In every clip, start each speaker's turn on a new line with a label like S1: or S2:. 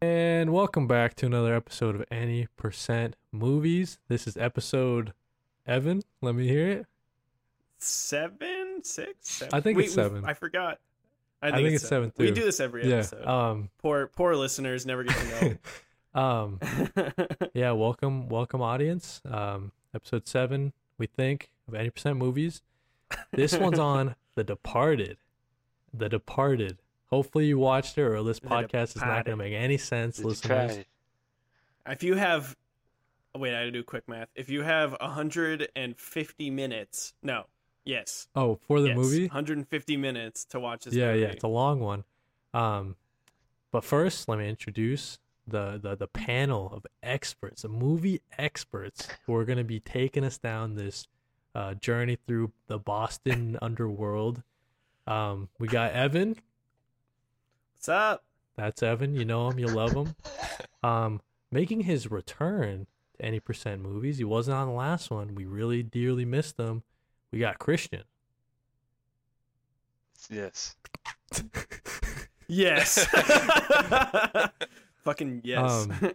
S1: And welcome back to another episode of Any Percent Movies. This is episode Evan. Let me hear it.
S2: seven, six, seven.
S1: I think it's
S2: we-
S1: seven.
S2: I forgot.
S1: I think it's seven,
S2: We
S1: too.
S2: do this every
S1: yeah.
S2: episode.
S1: Um.
S2: poor, poor listeners never get to
S1: um.
S2: know.
S1: Yeah. Welcome, welcome, audience. Um. Episode seven. We think of Any Percent Movies. This one's on The Departed. The Departed. Hopefully you watched it, or this
S2: The
S1: podcast is not going to
S2: Departed.
S1: make any sense,
S3: Let's
S1: listeners.
S3: try.
S2: if you have, oh, wait, I gotta do quick math. If you have 150 minutes, no, yes,
S1: Oh, for the
S2: yes,
S1: movie.
S2: 150 minutes to watch this.
S1: yeah
S2: movie.
S1: yeah it's a long one um but first let me introduce the the, the panel of experts the movie experts who are going to be taking us down this uh, journey through the boston underworld um we got evan
S2: What's up?
S1: that's evan you know him you love him um making his return to any percent movies he wasn't on the last one we really dearly missed him we got christian
S3: Yes.
S2: Yes. Fucking yes.
S1: Um,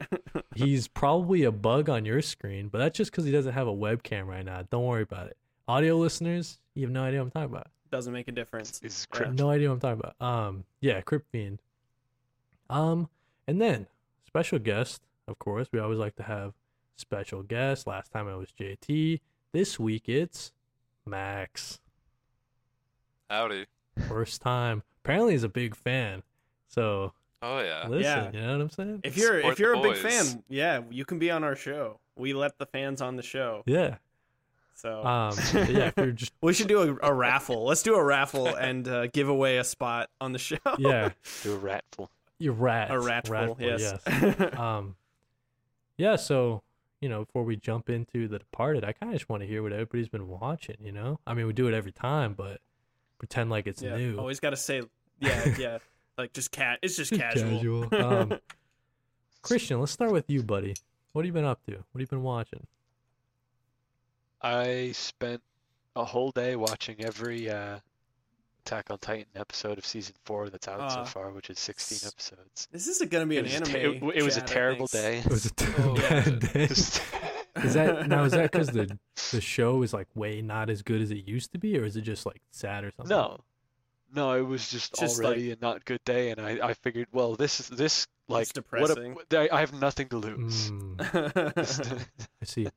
S1: He's probably a bug on your screen, but that's just because he doesn't have a webcam right now. Don't worry about it. Audio listeners, you have no idea what I'm talking about.
S2: Doesn't make a difference.
S3: This is
S2: Yeah.
S3: crap.
S1: No idea what I'm talking about. Um, yeah, Crypt Fiend. Um, and then special guest, of course. We always like to have special guests. Last time it was JT. This week it's Max.
S4: Howdy.
S1: First time. Apparently he's a big fan. So
S4: Oh yeah.
S1: listen,
S2: Uh, Yeah.
S1: you know what I'm saying?
S2: If you're
S4: Support
S2: if you're
S4: the
S2: a big
S4: boys.
S2: fan, yeah, you can be on our show. We let the fans on the show.
S1: Yeah.
S2: So
S1: Um, yeah. If you're just
S2: we should do a, a raffle. Let's do a raffle and uh, give away a spot on the show.
S1: yeah,
S3: Do a ratful.
S1: you're rat.
S2: a raffle. Yes.
S1: um yeah so you know before we jump into the departed i kind of just want to hear what everybody's been watching you know i mean we do it every time but pretend like it's
S2: yeah.
S1: new
S2: Always got to say yeah, yeah. Like just cat. It's just
S1: Just
S2: casual.
S1: casual. Um, christian let's start with you buddy what have you been up to what have you been watching
S3: I spent a whole day watching every uh, Attack on Titan episode of season four that's out
S2: Uh,
S3: so far, which is 16 episodes.
S2: this is going to be
S3: It
S2: an
S3: was, a
S2: anime.
S3: te- it, it was a
S2: chat, I
S3: terrible
S2: think.
S3: day.
S1: it was a
S4: Oh, yeah.
S1: bad day.
S3: Just-
S1: is that now is that because the the show is like way not as good as it used to be or is it just like sad or something
S3: no, no, it was just,
S2: Just, like-
S3: already a not good day, and I, I figured, well, this is this like
S2: depressing.
S3: What a, I, I have nothing to lose.
S1: Mm,
S3: This-
S1: i see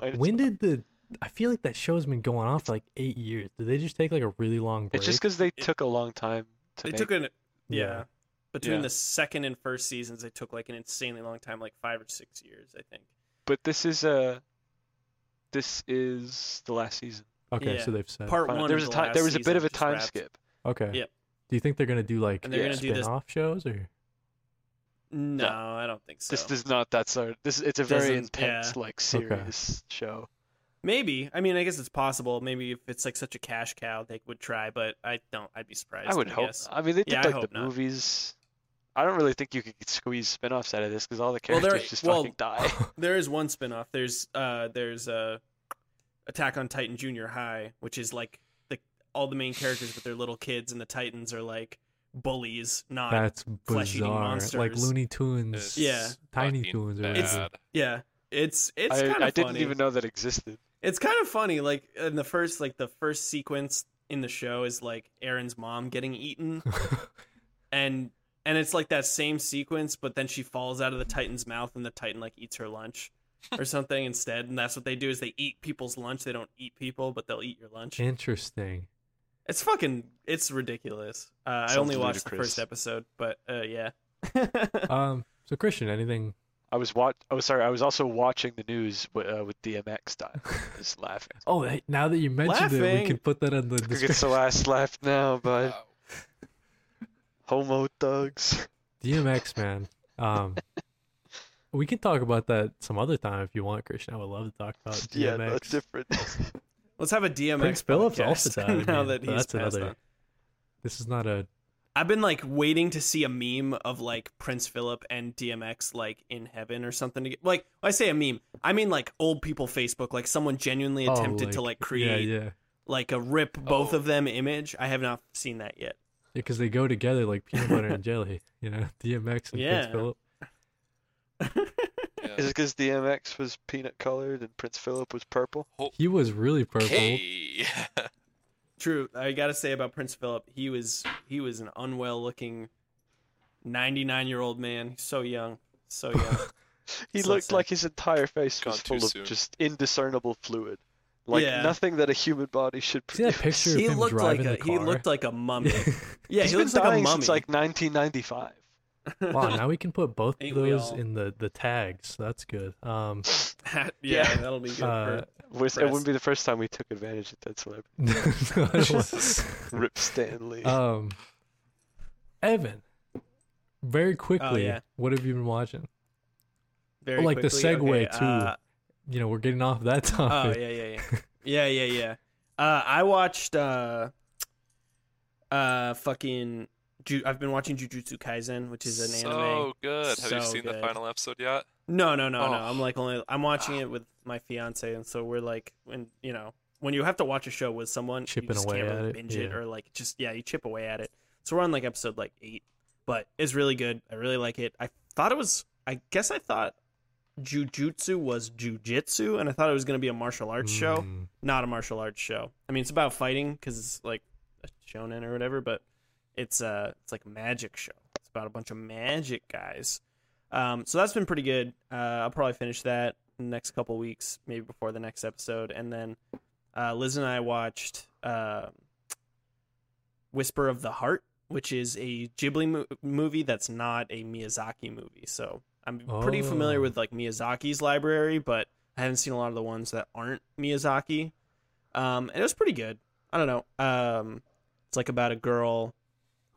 S3: might as
S1: When did the? I feel like that show's been going on for like eight years. Did they just take like a really long break?
S3: It's just because they
S2: It-
S3: took a long time to
S2: they
S3: make.
S2: took an yeah.
S1: Yeah.
S2: Between
S3: Yeah.
S2: the second and first seasons, they took like an insanely long time, like five or six years, I think.
S3: but this is uh, this is the last season.
S1: okay,
S2: yeah.
S1: so they've said.
S2: Part
S3: Final-
S2: one.
S3: there
S2: of
S3: was a
S2: the
S3: time,
S2: last
S3: there was a bit
S2: season
S3: of a
S2: just
S3: time
S2: wrapped.
S3: skip.
S1: okay.
S2: Yep.
S1: Do you think they're gonna do like
S2: And they're
S3: Yeah.
S2: gonna do this.
S1: spin-off shows or?
S2: No, I don't think so.
S3: This does not that sort. This it's a very
S2: Doesn't-
S3: intense
S2: yeah.
S3: like serious show.
S2: Maybe. I mean, I guess it's possible. Maybe if it's like such a cash cow, they would try. But I don't. I'd be surprised.
S3: I would hope.
S2: guess.
S3: I mean, they did
S2: Yeah, I
S3: like
S2: hope
S3: the
S2: not.
S3: movies. I don't really think you could squeeze spin-offs out of this because all the
S2: Well,
S3: characters
S2: there-
S3: just
S2: well-
S3: fucking die.
S2: There is one spinoff. There's uh there's uh, Attack on Titan Junior High, which is like the all the main characters with their little kids, and the Titans are like bullies, not
S1: That's
S2: flesh-eating
S1: bizarre. Like
S2: monsters.
S1: Looney Tunes.
S4: It's
S2: Yeah.
S1: Tiny
S4: fucking
S1: Toons or
S4: Bad.
S2: It's- yeah. It's it's
S3: I,
S2: kind
S3: I
S2: of
S3: didn't
S2: funny.
S3: even know that existed.
S2: It's kind of funny. Like in the first like the first sequence in the show is like Aaron's mom getting eaten. and and it's like that same sequence, but then she falls out of the Titan's mouth, and the Titan like eats her lunch or something instead. And that's what they do is they eat people's lunch. They don't eat people, but they'll eat your lunch.
S1: Interesting.
S2: It's fucking it's ridiculous. Uh, I
S3: Sounds
S2: only watched the
S3: ludicrous.
S2: first episode, but uh, yeah,
S1: Um. So Christian, anything?
S3: I was watch. Oh, sorry. I was also watching the news with, uh, with DMX time. Just laughing.
S1: Oh, hey, now that you mentioned it, we
S2: Laughing.
S1: can put that on the
S3: Who gets the
S1: description.
S3: last laugh now, bud?
S2: Uh,
S4: Wow.
S3: Homo thugs.
S1: DMX man. Um. We can talk about that some other time if you want, Christian. I would love to talk about
S2: uh,
S1: DMX.
S3: Yeah, that's different.
S2: let's have a DMX.
S1: Prince Phillips also
S2: podcast
S1: died. I mean,
S2: now that
S1: but
S2: he's
S1: that's
S2: passed
S1: another.
S2: on.
S1: This is not a
S2: I've been like waiting to see a meme of like Prince Philip and DMX like in heaven or something. To get, like when I say a meme, I mean like old people Facebook. Like someone genuinely
S1: oh,
S2: attempted to like create
S1: Yeah, yeah,
S2: like a rip both
S4: Oh.
S2: of them image. I have not seen that yet.
S1: because they go together like peanut butter and jelly. You know, DMX and
S2: Yeah.
S1: Prince Philip.
S4: Yeah.
S3: Is it because DMX was peanut colored and Prince Philip was purple?
S1: He was really purple.
S4: Okay.
S2: True. I gotta say about Prince Philip, he was he was an unwell looking ninety nine year old man. He's So young. So young.
S3: He
S2: So
S3: looked
S2: sad.
S3: like his entire face
S4: Gone
S3: was
S4: too
S3: full of
S4: soon.
S3: just indiscernible fluid, like
S2: Yeah.
S3: nothing that a human body should
S1: See that
S3: produce.
S1: picture of
S2: he
S1: him
S2: looked like
S1: driving
S2: a
S1: the car?
S2: he looked like a mummy. Yeah,
S3: He's
S2: he
S3: been
S2: looks like a
S3: dying
S2: mummy.
S3: since like 1995.
S1: wow, now we can put both of
S2: Ain't we
S1: those
S2: all?
S1: in the the tags. That's good. Um,
S2: yeah,
S3: Yeah.
S2: that'll be good.
S1: uh,
S2: for-
S3: Was- It
S2: Impressed.
S3: wouldn't be the first time we took advantage of that celebrity.
S4: Jesus.
S3: Rip Stanley.
S1: um, Evan, very quickly,
S2: Oh, yeah.
S1: what have you been watching?
S2: very
S1: like the
S2: quickly.
S1: segue to-
S2: Okay, uh,
S1: You know, we're getting off that
S2: oh
S1: topic.
S2: yeah, yeah, yeah, yeah, yeah, yeah. Uh, I watched uh, uh, fucking. Ju- I've been watching Jujutsu Kaisen, which is an
S4: so
S2: anime.
S4: good. Have
S2: So
S4: you seen the
S2: good.
S4: final episode yet?
S2: No, no, no, no.
S4: Oh.
S2: I'm like only. I'm watching it with my fiance, and so we're like, when you know, when you have to watch a show with someone,
S1: Chipping
S2: you just
S1: away
S2: can't
S1: at
S2: really
S1: it,
S2: binge it
S1: yeah.
S2: or like just yeah, you chip away at it. So we're on like episode like eight, but it's really good. I really like it. I thought it was. I guess I thought jujutsu was jujitsu, and I thought it was going to be a martial arts show
S1: Mm,
S2: not a martial arts show. I mean, it's about fighting because it's like a shonen or whatever, but it's uh it's like a magic show. It's about a bunch of magic guys. Um, so that's been pretty good. Uh, I'll probably finish that in the next couple weeks, maybe before the next episode, and then uh, Liz and I watched uh, Whisper of the Heart, which is a Ghibli mo- movie that's not a Miyazaki movie. So I'm pretty familiar
S1: Oh.
S2: with like Miyazaki's library, but I haven't seen a lot of the ones that aren't Miyazaki. Um, and it was pretty good. I don't know. Um, it's like about a girl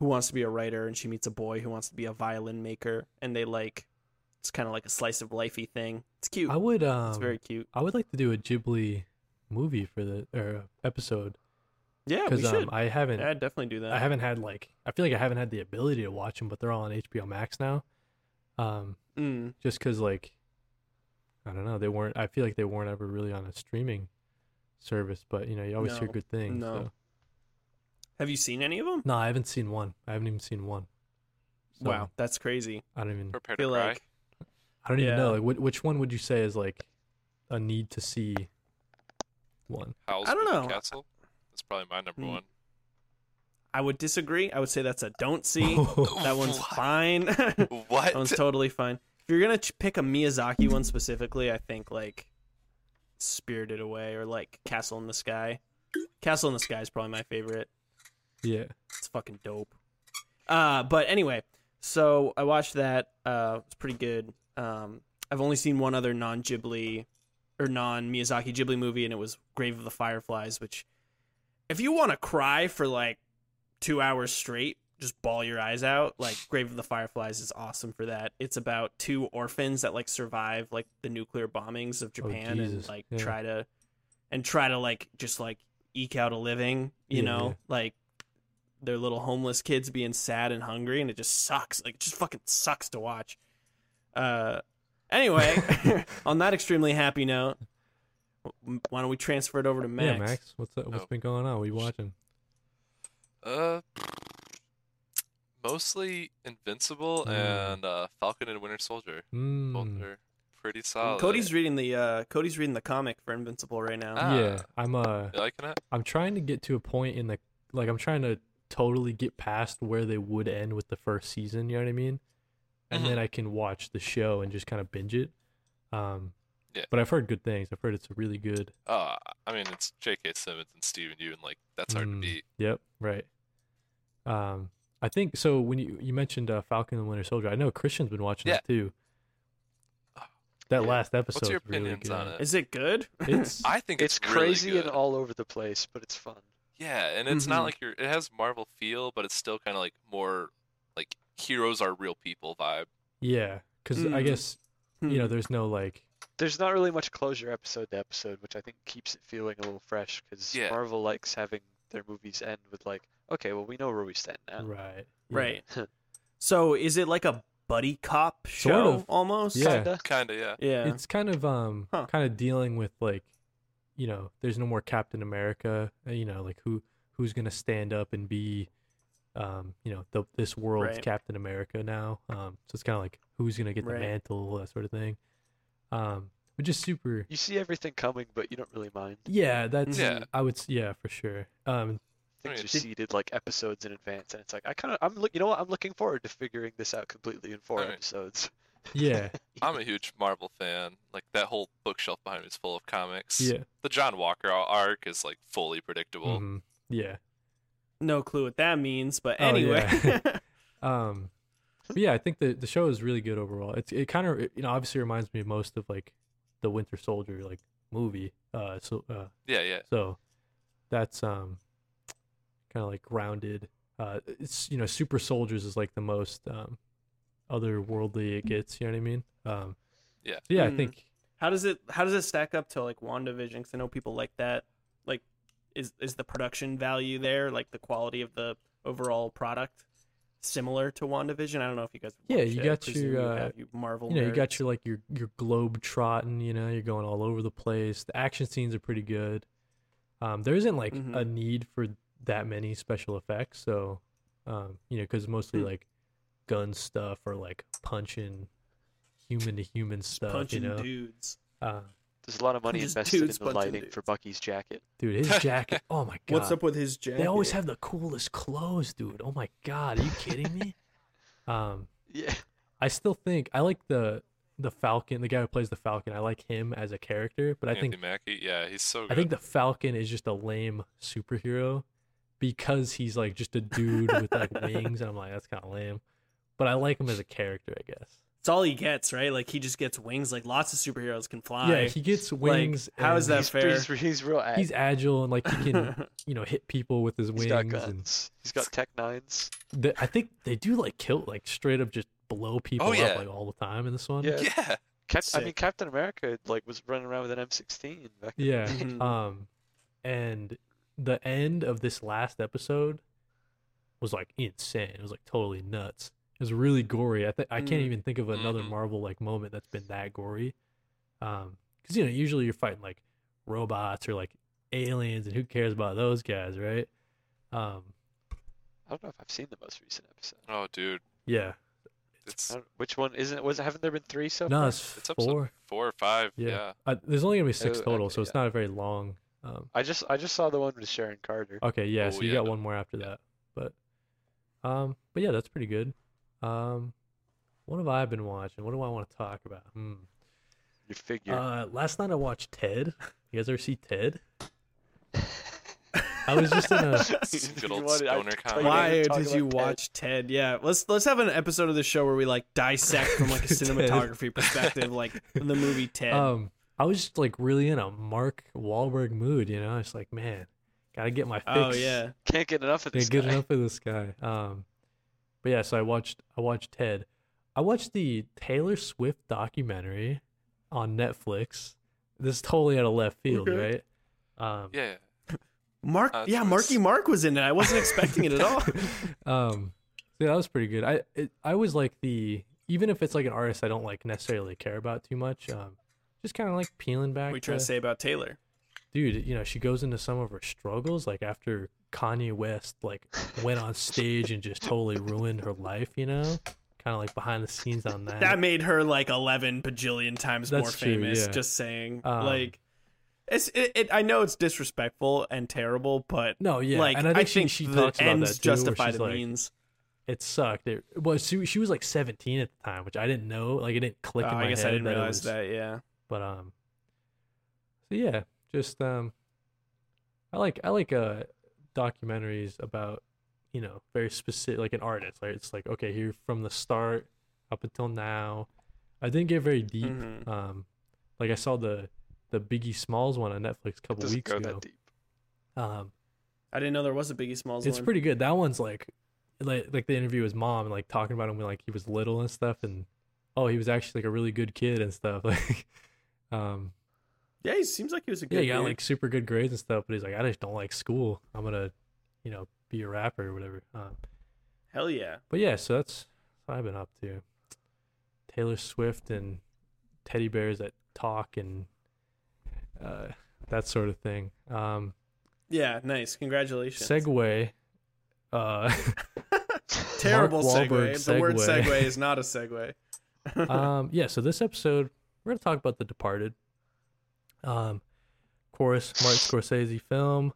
S2: who wants to be a writer, and she meets a boy who wants to be a violin maker, and they like it's kind of like a slice of lifey thing. It's cute.
S1: I would. Um,
S2: it's very cute.
S1: I would like to do a Ghibli movie for the or episode
S2: Yeah, we
S1: because
S2: should.
S1: um, I haven't.
S2: I'd definitely do that.
S1: I haven't had like I feel like I haven't had the ability to watch them, but they're all on HBO Max now. Um,
S2: Mm.
S1: just because like I don't know, they weren't. I feel like they weren't ever really on a streaming service, but you know, you always hear
S2: No,
S1: good things.
S2: no.
S1: so.
S2: Have you seen any of them?
S1: no, I haven't seen one. I haven't even seen one. So,
S2: Wow, that's crazy.
S1: I don't even.
S4: Prepare
S2: I
S4: to
S2: feel
S4: cry.
S2: like
S1: I don't even know.
S2: Yeah.
S1: Like, whi- which one would you say is like a need to see one?
S4: Howl's
S2: I don't
S4: Moving
S2: know.
S4: Castle. That's probably my number
S2: Mm.
S4: one.
S2: I would disagree. I would say that's a don't see. that one's
S4: What?
S2: fine. that
S4: What?
S2: one's totally fine. If you're gonna ch- pick a Miyazaki one specifically, I think like Spirited Away or like Castle in the Sky. Castle in the Sky is probably my favorite.
S1: yeah.
S2: It's fucking dope. Uh, but anyway, so I watched that. Uh, it's pretty good. Um, I've only seen one other non Ghibli or non Miyazaki Ghibli movie, and it was Grave of the Fireflies. Which, if you want to cry for like two hours straight, just bawl your eyes out. Like Grave of the Fireflies is awesome for that. It's about two orphans that like survive like the nuclear bombings of
S1: Oh,
S2: Japan and
S1: Jesus.
S2: like
S1: Yeah.
S2: try to and try to like just like eke out a living. You
S1: Yeah,
S2: know,
S1: yeah.
S2: like their little homeless kids being sad and hungry and it just sucks like it just fucking sucks to watch uh anyway on that extremely happy note w- why don't we transfer it over to max,
S1: Yeah, Max. What's up? What's
S4: Oh.
S1: been going on? What are you watching?
S4: Uh, mostly Invincible
S1: Mm.
S4: and uh, Falcon and Winter Soldier. Both
S1: Mm.
S4: are pretty solid.
S2: cody's reading the uh cody's reading the comic for invincible right now
S4: Ah.
S1: Yeah, I'm uh,
S4: You liking it?
S1: I'm trying to get to a point in the like I'm trying to totally get past where they would end with the first season, you know what I mean? And
S4: Mhm.
S1: then I can watch the show and just kind of binge it. Um
S4: Yeah.
S1: But I've heard good things. I've heard it's really good.
S4: Oh, I mean, it's J.K. Simmons and Steven Yeun. Like, that's hard to
S1: Mm,
S4: beat.
S1: Yep, right. Um I think so when you you mentioned uh, Falcon and Winter Soldier, I know Christian's been watching
S4: Yeah. Oh,
S1: that too. That
S4: Yeah.
S1: last episode.
S4: your
S1: really
S4: opinions
S1: good.
S4: on it?
S2: is it good
S1: It's
S4: I think
S3: it's
S4: it's, really
S3: crazy
S4: good.
S3: and all over the place, but it's fun.
S4: Yeah, and it's not
S1: Mm-hmm.
S2: Mhm.
S4: like you're. It has Marvel feel, but it's still kind of like more like heroes are real people vibe.
S1: yeah, cuz I
S2: Mm.
S1: guess you know there's no like
S3: There's not really much closure episode to episode, which I think keeps it feeling a little fresh because
S4: Yeah.
S3: Marvel likes having their movies end with like, okay, well we know where we stand now.
S1: right. yeah.
S2: right so is it like a buddy cop show
S1: Sort of.
S2: almost
S1: Yeah.
S3: Kinda.
S4: Kinda, yeah.
S2: yeah
S1: it's kind of um
S2: Huh.
S1: kind of dealing with like you know there's no more captain america uh, you know like who who's gonna stand up and be um, you know, the, this world's
S2: Right.
S1: Captain America now. Um, so it's kind of like who's gonna get the
S2: Right.
S1: mantle, that sort of thing. Um, which is super.
S3: You see everything coming, but you don't really mind.
S1: Yeah, that's.
S4: Yeah.
S1: I would. s- Yeah, for sure. Um,
S3: Things
S4: Right.
S3: are
S4: Did-
S3: seeded like episodes in advance, and it's like I kind of I'm look. You know what? I'm looking forward to figuring this out completely in four
S4: Right.
S3: episodes.
S1: yeah,
S4: I'm a huge Marvel fan. Like that whole bookshelf behind me is full of comics.
S1: yeah,
S4: The John Walker arc is like fully predictable.
S1: mhm, yeah.
S2: No clue what that means, but
S1: Oh,
S2: anyway.
S1: yeah. Um, but yeah, I think the the show is really good overall. It's it kind of you know obviously reminds me most of like the Winter Soldier like movie. Uh, so uh,
S4: Yeah, yeah.
S1: so that's um kind of like grounded. Uh, it's you know super soldiers is like the most um otherworldly it gets. You know what I mean? Um,
S4: Yeah.
S1: so yeah, I
S2: Mm.
S1: think
S2: how does it how does it stack up to like WandaVision? Because I know people like that. Like, is is the production value there? Like the quality of the overall product similar to WandaVision? I don't know if you guys.
S1: Yeah,
S2: watched
S1: you
S2: it. I
S1: got
S2: presume
S1: your,
S2: you
S1: uh,
S2: have, you Marvel.
S1: you know you
S2: nerds.
S1: got your like your your globe trotting you know you're going all over the place the action scenes are pretty good um there isn't like a
S2: Mhm.
S1: need for that many special effects so um you know because mostly
S2: Hmm.
S1: like gun stuff or like punching human to human stuff you
S2: punching
S1: know
S2: dudes.
S1: uh,
S3: There's a lot of money
S2: Just
S3: invested in
S2: dudes
S3: the
S2: punching
S3: lighting
S2: dudes.
S3: for Bucky's jacket.
S1: dude his jacket oh my god
S2: with his jacket?
S1: they always have the coolest clothes dude oh my god are you kidding me um
S3: Yeah,
S1: I still think I like the the Falcon, the guy who plays the Falcon. I like him as a character, but I
S4: Anthony
S1: think
S4: Mackie. Yeah, he's so good.
S1: I think the Falcon is just a lame superhero because he's like just a dude with like wings, and I'm like that's kind of lame. But I like him as a character, I guess.
S2: It's all he gets, right? Like he just gets wings. Like lots of superheroes can fly.
S1: yeah, he gets wings.
S2: how is
S1: and
S2: that
S3: he's,
S2: fair?
S3: he's, he's real. Ag-
S1: He's, he's agile and like he can you know hit people with his
S3: he's
S1: wings.
S3: got
S1: And
S3: guns. He's got tech nines.
S1: th- I think they do like kill like straight up just blow people
S4: yeah.
S1: up like all the time in this one.
S3: Yeah.
S4: yeah.
S3: Cap- I mean,
S2: Sick.
S3: Captain America like was running around with an M16 back. in the
S1: Yeah.
S3: day.
S2: Mhm.
S1: Um, and the end of this last episode was like insane. It was like totally nuts. It was really gory. I think I can't
S2: Mm.
S1: even think of another
S4: Mhm.
S1: Marvel like moment that's been that gory. Um, because you know usually you're fighting like robots or like aliens, and who cares about those guys, right? Um,
S3: I don't know if I've seen the most recent episode.
S4: Oh, dude.
S1: yeah.
S3: I
S4: It's
S3: don't, which one isn't? it- Was it- haven't there been three so
S1: No,
S3: far?
S1: it's
S4: it's episode
S1: four.
S4: four or five.
S1: Yeah.
S4: Yeah.
S1: Uh, there's only gonna be six
S3: Oh,
S1: total,
S3: okay,
S1: so it's
S3: yeah.
S1: not a very long. Um,
S3: I just I just saw the one with Sharon Carter.
S2: Uh,
S1: Okay, yeah,
S4: Oh,
S1: so you
S4: yeah,
S1: got
S4: no-
S1: one more after that. But um but yeah, that's pretty good. Um what have I been watching? What do I want to talk about? Hmm.
S3: Your figure.
S1: Uh last night I watched Ted. You guys ever see Ted? I was just in a
S4: It's a good
S3: Oh, You
S4: old
S3: wanted- I
S4: stoner
S3: totally
S4: comedy.
S2: uh, Why
S3: didn't talk
S2: did
S3: about
S2: you
S3: Ted.
S2: watch Ted? Yeah, let's let's have an episode of the show where we like dissect from like a
S1: Ted.
S2: cinematography perspective, like the movie Ted.
S1: um I was just like really in a Mark Wahlberg mood, you know. It's like, man, gotta get my fix.
S2: oh yeah,
S3: Can't get enough of
S1: Can't
S3: this
S1: get
S3: guy.
S1: enough of this guy. Um but yeah, so I watched I watched Ted. I watched the Taylor Swift documentary on Netflix. This is totally out of left field,
S2: Okay.
S1: right? Um
S4: Yeah.
S2: Mark.
S4: Uh,
S2: yeah,
S4: it's-
S2: Marky Mark was in it. I wasn't expecting it at all.
S1: um so yeah, that was pretty good i it, i always like the even if it's like an artist i don't like necessarily care about too much um just kind of like peeling back
S2: What are you trying to
S1: the-
S2: say about Taylor?
S1: dude you know she goes into some of her struggles like after kanye west like went on stage and just totally ruined her life you know kind of like behind the scenes on that
S2: That made her like eleven bajillion times more
S1: That's true,
S2: famous.
S1: yeah.
S2: Just saying,
S1: Um,
S2: like, it's it, it. I know it's disrespectful and terrible, but
S1: no yeah
S2: like,
S1: and i think, she, she
S2: the
S1: talks about
S2: ends
S1: that too, where
S2: justify
S1: she's
S2: the
S1: like,
S2: means.
S1: it sucked it was she, she was like 17 at the time which i didn't know like it didn't click
S2: Oh,
S1: in my
S2: I guess
S1: head
S2: I didn't
S1: that it
S2: realize
S1: was-
S2: that. Yeah.
S1: but um so yeah just um i like i like uh documentaries about you know very specific like an artist like it's like okay here from the start up until now i didn't get very deep
S3: Mm-hmm.
S2: Mhm.
S1: um like i saw the the biggie smalls one on netflix a couple
S3: Doesn't
S1: weeks
S3: go
S1: ago
S3: that deep.
S1: um
S2: I didn't know there was a Biggie Smalls.
S1: it's
S2: one.
S1: pretty good. That one's like, like like they interview his mom and like talking about him when like he was little and stuff, and oh, he was actually like a really good kid and stuff. Like, um,
S2: Yeah, he seems like he was a good.
S1: yeah, he got
S2: dude.
S1: like super good grades and stuff, but he's like, I just don't like school. I'm gonna, you know, be a rapper or whatever. Um,
S2: hell yeah.
S1: but yeah, so that's what I've been up to. Taylor Swift and teddy bears that talk and uh, that sort of thing. Um,
S2: Yeah, nice. Congratulations.
S1: segue. Uh,
S2: Terrible
S1: Mark
S2: segue.
S1: Wahlberg
S2: The word
S1: segue.
S2: segue is not a segue.
S1: um, yeah, so this episode, we're going to talk about The Departed. Um, of course, Martin Scorsese film.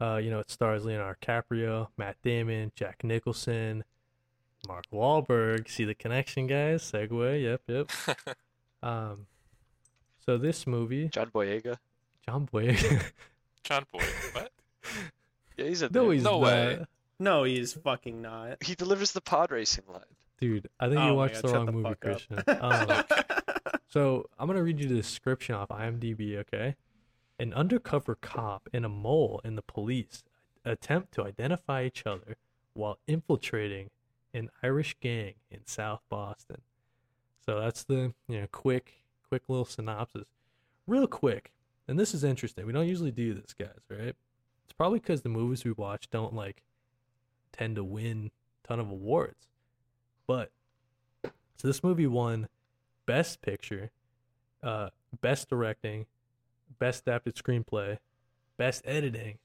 S1: Uh, you know, it stars Leonardo DiCaprio, Matt Damon, Jack Nicholson, Mark Wahlberg. See the connection, guys? Segue. Yep, yep. Um, so this movie,
S3: John Boyega.
S1: John Boyega.
S4: John Boy. What?
S3: Yeah, he's in
S1: no,
S3: there.
S1: he's
S4: No
S1: not.
S4: way.
S2: No, he is fucking not.
S3: He delivers the pod racing line.
S1: Dude, I think
S2: Oh my
S1: you watched
S2: God,
S1: the
S2: shut
S1: wrong
S2: the
S1: movie,
S2: fuck
S1: Christian.
S2: up.
S1: Um, So I'm gonna read you the description off IMDb, okay? An undercover cop and a mole in the police attempt to identify each other while infiltrating an Irish gang in South Boston. So that's the you know quick, quick little synopsis, real quick. And this is interesting. We don't usually do this, guys, right? It's probably because the movies we watch don't like tend to win a ton of awards, but so this movie won best picture, uh, best directing, best adapted screenplay, best editing,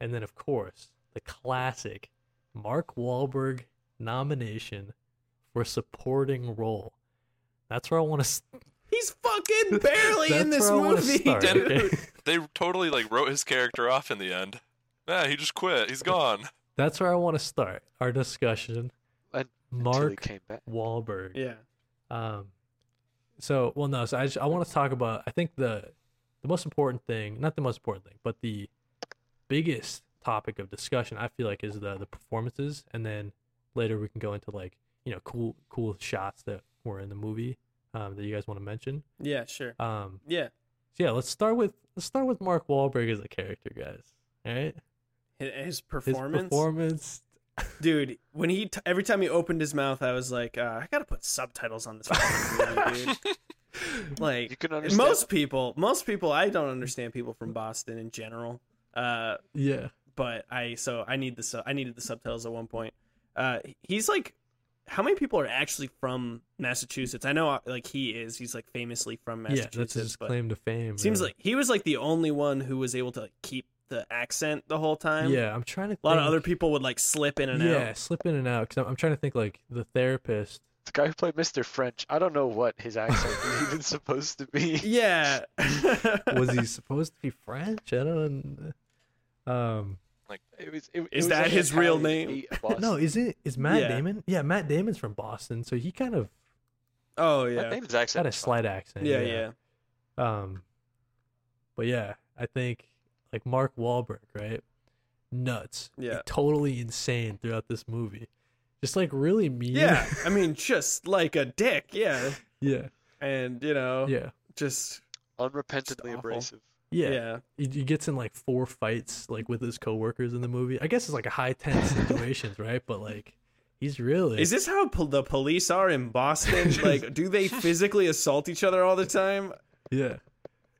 S1: and then of course the classic Mark Wahlberg nomination for supporting role. That's where I want to.
S2: He's fucking barely in this movie, dude.
S4: They totally like wrote his character off in the end. Nah, he just quit. He's gone.
S1: That's where I want to start our discussion.
S3: Un- Until he
S1: Mark
S3: came back.
S1: Wahlberg.
S2: Yeah.
S1: Um, so well, no. So I just, I want to talk about. I think the the most important thing, not the most important thing, but the biggest topic of discussion, I feel like, is the the performances, and then later we can go into like you know cool cool shots that were in the movie um, that you guys want to mention.
S2: Yeah, sure.
S1: Um,
S2: Yeah.
S1: so yeah, let's start with let's start with Mark Wahlberg as a character, guys. All right,
S2: Hi- His
S1: his
S2: performance.
S1: performance.
S2: Dude, when he t- every time he opened his mouth, I was like, uh, I gotta put subtitles on this fucking movie, dude.
S3: You
S2: Like
S3: can understand.
S2: most people, most people, I don't understand people from Boston in general. Uh,
S1: Yeah,
S2: but I so I need the su- I needed the subtitles at one point. Uh, he's like, how many people are actually from Massachusetts? I know uh, like he is. He's like famously from
S1: yeah,
S2: Massachusetts.
S1: that's his
S2: but
S1: claim to fame.
S2: seems
S1: really.
S2: like he was like the only one who was able to like, keep the accent the whole time.
S1: yeah, I'm trying to.
S2: a lot of
S1: think.
S2: other people would like slip in and
S1: yeah,
S2: out.
S1: slip in and out. Because I'm, I'm trying to think like the therapist.
S3: The guy who played Mr. French, I don't know what his accent is even supposed to be.
S2: Yeah.
S1: Was he supposed to be French? I don't. know. Um,
S3: It was, it, it
S2: Is
S3: was
S2: that
S3: like
S2: his
S3: how
S2: real
S3: he
S2: name?
S3: beat
S1: no,
S3: Boston.
S1: is it is Matt
S2: Yeah.
S1: Damon? Yeah, Matt Damon's from Boston, so he kind of
S2: oh
S3: Matt
S2: yeah.
S3: Damon's accent
S1: had a
S3: is fine.
S1: slight accent.
S2: Yeah, yeah.
S1: Um, but yeah, I think like Mark Wahlberg, right? Nuts.
S2: Yeah.
S1: Like, totally insane throughout this movie. Just like really mean.
S2: Yeah. I mean, just like a dick. Yeah.
S1: yeah.
S2: And, you know,
S1: Yeah.
S2: just,
S3: unrepentantly
S2: awful.
S3: abrasive.
S1: Yeah.
S2: yeah.
S1: He, he gets in like four fights like with his coworkers in the movie. I guess it's like a high tense situations, right? But like he's really
S2: Is this how pol- the police are in Boston? like, do they physically assault each other all the time?
S1: yeah.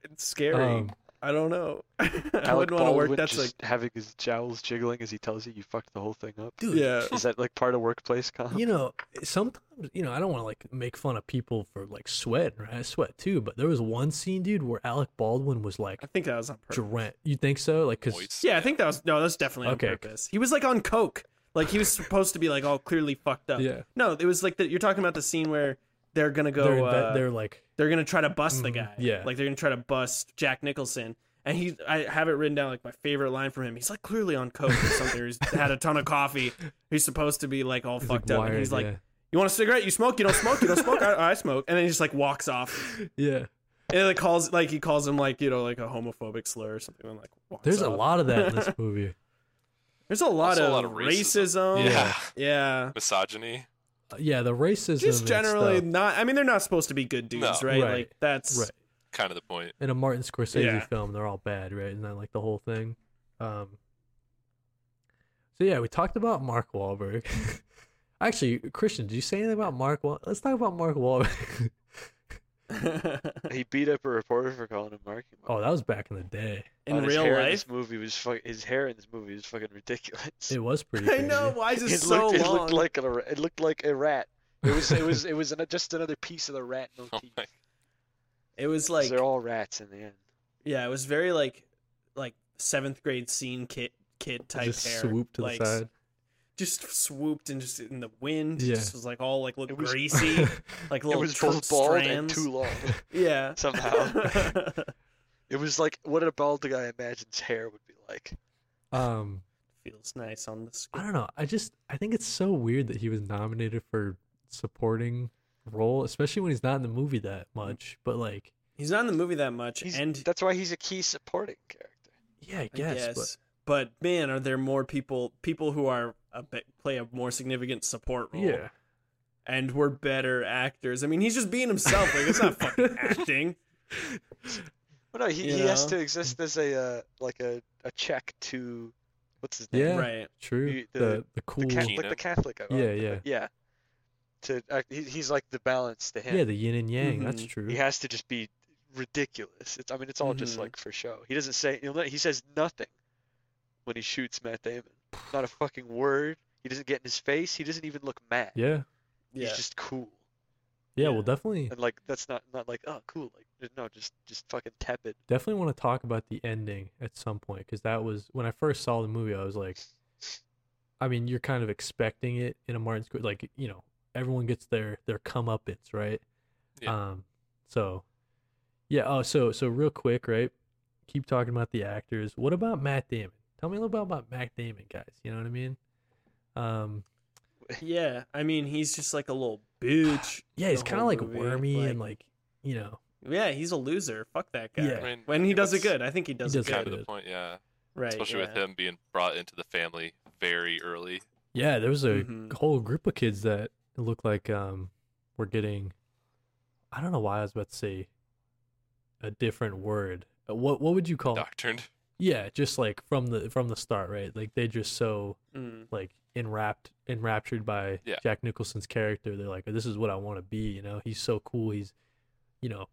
S2: It's scary.
S1: Um,
S2: I don't know. I
S3: Alec
S2: wouldn't want to work.
S3: Baldwin
S2: That's like,
S3: just having his jowls jiggling as he tells you you fucked the whole thing up.
S1: dude,
S2: yeah.
S3: Is that like part of workplace comp?
S1: you know, sometimes you know I don't want to like make fun of people for like sweating, right? I sweat too, but there was one scene, dude, where Alec Baldwin was like
S2: I think that was on purpose.
S1: drenched. You think so? Like, cause
S4: Moist.
S2: Yeah, I think that was no, that's definitely on
S1: Okay.
S2: purpose. He was like on coke. Like he was supposed to be like all clearly fucked up.
S1: Yeah.
S2: No, it was like that. You're talking about the scene where they're gonna go.
S1: they're, inve-
S2: uh,
S1: they're like,
S2: they're gonna try to bust the
S1: Mhm,
S2: guy.
S1: yeah.
S2: like they're gonna try to bust Jack Nicholson. And he, I have it written down like my favorite line from him. He's like clearly on coke or something. or He's had a ton of coffee. He's supposed to be like all
S1: he's, like,
S2: fucked up. and he's like,
S1: wired,
S2: "You want a cigarette? You smoke? You don't smoke? You don't smoke? I, I smoke." And then he just like walks off.
S1: yeah, yeah.
S2: And like calls like he calls him like you know like a homophobic slur or something. And like walks
S1: There's a
S2: off.
S1: lot of that in this movie.
S2: There's a lot,
S4: Also
S2: of,
S4: a lot of
S2: racism.
S4: racism. Yeah.
S2: Yeah.
S4: Misogyny.
S1: Uh, yeah, the racism.
S2: Just
S1: and
S2: generally
S1: stuff.
S2: not. I mean, they're not supposed to be good dudes,
S4: No.
S2: right?
S1: Right.
S2: Like that's
S1: right.
S4: Kind of the point.
S1: in a Martin Scorsese
S2: Yeah.
S1: film, they're all bad, right? And then like the whole thing. Um, so yeah, we talked about Mark Wahlberg. Actually, Christian, did you say anything about Mark? Wahl- Let's talk about Mark Wahlberg.
S3: He beat up a reporter for calling him Marky Mark.
S1: oh, that was back in the day.
S2: in
S3: God, his
S2: real
S3: hair in
S2: life.
S3: this movie was fu- his hair in this movie was fucking ridiculous.
S1: It was pretty.
S2: I know. Why is it,
S3: It
S2: so
S3: looked, it
S2: long?
S3: looked like a ra- it looked like a rat. It was it was it was an, just another piece of the rat
S4: Oh
S3: motif.
S4: my.
S2: it was
S3: 'Cause
S2: like
S3: they're all rats in the end.
S2: yeah, it was very like like seventh grade scene kid kid
S1: pretty.
S2: type
S1: Just
S2: hair.
S1: swooped to
S2: like,
S1: the side.
S2: just swooped and just in the wind.
S1: Yeah.
S2: It just was like all like looked
S3: It was-
S2: greasy, like
S3: It
S2: little
S3: was
S2: short
S3: both bald and
S2: strands.
S3: too long.
S2: Yeah.
S3: Somehow. It was like what a bald guy imagines hair would be like.
S1: um,
S2: Feels nice on the
S1: I
S2: skin.
S1: don't know. I just I think it's so weird that he was nominated for supporting role, especially when he's not in the movie that much. But like,
S2: He's not in the movie that much,
S3: He's,
S2: and
S3: that's why he's a key supporting character.
S1: yeah, I
S2: I
S1: guess,
S2: guess. But man, are there more people people who are a bit, play a more significant support
S1: but
S2: role?
S1: yeah,
S2: And were better actors. I mean, he's just being himself. Like it's not fucking acting.
S3: Well, Oh, no, he,
S2: You
S3: he has
S2: know?
S3: to exist as a uh, like a, a check to what's his name?
S1: Yeah.
S2: Right.
S1: true.
S3: You-
S1: The
S3: the-
S1: the,
S3: The
S1: cool,
S3: Catholic,
S4: Gina.
S3: the Catholic. I-
S1: yeah, yeah,
S3: yeah. To uh, he, he's like the balance to him.
S1: yeah, the yin and yang. That's
S2: Mhm.
S1: true.
S3: he has to just be ridiculous. It's I mean it's all just
S2: Mhm.
S1: Mm-hmm.
S3: like for show. He doesn't say you know, he says nothing when he shoots Matt Damon. Not a fucking word. He doesn't get in his face. He doesn't even look mad.
S1: Yeah, yeah.
S2: Yeah.
S3: He's just cool.
S1: Well,
S2: Yeah.
S1: definitely,
S3: And like that's not not like oh cool like no just just fucking tepid.
S1: definitely want to talk about the ending at some point because that was when I first saw the movie. I was like, I mean, you're kind of expecting it in a Martin Scorsese, like you know, everyone gets their their comeuppance, right?
S4: Yeah.
S1: Um, so yeah. Oh, so so real quick, right? Keep talking about the actors. What about Matt Damon? Tell me a little bit about Matt Damon, guys. You know what I mean? Um,
S2: Yeah, I mean, he's just like a little bitch.
S1: yeah,
S2: the
S1: he's kind of
S2: whole
S1: like
S2: movie,
S1: wormy and like you know,
S2: yeah, he's a loser. Fuck that guy.
S1: Yeah.
S4: I mean,
S2: When he does it
S4: that's
S2: good, I think he does,
S1: does
S2: it
S1: kinda
S4: Kind
S2: good.
S4: of the
S1: good.
S4: point, yeah.
S2: Right.
S4: Especially with
S2: yeah.
S4: him being brought into the family very early.
S1: yeah. There was a
S2: Mhm.
S1: whole group of kids that looked like um were getting. I don't know why I was about to say a different word. Uh, What what would you
S2: Oh.
S1: call?
S4: Doctrined.
S1: Yeah, just like from the from the start, right? Like they just so
S2: Mm.
S1: like enwrapped enraptured by
S4: Yeah.
S1: Jack Nicholson's character. They're like, this is what I want to be. You know, he's so cool. He's, you know,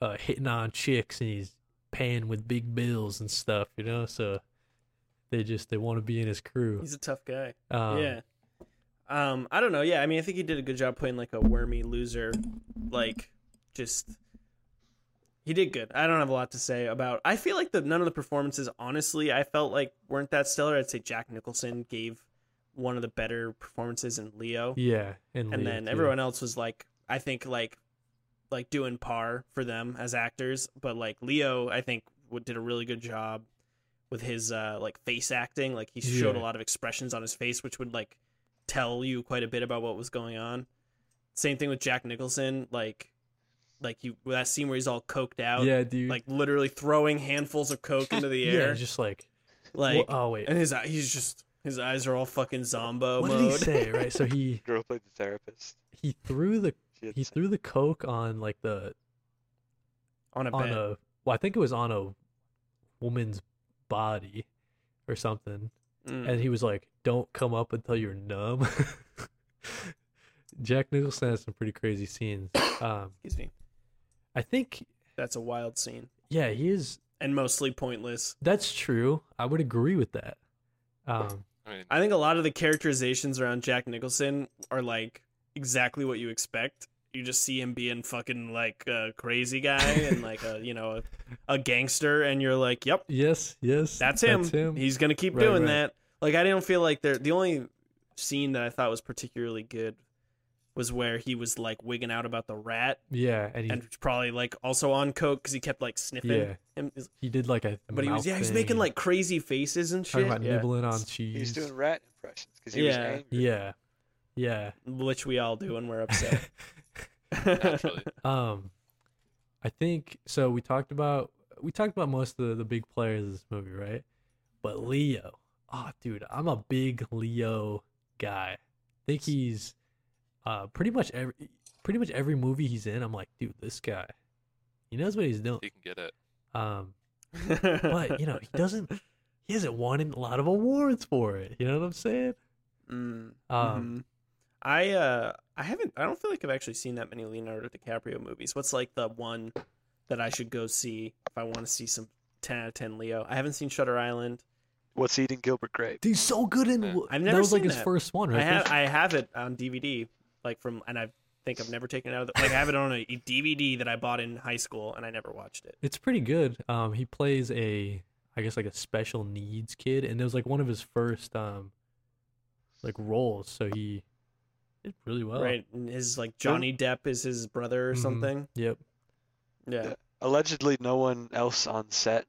S1: uh, hitting on chicks and he's paying with big bills and stuff. You know, so they just they want to be in his crew.
S2: Mm. He's a tough guy.
S1: Um,
S2: yeah. Um, I don't know. Yeah, I mean, I think he did a good job playing like a wormy loser. Like, just he did good. I don't have a lot to say about. I feel like the none of the performances, honestly, I felt like weren't that stellar. I'd say Jack Nicholson gave one of the better performances in Leo.
S1: yeah, and,
S2: and
S1: Leo,
S2: then
S1: too.
S2: everyone else was like i think like like doing par for them as actors but like leo i think w- did a really good job with his uh like face acting like he showed a
S1: Yeah.
S2: lot of expressions on his face which would like tell you quite a bit about what was going on same thing with jack nicholson like like you that scene where he's all coked out
S1: yeah, dude,
S2: like literally throwing handfuls of coke into the
S1: yeah,
S2: air
S1: just like,
S2: like
S1: well, oh wait,
S2: and his eye- he's just his eyes are all fucking zombo
S1: what
S2: mode
S1: did he say? Right, so he
S3: Girl played the therapist.
S1: he threw the
S3: She had
S1: he
S3: the same-
S1: threw the coke on like the
S2: on a
S1: on
S2: bed
S1: a well, I think it was on a woman's body or something.
S2: Mm.
S1: and he was like, "Don't come up until you're numb." Jack Nicholson has some pretty crazy scenes. Um,
S2: excuse me
S1: I think,
S2: That's a wild scene
S1: yeah, he is.
S2: and mostly pointless.
S1: That's true. I would agree with that. Um,
S4: I mean,
S2: I think a lot of the characterizations around Jack Nicholson are like exactly what you expect. You just see him being fucking like a crazy guy and like a you know a, a gangster, and you're like, yep,
S1: yes, yes,
S2: that's him. He's gonna keep
S1: Right,
S2: doing
S1: right.
S2: that. Like I didn't feel like there. The only scene that I thought was particularly good was where he was like wigging out about the rat
S1: yeah, and he,
S2: and probably like also on coke because he kept like sniffing.
S1: Yeah.
S2: him.
S1: he did like a.
S2: But he was
S1: mouth
S2: yeah, he's
S1: thing
S2: making
S1: and
S2: like crazy faces and
S1: talking
S2: shit.
S1: about
S2: Yeah.
S1: nibbling on
S3: He was
S1: cheese.
S3: doing rat impressions because he was
S2: Yeah.
S3: angry.
S1: yeah, yeah.
S2: which we all do when we're upset.
S4: naturally.
S1: Um, I think so. We talked about we talked about most of the, the big players of this movie, right? But
S2: Mm-hmm.
S1: Leo, oh dude, I'm a big Leo guy. I think he's uh pretty much every pretty much every movie he's in. I'm like, dude, this guy, he knows what he's doing.
S4: he can get it.
S1: Um, but you know, he doesn't he hasn't won a lot of awards for it. You know what I'm saying?
S2: Mm,
S1: Um,
S2: mhm. I uh, I haven't. I don't feel like I've actually seen that many Leonardo DiCaprio movies. What's like the one that I should go see if I want to see some ten out of ten Leo? I haven't seen Shutter Island.
S3: What's eating Gilbert Grape?
S1: dude, so good in
S4: Yeah.
S2: uh, I've
S1: that
S2: never
S1: was like
S2: seen
S1: his
S2: that.
S1: first one, right?
S2: I have
S1: First-
S2: I have it on DVD, like from, and I think I've never taken it out of the. Like I have it on a DVD that I bought in high school, and I never watched it.
S1: It's pretty good. Um, he plays a, I guess like a special needs kid, and it was like one of his first um, like roles. So he did really well.
S2: right? And his like Johnny Depp is his brother or
S1: Mhm.
S2: something.
S1: Yep.
S2: Yeah.
S3: Yeah. Allegedly, no one else on set,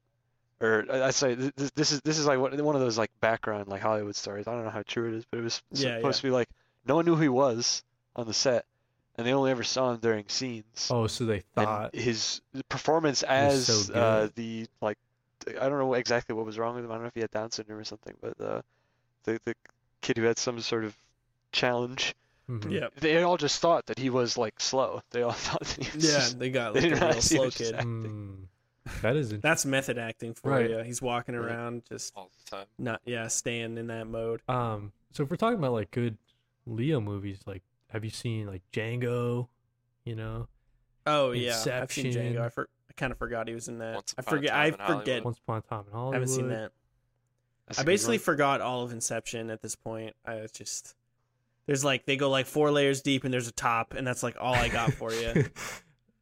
S3: or uh, I I say th- th- this is this is like one one of those like background like Hollywood stories. I don't know how true it is, but it was
S2: Yeah,
S3: supposed to be like no one knew who he was on the set, and they only ever saw him during scenes.
S1: Oh, so they
S3: and
S1: thought.
S3: his performance
S1: was
S3: as
S1: so
S3: uh,
S1: good.
S3: the like I don't know exactly what was wrong with him. I don't know if he had Down syndrome or something, but uh, the the kid who had some sort of challenge,
S1: Mhm.
S2: Yeah.
S3: they all just thought that he was like slow. They all thought that he was
S2: Yeah,
S3: just-
S2: they got like, a
S3: They didn't
S2: real
S3: realize he
S2: slow
S3: was just
S2: kid.
S3: acting.
S1: Mm. That is interesting.
S2: That's method acting for
S1: Right.
S2: you. He's walking
S3: Right.
S2: around just
S4: all the time.
S2: not yeah, staying in that mode.
S1: Um, so if we're talking about like good Leo movies, like have you seen like Django? You know,
S2: Oh yeah, I've seen
S1: Inception.
S2: Django. I, for, I kind of forgot he was in that.
S4: Once
S2: I
S4: Upon a
S2: forget.
S4: Time
S2: I
S4: in Hollywood.
S2: forget.
S1: Once Upon a Time in
S2: I
S1: Hollywood.
S2: haven't seen that.
S3: That's
S2: I
S3: a good
S2: basically
S3: one.
S2: forgot all of Inception at this point. I was just there's like they go like four layers deep and there's a top and that's like all I got for you.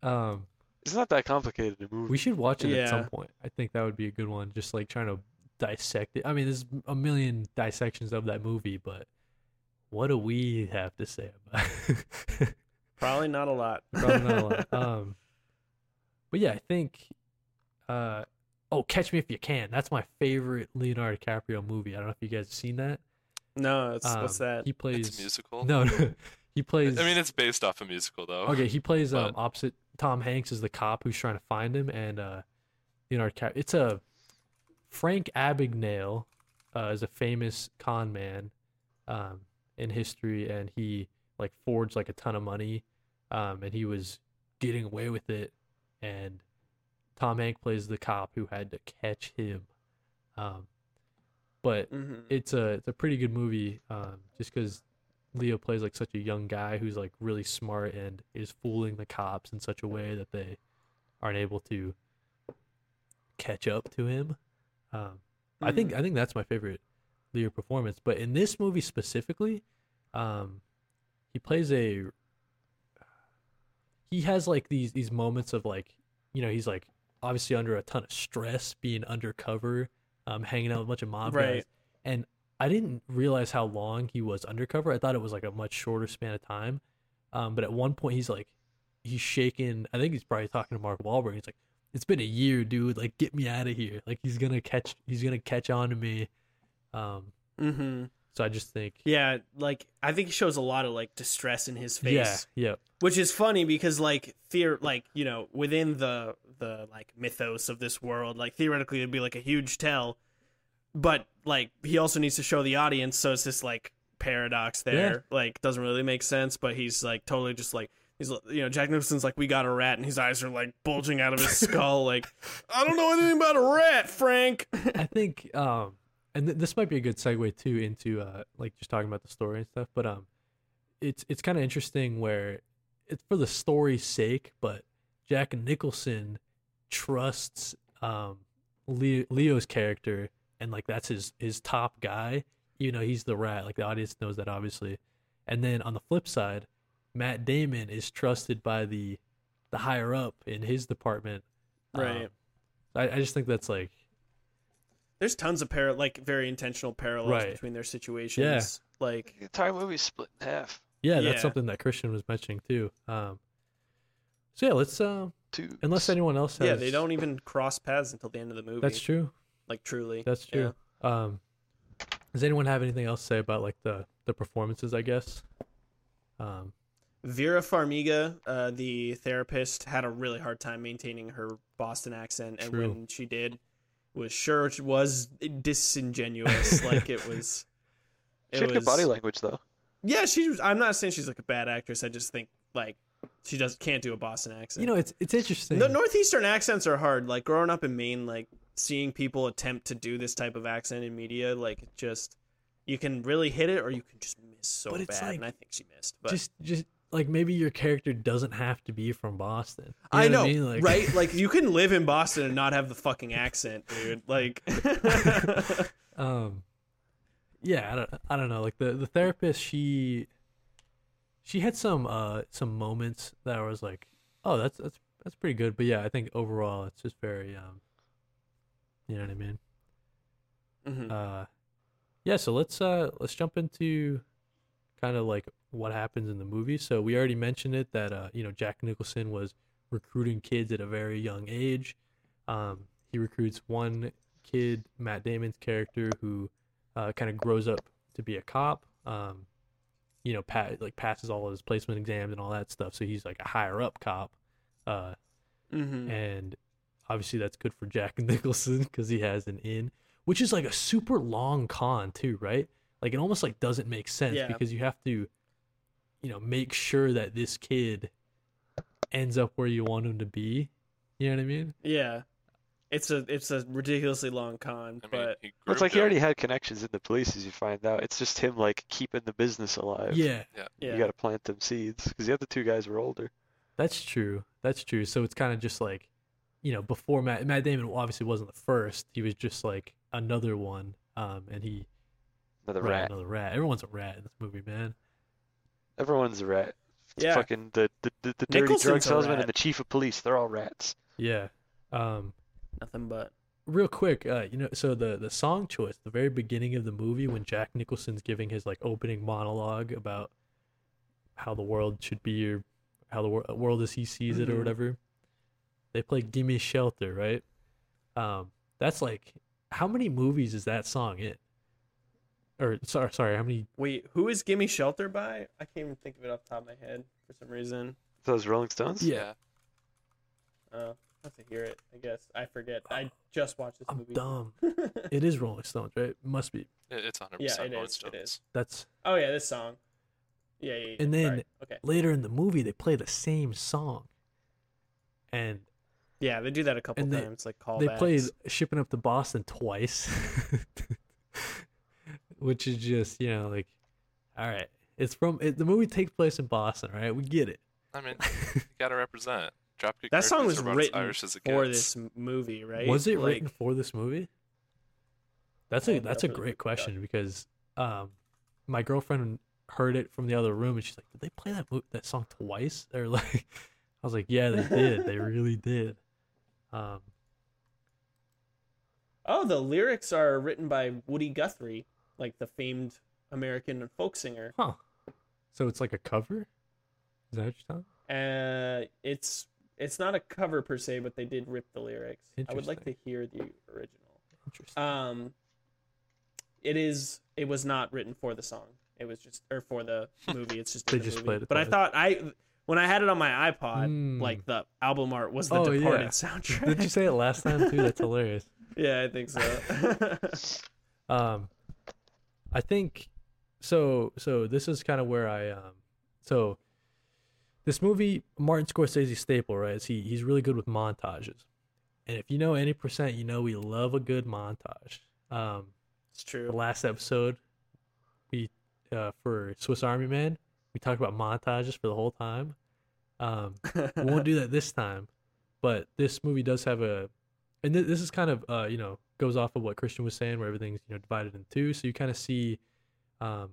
S1: um,
S3: it's not that complicated a movie.
S1: we should watch it at some
S2: Yeah.
S1: point. I think that would be a good one. Just like trying to dissect it. I mean, there's a million dissections of that movie, but what do we have to say about? it?
S2: Probably not a lot.
S1: Probably not a lot. Um, but yeah, I think. Uh, oh, Catch Me If You Can. That's my favorite Leonardo DiCaprio movie. I don't know if you guys have seen that.
S2: no, it's, what's
S1: Um,
S2: that?
S1: He plays
S4: It's a musical.
S1: No, no, he
S4: I
S1: plays.
S4: mean it's based off a musical though.
S1: okay. He plays um,
S4: but-
S1: opposite Tom Hanks is the cop who's trying to find him, and uh, Leonardo DiCaprio. It's a Frank Abagnale uh, is a famous con man um, in history, and he like forged like a ton of money, um, and he was getting away with it, and Tom Hanks plays the cop who had to catch him, um, but
S2: Mhm.
S1: it's a it's a pretty good movie um, just because Leo plays like such a young guy who's like really smart and is fooling the cops in such a way that they aren't able to catch up to him. Um, I think I think that's my favorite Leo performance. But in this movie specifically, um, he plays a he has like these these moments of like you know he's like obviously under a ton of stress being undercover um hanging out with a bunch of mob guys
S2: Right.
S1: and i didn't realize how long he was undercover i thought it was like a much shorter span of time um but at one point he's like he's shaking i think he's probably talking to mark Wahlberg. he's like it's been a year dude like get me out of here like he's gonna catch he's gonna catch on to me um
S2: Mhm.
S1: so i just think
S2: Yeah, like I think he shows a lot of like distress in his face.
S1: yeah yeah
S2: which is funny because like theor like you know within the the like mythos of this world like theoretically it'd be like a huge tell but like he also needs to show the audience so it's this like paradox there like doesn't really make sense but he's like totally just like he's you know jack nicholson's like we got a rat and his eyes are like bulging out of his skull like i don't know anything about a rat frank
S1: I think, um, and th- this might be a good segue too into uh, like just talking about the story and stuff. But um, it's it's kind of interesting where it's for the story's sake, but Jack Nicholson trusts um, Leo, Leo's character, and like that's his his top guy. You know, he's the rat. Like the audience knows that obviously. And then on the flip side, Matt Damon is trusted by the the higher up in his department.
S2: Right.
S1: Um, I, I just think that's like
S2: there's tons of par like very intentional parallels
S1: Right.
S2: between their situations like
S3: The entire movie's split in half.
S1: Yeah, that's
S2: Yeah.
S1: something that Christian was mentioning too. Um, so yeah, let's. Um,
S3: Two.
S1: unless anyone else has,
S2: yeah they don't even cross paths until the end of the movie
S1: That's true.
S2: like truly
S1: That's
S2: Yeah.
S1: true. Um, does anyone have anything else to say about like the the performances? I guess. Um,
S2: Vera Farmiga, uh, the therapist, had a really hard time maintaining her Boston accent, and
S1: True.
S2: when she did, was sure it was disingenuous. like it was. It
S3: She had good body
S2: was-
S3: language though.
S2: Yeah, she. Was, I'm not saying she's like a bad actress. I just think like she does can't do a Boston accent.
S1: you know, it's it's interesting.
S2: the northeastern accents are hard. Like growing up in Maine, like seeing people attempt to do this type of accent in media, like it just you can really hit it or you can just miss so
S1: But
S2: bad.
S1: it's
S2: and I
S1: like-
S2: think she missed. But
S1: Just just like maybe your character doesn't have to be from Boston. You
S2: I
S1: what
S2: know,
S1: mean? Like-
S2: right? Like you can live in Boston and not have the fucking accent, dude. Like,
S4: Mm-hmm.
S1: um yeah i don't i don't know like the the therapist she she had some uh some moments that I was like oh that's that's that's pretty good but yeah i think overall it's just very um you know what i mean
S2: Mhm.
S1: uh yeah yeah so let's uh let's jump into kind of like what happens in the movie so we already mentioned it that uh you know jack nicholson was recruiting kids at a very young age um he recruits one kid matt damon's character who uh, kind of grows up to be a cop um you know pa- like passes all his placement exams and all that stuff so he's like a higher up cop uh
S2: Mm-hmm.
S1: and obviously that's good for Jack Nicholson because he has an in, which is like a super long con too, right? Like it almost like doesn't make sense
S2: Yeah.
S1: because you have to, you know, make sure that this kid ends up where you want him to be. You know what I mean?
S2: Yeah, it's a it's a ridiculously long con,
S4: I mean,
S2: but
S4: he
S3: Well, it's
S4: grew
S3: like he already
S4: up-
S3: had connections in the police, as you find out. It's just him like keeping the business alive.
S1: Yeah,
S2: yeah,
S3: You got to plant them seeds because the other two guys were older.
S1: that's true. That's true. So it's kind of just like, you know, before Matt Matt Damon obviously wasn't the first. He was just like another one, um, and he
S3: Another
S1: right,
S3: rat.
S1: another rat. Everyone's a rat in this movie, man.
S3: Everyone's a rat. It's
S2: Yeah.
S3: Fucking the the, the, the dirty drug
S2: Nicholson's a
S3: salesman
S2: rat.
S3: and the chief of police. They're all rats.
S1: Yeah. Um,
S2: nothing but
S1: real quick, uh, you know, so the the song choice, the very beginning of the movie when Jack Nicholson's giving his like opening monologue about how the world should be or how the wor- uh, world as he sees it or
S2: Mhm.
S1: whatever. They play "Gimme Shelter," right? Um, that's like how many movies is that song in? Or sorry, sorry, how many?
S2: wait, who is "Gimme Shelter" by? I can't even think of it off the top of my head for some reason.
S3: Those Rolling Stones.
S1: Yeah.
S2: Uh, I have to hear it. I guess I forget. I just watched this
S1: I'm
S2: movie.
S1: dumb. It is Rolling Stones, right? Must be.
S4: yeah, it- it's 100%
S2: Yeah, it
S4: Rolling
S2: is, it
S4: Stones.
S2: is.
S1: That's
S2: oh yeah, this song. Yeah, yeah. yeah,
S1: And then-
S2: sorry. okay,
S1: later in the movie they play the same song, and
S2: yeah, they do that a couple
S1: and they-
S2: times, like callbacks.
S1: they played shipping up to Boston twice, which is just you know like, all right, it's from it, the movie takes place in Boston, right? We get it.
S4: I mean, you gotta represent. Dropkick
S2: That song was
S4: Murphys are about as
S2: written
S4: Irish as it
S2: for
S4: gets.
S2: this m- movie, right?
S1: Was it
S2: like,
S1: written for this movie? That's a
S2: Well,
S1: that's a
S2: definitely
S1: great
S2: for that.
S1: question because um, my girlfriend heard it from the other room and she's like, did they play that mo- that song twice? Or like, I was like, yeah, they did. They really did. Um,
S2: Oh, the lyrics are written by Woody Guthrie, like the famed American folk singer.
S1: huh? So it's like a cover. Is that what you're talking?
S2: Uh, it's it's not a cover per se, but they did rip the lyrics. I would like to hear the original.
S1: Interesting.
S2: Um, it is. It was not written for the song. It was just or for the movie. It's just
S1: They
S2: in the
S1: just
S2: movie.
S1: played it
S2: But I
S1: twice.
S2: thought I when I had it on my iPod,
S1: Mm.
S2: like the album art was the
S1: Oh, yeah.
S2: Departed soundtrack.
S1: Did you say it last time too? That's hilarious.
S2: yeah, I think so.
S1: Um, I think so. So this is kind of where I um. So this movie, Martin Scorsese staple, right? Is he he's really good with montages, and if you know any percent, you know we love a good montage. Um,
S2: it's
S1: the
S2: true.
S1: last episode, we uh for Swiss Army Man, we talked about montages for the whole time. Um, we won't do that this time but this movie does have a and th- this is kind of uh you know goes off of what christian was saying where everything's you know divided in two so you kind of see um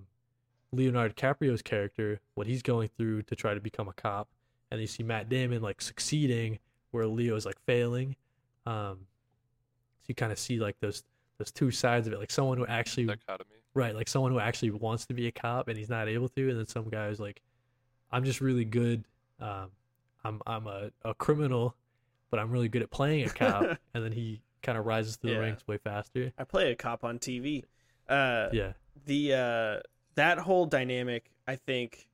S1: leonardo DiCaprio's character what he's going through to try to become a cop and you see matt damon like succeeding where leo's like failing um so you kind of see like those those two sides of it like someone who actually
S4: Dichotomy.
S1: Right, like someone who actually wants to be a cop and he's not able to, and then some guy who's like, "I'm just really good. Um, I'm I'm a, a criminal, but I'm really good at playing a cop." and then he kind of rises through
S2: Yeah.
S1: the ranks way faster.
S2: I play a cop on TV. Uh,
S1: Yeah,
S2: the uh that whole dynamic i think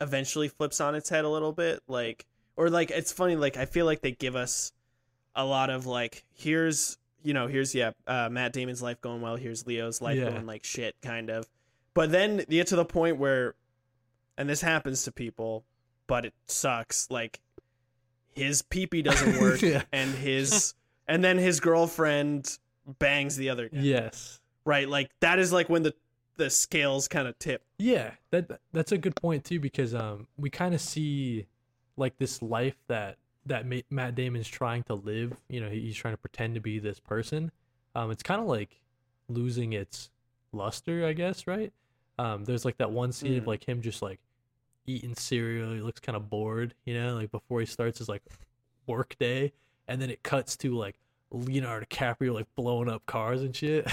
S2: eventually flips on its head a little bit like or like it's funny like i feel like they give us a lot of like here's you know here's yeah uh, matt damon's life going well here's leo's life
S1: Yeah.
S2: going like shit kind of but then you get to the point where and this happens to people but it sucks like his peepee doesn't work
S1: Yeah.
S2: and his and then his girlfriend bangs the other guy
S1: yes,
S2: right like that is like when the the scales kind of tip
S1: yeah. That that's a good point too because um we kind of see like this life that that Ma- Matt Damon's trying to live. You know, he- he's trying to pretend to be this person. Um, it's kind of like losing its luster, I guess. Right? Um, there's like that one scene of
S2: Mm.
S1: like him just like eating cereal. He looks kind of bored, you know, like before he starts his like work day, and then it cuts to like Leonardo DiCaprio like blowing up cars and shit.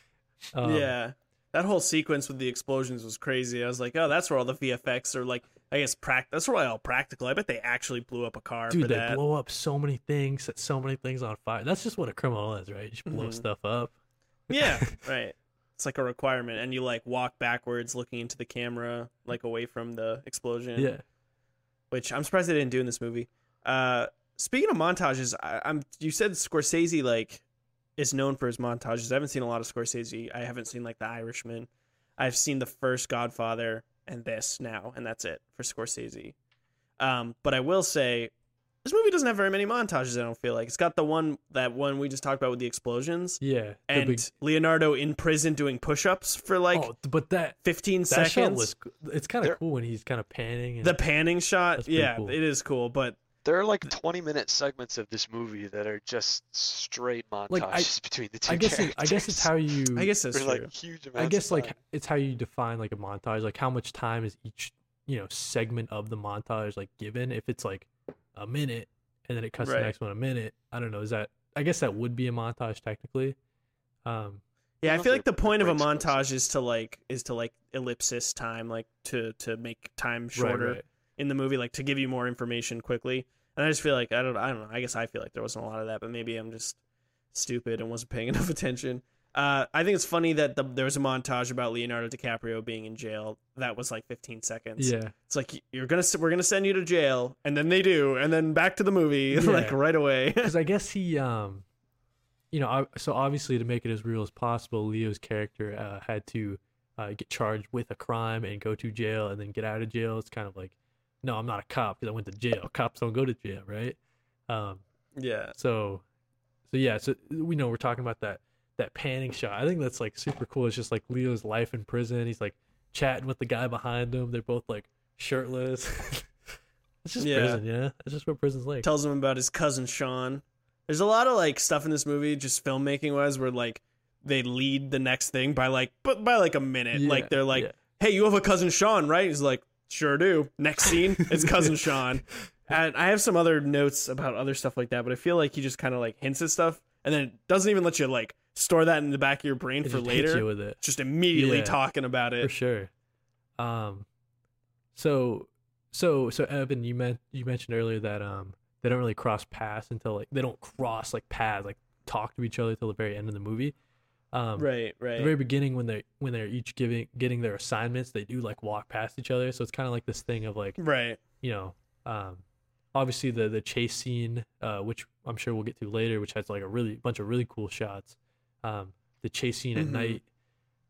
S1: um,
S2: yeah That whole sequence with the explosions was crazy. I was like, oh, that's where all the VFX are like, I guess, prac- that's where all practical. I bet they actually blew up a car for
S1: Dude, they
S2: that.
S1: blow up so many things, set so many things on fire. That's just what a criminal is, right? You just blow
S2: Mhm.
S1: stuff up.
S2: yeah, right. It's like a requirement, and you like walk backwards, looking into the camera, like away from the explosion.
S1: Yeah.
S2: which I'm surprised they didn't do in this movie. Uh, speaking of montages, I, I'm you said Scorsese like is known for his montages. I haven't seen a lot of Scorsese. I haven't seen like The Irishman. I've seen the first Godfather and this now, and that's it for Scorsese. Um, but I will say this movie doesn't have very many montages. I don't feel like it's got the one that one we just talked about with the explosions.
S1: Yeah. the
S2: And
S1: big-
S2: Leonardo in prison doing push-ups for like
S1: oh, but that
S2: 15
S1: that
S2: seconds.
S1: shot was it's kind
S3: There-
S1: of cool when he's kind of panning and
S2: the panning shot,
S1: That's pretty
S2: yeah,
S1: cool.
S2: it is cool, but
S3: There are like 20 minute segments of this movie that are just straight montages
S1: Like, I-
S3: between the two
S1: I guess it, I guess it's how you
S2: I guess that's
S3: for
S2: true.
S3: like huge amounts
S1: I
S3: of
S1: guess like
S3: time.
S1: it's how you define like a montage, like how much time is each you know segment of the montage like given. If it's like a minute and then it cuts
S2: Right.
S1: the next one a minute, I don't know. Is that I guess that would be a montage technically. Um,
S2: Yeah, I
S3: don't
S2: feel like
S3: think
S2: the point of a
S3: breaks close.
S2: montage is to like is to like ellipsis time, like to to make time shorter
S1: Right, right.
S2: in the movie, like to give you more information quickly. And I just feel like I don't I don't know. I guess I feel like there wasn't a lot of that, but maybe I'm just stupid and wasn't paying enough attention. Uh, I think it's funny that the, there was a montage about Leonardo DiCaprio being in jail. That was like 15 seconds.
S1: Yeah.
S2: It's like you're gonna s- we're gonna send you to jail, and then they do, and then back to the movie like
S1: Yeah.
S2: right away.
S1: because I guess he, um, you know, I, so obviously to make it as real as possible, Leo's character uh, had to uh, get charged with a crime and go to jail and then get out of jail. It's kind of like, no, I'm not a cop because I went to jail. Cops don't go to jail, right? Um,
S2: yeah,
S1: so, so yeah, so we know we're talking about that that panning shot. I think that's like super cool. It's just like Leo's life in prison. He's like chatting with the guy behind him. They're both like shirtless. it's just
S2: Yeah.
S1: prison, yeah. It's just what prison's like.
S2: tells him about his cousin Sean. There's a lot of like stuff in this movie, just filmmaking wise, where like they lead the next thing by like but by like a minute.
S1: Yeah,
S2: like they're like,
S1: yeah.
S2: "Hey, you have a cousin Sean, right?" He's like, "Sure do." Next scene, it's cousin Sean. And I have some other notes about other stuff like that, but I feel like he just kind of like hints at stuff and then it doesn't even let you like store that in the back of your brain
S1: It
S2: for
S1: just hits
S2: later.
S1: you with it.
S2: just immediately
S1: Yeah.
S2: talking about
S1: for
S2: it.
S1: sure. Um, so so so Evan, you meant you mentioned earlier that um they don't really cross paths until like they don't cross like paths like talk to each other till the very end of the movie. Um,
S2: Right,
S1: at
S2: right.
S1: The very beginning when they when they're each giving getting their assignments, they do like walk past each other. So it's kind of like this thing of like
S2: right.
S1: you know, um, obviously the the chase scene, uh, which I'm sure we'll get to later, which has like a really bunch of really cool shots. Um, the chase scene at
S2: Mhm.
S1: night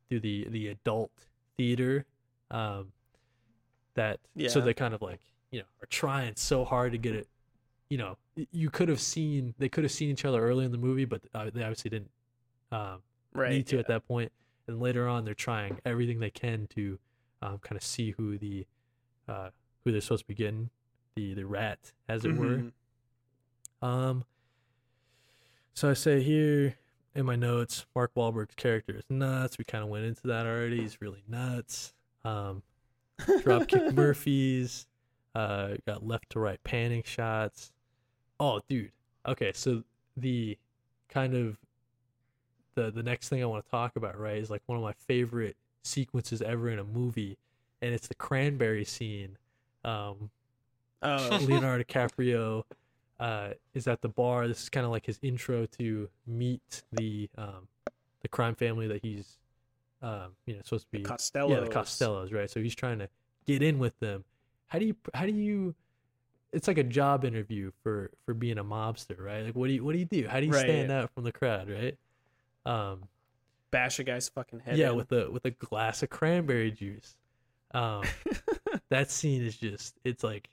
S1: through the the adult theater, um, that so
S2: Yeah.
S1: they kind of like you know are trying so hard to get it. You know, y- you could have seen they could have seen each other early in the movie, but uh, they obviously didn't. Um,
S2: Right.
S1: need to
S2: yeah.
S1: at that point. And later on, they're trying everything they can to um, kind of see who the uh, who they're supposed to be getting the the rat, as it
S2: Mhm.
S1: were. Um. So I say here in my notes, Mark Wahlberg's character is nuts. We kind of went into that already. He's really nuts. Um, dropkick Murphys. Uh, got left to right panning shots. Oh, dude. Okay, so the kind of the the next thing I want to talk about, right, is like one of my favorite sequences ever in a movie, and it's the cranberry scene. Um,
S2: Oh,
S1: Leonardo DiCaprio uh, is at the bar. This is kind of like his intro to meet the um, the crime family that he's um, you know supposed to be
S2: Costello.
S1: yeah, the Costellos, right? So he's trying to get in with them. How do you? How do you? It's like a job interview for for being a mobster, right? Like, what do you? What do you do? How do you stand out from the crowd, right? Um,
S2: Bash a guy's fucking head.
S1: yeah,
S2: in.
S1: with a with a glass of cranberry juice. Um, that scene is just. It's like,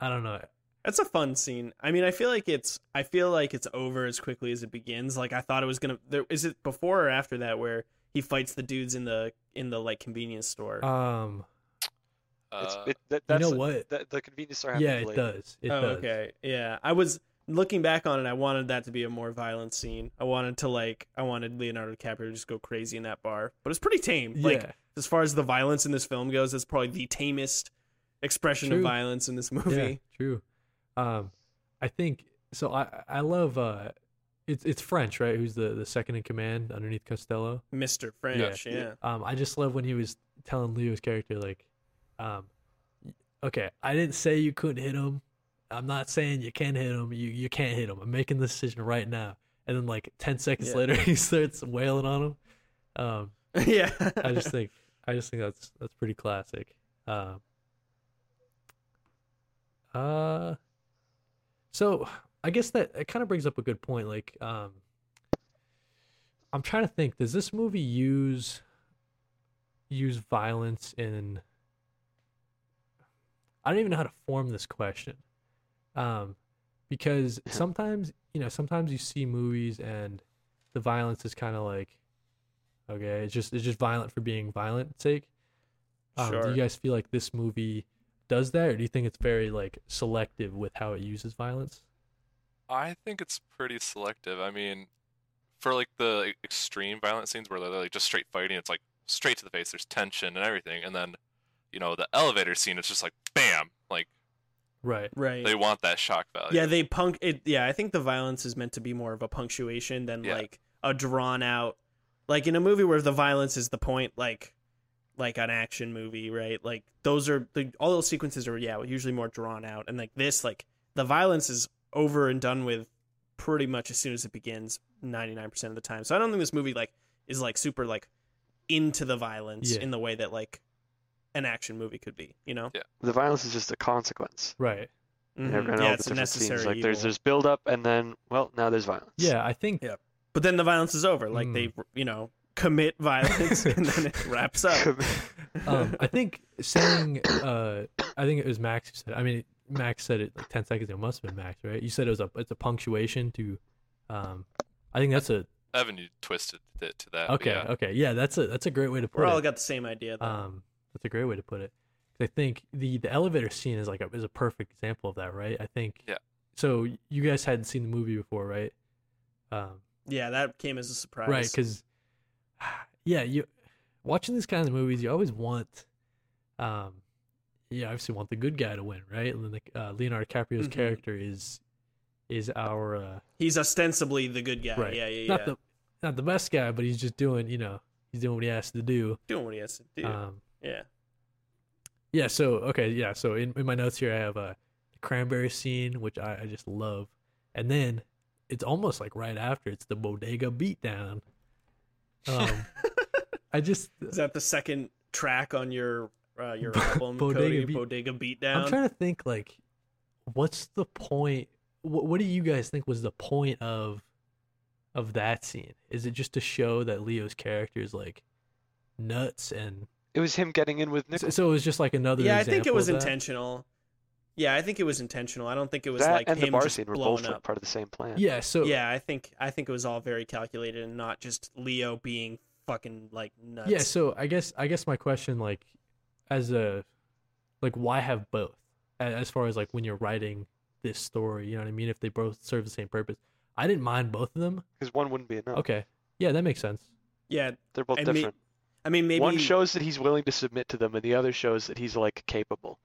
S1: I don't know.
S2: That's a fun scene. I mean, I feel like it's I feel like it's over as quickly as it begins. Like I thought it was gonna. There, is it before or after that where he fights the dudes in the in the like convenience store?
S1: Um,
S3: It's,
S4: Uh,
S3: it, that,
S1: you
S3: that's
S1: know what?
S3: that- the convenience store happens
S1: Yeah, it
S3: later.
S1: does. It
S2: oh,
S1: does.
S2: okay, yeah. I was looking back on it. I wanted that to be a more violent scene. I wanted to like I wanted Leonardo DiCaprio to just go crazy in that bar, but it's pretty tame. Like
S1: yeah.
S2: as far as the violence in this film goes, it's probably the tamest expression of
S1: True.
S2: violence in this movie.
S1: Yeah, true. Um, I think so. I I love uh, it's it's French, right? Who's the the second in command underneath Costello?
S2: Mr. French. Yeah.
S1: Um, I just love when he was telling Leo's character, like, um, okay, I didn't say you couldn't hit him. I'm not saying you can hit him. You you can't hit him. I'm making the decision right now. And then like ten seconds
S2: Yeah.
S1: later, he starts wailing on him. Um,
S2: Yeah.
S1: I just think I just think that's that's pretty classic. Um, uh, so I guess that it kind of brings up a good point. Like, um, I'm trying to think. Does this movie use use violence in? I don't even know how to form this question, um, because sometimes you know sometimes you see movies and the violence is kind of like okay it's just it's just violent for being violent sake um, do
S2: Sure.
S1: you guys feel like this movie does that or do you think it's very like selective with how it uses violence
S4: I think it's pretty selective. I mean, for like the e-, extreme violent scenes where they're like just straight fighting, it's like straight to the face. There's tension and everything, and then you know the elevator scene. It's just like bam, like
S1: right
S2: right.
S4: they want that shock
S3: Oh,
S4: value.
S2: yeah, they punk it yeah, I think the violence is meant to be more of a punctuation than
S4: Yeah.
S2: like a drawn out like in a movie where the violence is the point like like an action movie, right? Like those are the, all those sequences are yeah, usually more drawn out and like this like the violence is over and done with pretty much as soon as it begins 99% of the time. So I don't think this movie like is like super like into the violence
S1: Yeah.
S2: in the way that like an action movie could be, you know?
S3: The violence is just a consequence.
S1: right
S3: in
S2: Mhm.
S3: every- in all
S2: Yeah,
S3: the
S2: it's a
S3: different scenes.
S2: necessary
S3: Like there's
S2: evil.
S3: there's build up and then well now there's violence.
S1: yeah i think
S2: Yeah. but then the violence is over. Like
S1: Mm.
S2: they, you know, commit violence and then it wraps up.
S1: um i think saying uh i think it was max who said i mean max said it like 10 seconds ago must have been max right you said it was a it's a punctuation to um i think that's a
S4: Evan, you twisted it to that. but
S1: okay
S4: yeah.
S1: okay yeah that's a that's a great way to put
S2: We're
S1: it
S2: all got the same idea. Though.
S1: Um, that's a great way to put it. 'Cause I think the the elevator scene is like a, is a perfect example of that, right? I think.
S4: Yeah.
S1: So you guys hadn't seen the movie before, right? Um,
S2: yeah, that came as a surprise.
S1: right, because yeah, you watching these kinds of movies, you always want, um, you obviously want the good guy to win, right? And then the, uh, Leonardo DiCaprio's
S2: Mhm.
S1: character is is our uh,
S2: he's ostensibly the good guy.
S1: Right.
S2: Yeah, yeah, yeah.
S1: not the not the best guy, but he's just doing you know he's doing what he has to do.
S2: Doing what he has to do.
S1: Um,
S2: yeah.
S1: Yeah, so okay, yeah. So in, in my notes here I have a cranberry scene, which I, I just love. And then it's almost like right after it's the bodega beatdown. Um I just
S2: Is that the second track on your uh, your album,
S1: Bodega
S2: Cody?
S1: Beat-
S2: Bodega
S1: I'm
S2: Beatdown.
S1: trying to think like what's the point what what do you guys think was the point of of that scene? Is it just to show that Leo's character is like nuts and
S3: It was him getting in with
S1: so,
S3: Nickel.
S1: so it was just like another
S2: yeah, I think
S1: example
S2: it
S1: of
S2: was
S1: that?
S2: intentional. Yeah, I think it was intentional. I don't think it was
S3: that
S2: like
S3: and
S2: him
S3: the bar
S2: just
S3: scene were
S2: blowing
S3: both
S2: up.
S3: part of the same plan.
S1: Yeah, so
S2: yeah, I think I think it was all very calculated and not just Leo being fucking like nuts.
S1: yeah so i guess i guess my question like as a like why have both A- as far as like when you're writing this story you know what i mean if they both serve the same purpose i didn't mind both of them
S3: Because one wouldn't be
S2: Oh.
S3: enough.
S1: okay yeah that makes sense
S2: yeah.
S3: They're both
S2: And me-
S3: different.
S2: I mean, maybe
S3: One shows that he's willing to submit to them, and the other shows that he's like capable.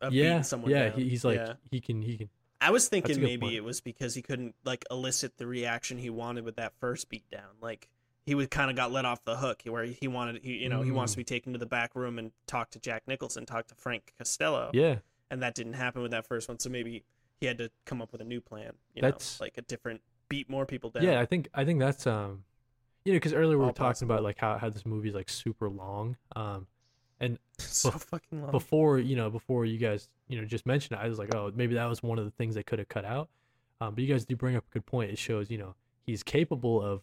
S2: uh,
S1: yeah
S2: beat someone
S1: yeah
S2: down.
S1: he, he's like
S2: Yeah.
S1: he can he can
S2: I was
S1: a
S2: thinking
S1: good
S2: maybe
S1: point.
S2: it was because he couldn't like elicit the reaction he wanted with that first beatdown. Like he was kind of got let off the hook where he wanted he you know he wants
S1: Mm.
S2: to be taken to the back room and talk to Jack Nicholson, talk to Frank Costello,
S1: yeah
S2: and that didn't happen with that first one. So maybe he had to come up with a new plan. You
S1: That's-
S2: know, like a different beat more people down.
S1: yeah i think i think that's um you know because earlier we were
S2: All
S1: talking about
S2: possible.
S1: like how, how this movie's like super long um
S2: so fucking long.
S1: before you know before you guys you know just mentioned it, I was like, oh, maybe that was one of the things they could have cut out. Um, but you guys do bring up a good point. It shows you know he's capable of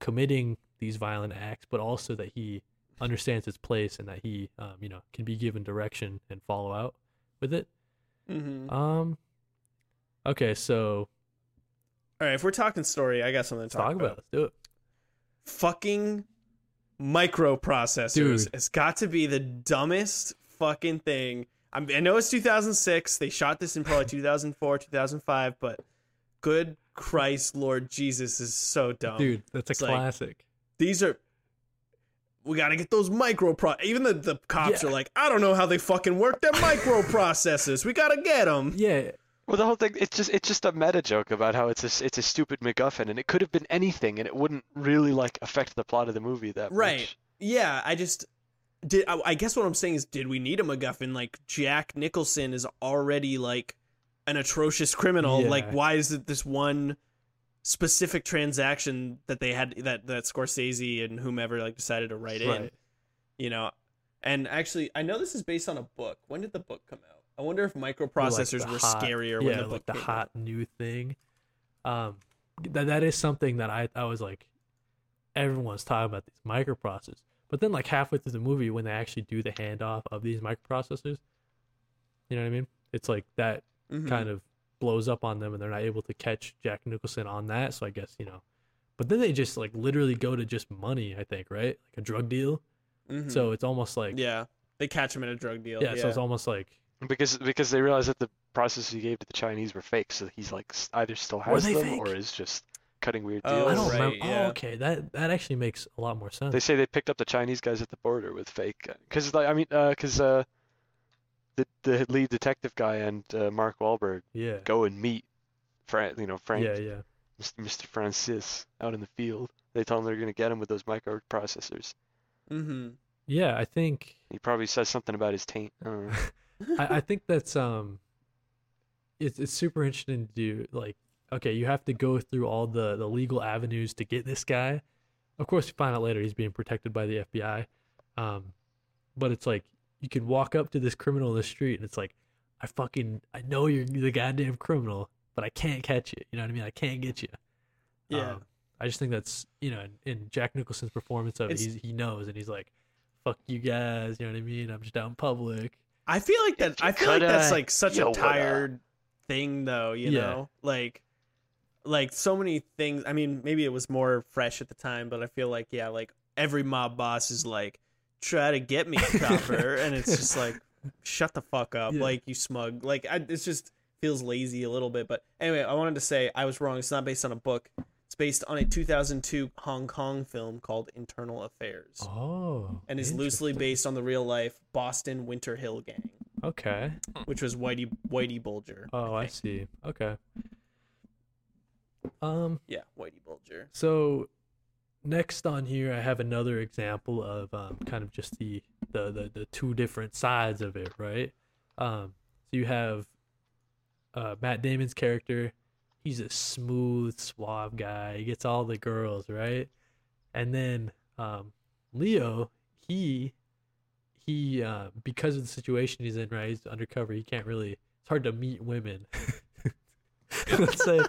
S1: committing these violent acts, but also that he understands his place and that he um, you know can be given direction and follow out with it.
S2: Mhm.
S1: Um, okay, so
S2: All right, if we're talking story, I got something to
S1: let's
S2: talk,
S1: talk about it. Let's do it.
S2: fucking microprocessors.
S1: Dude.
S2: It's got to be the dumbest fucking thing. I'm, I know it's 2006. They shot this in probably 2004, 2005, but good Christ, Lord Jesus this is so dumb.
S1: Dude, that's a
S2: It's like-
S1: classic.
S2: These are. We gotta get those micropro. Even the, the cops
S1: Yeah.
S2: are like, I don't know how they fucking work. They're microprocessors. We gotta get them.
S1: yeah,
S3: Well, the whole thing—it's just—it's just a meta joke about how it's a—it's a stupid MacGuffin, and it could have been anything, and it wouldn't really like affect the plot of the movie that
S2: Right.
S3: much.
S2: Yeah, I just did. I, I guess what I'm saying is, did we need a MacGuffin? Like Jack Nicholson is already like an atrocious criminal.
S1: Yeah.
S2: Like, why is it this one specific transaction that they had that that Scorsese and whomever like decided to write in?
S1: Right.
S2: You know, and actually, I know this is based on a book. When did the book come out? I wonder if microprocessors
S1: Like the
S2: were
S1: hot-
S2: scarier when
S1: yeah,
S2: the book
S1: like the
S2: came out.
S1: hot new thing. Um, that that is something that I I was like, everyone's talking about these microprocessors, but then like halfway through the movie when they actually do the handoff of these microprocessors, you know what I mean? It's like that
S2: Mhm.
S1: kind of blows up on them and they're not able to catch Jack Nicholson on that. So I guess, you know, but then they just like literally go to just money, I think, right? Like a drug deal.
S2: Mhm.
S1: So it's almost like, yeah,
S2: yeah, they catch him in a drug deal.
S1: so it's almost like,
S3: Because because they realized that the processes he gave to the Chinese were fake, so he's like s- either still
S1: Were
S3: has
S1: they
S3: them
S1: fake?
S3: or is just cutting weird
S2: Oh,
S3: deals.
S1: I don't remember.
S2: right, yeah.
S1: Oh, okay. That, that actually makes a lot more sense.
S3: They say they picked up the Chinese guys at the border with fake. Because like I mean, because uh, the the lead detective guy and uh, Mark Wahlberg
S1: yeah.
S3: go and meet, Frank, you know Frank,
S1: Yeah. Yeah.
S3: Mr. Mr. Francis out in the field. They tell him they're gonna get him with those microprocessors.
S2: Mm-hmm.
S1: Yeah. I think,
S3: He probably says something about his taint. I don't know.
S1: I, I think that's, um, it's, it's super interesting to do like, okay, you have to go through all the, the legal avenues to get this guy. Of course, you find out later he's being protected by the FBI. Um, but it's like you can walk up to this criminal in the street and it's like, I fucking I know you're the goddamn criminal, but I can't catch you. You know what I mean? I can't get you.
S2: Yeah.
S1: Um, I just think that's you know in, in Jack Nicholson's performance of it,
S2: It's-
S1: he's, he knows and he's like, fuck you guys. You know what I mean? I'm just out in public.
S2: I feel like that.
S3: If you
S2: I feel like that's
S3: coulda,
S2: like such
S3: you
S2: a
S3: woulda.
S2: tired thing, though. You
S1: Yeah.
S2: know, like, like so many things. I mean, maybe it was more fresh at the time, but I feel like yeah, like every mob boss is like, try to get me, copper, and it's just like, shut the fuck up,
S1: Yeah.
S2: like you smug. Like I, it's just feels lazy a little bit. But anyway, I wanted to say I was wrong. It's not based on a book. It's based on a 2002 Hong Kong film called Internal Affairs,
S1: Oh,
S2: and is loosely
S1: interesting.
S2: based on the real life Boston Winter Hill gang
S1: Okay.
S2: which was Whitey Whitey Bulger.
S1: Oh, I
S2: think.
S1: see. Okay. Um.
S2: Yeah, Whitey Bulger.
S1: So next on here, I have another example of um, kind of just the, the the the two different sides of it, right? Um, so you have uh, Matt Damon's character. He's a smooth, suave guy. He gets all the girls, right? And then um, Leo, he he uh, because of the situation he's in, right? He's undercover. He can't really. It's hard to meet women. let's say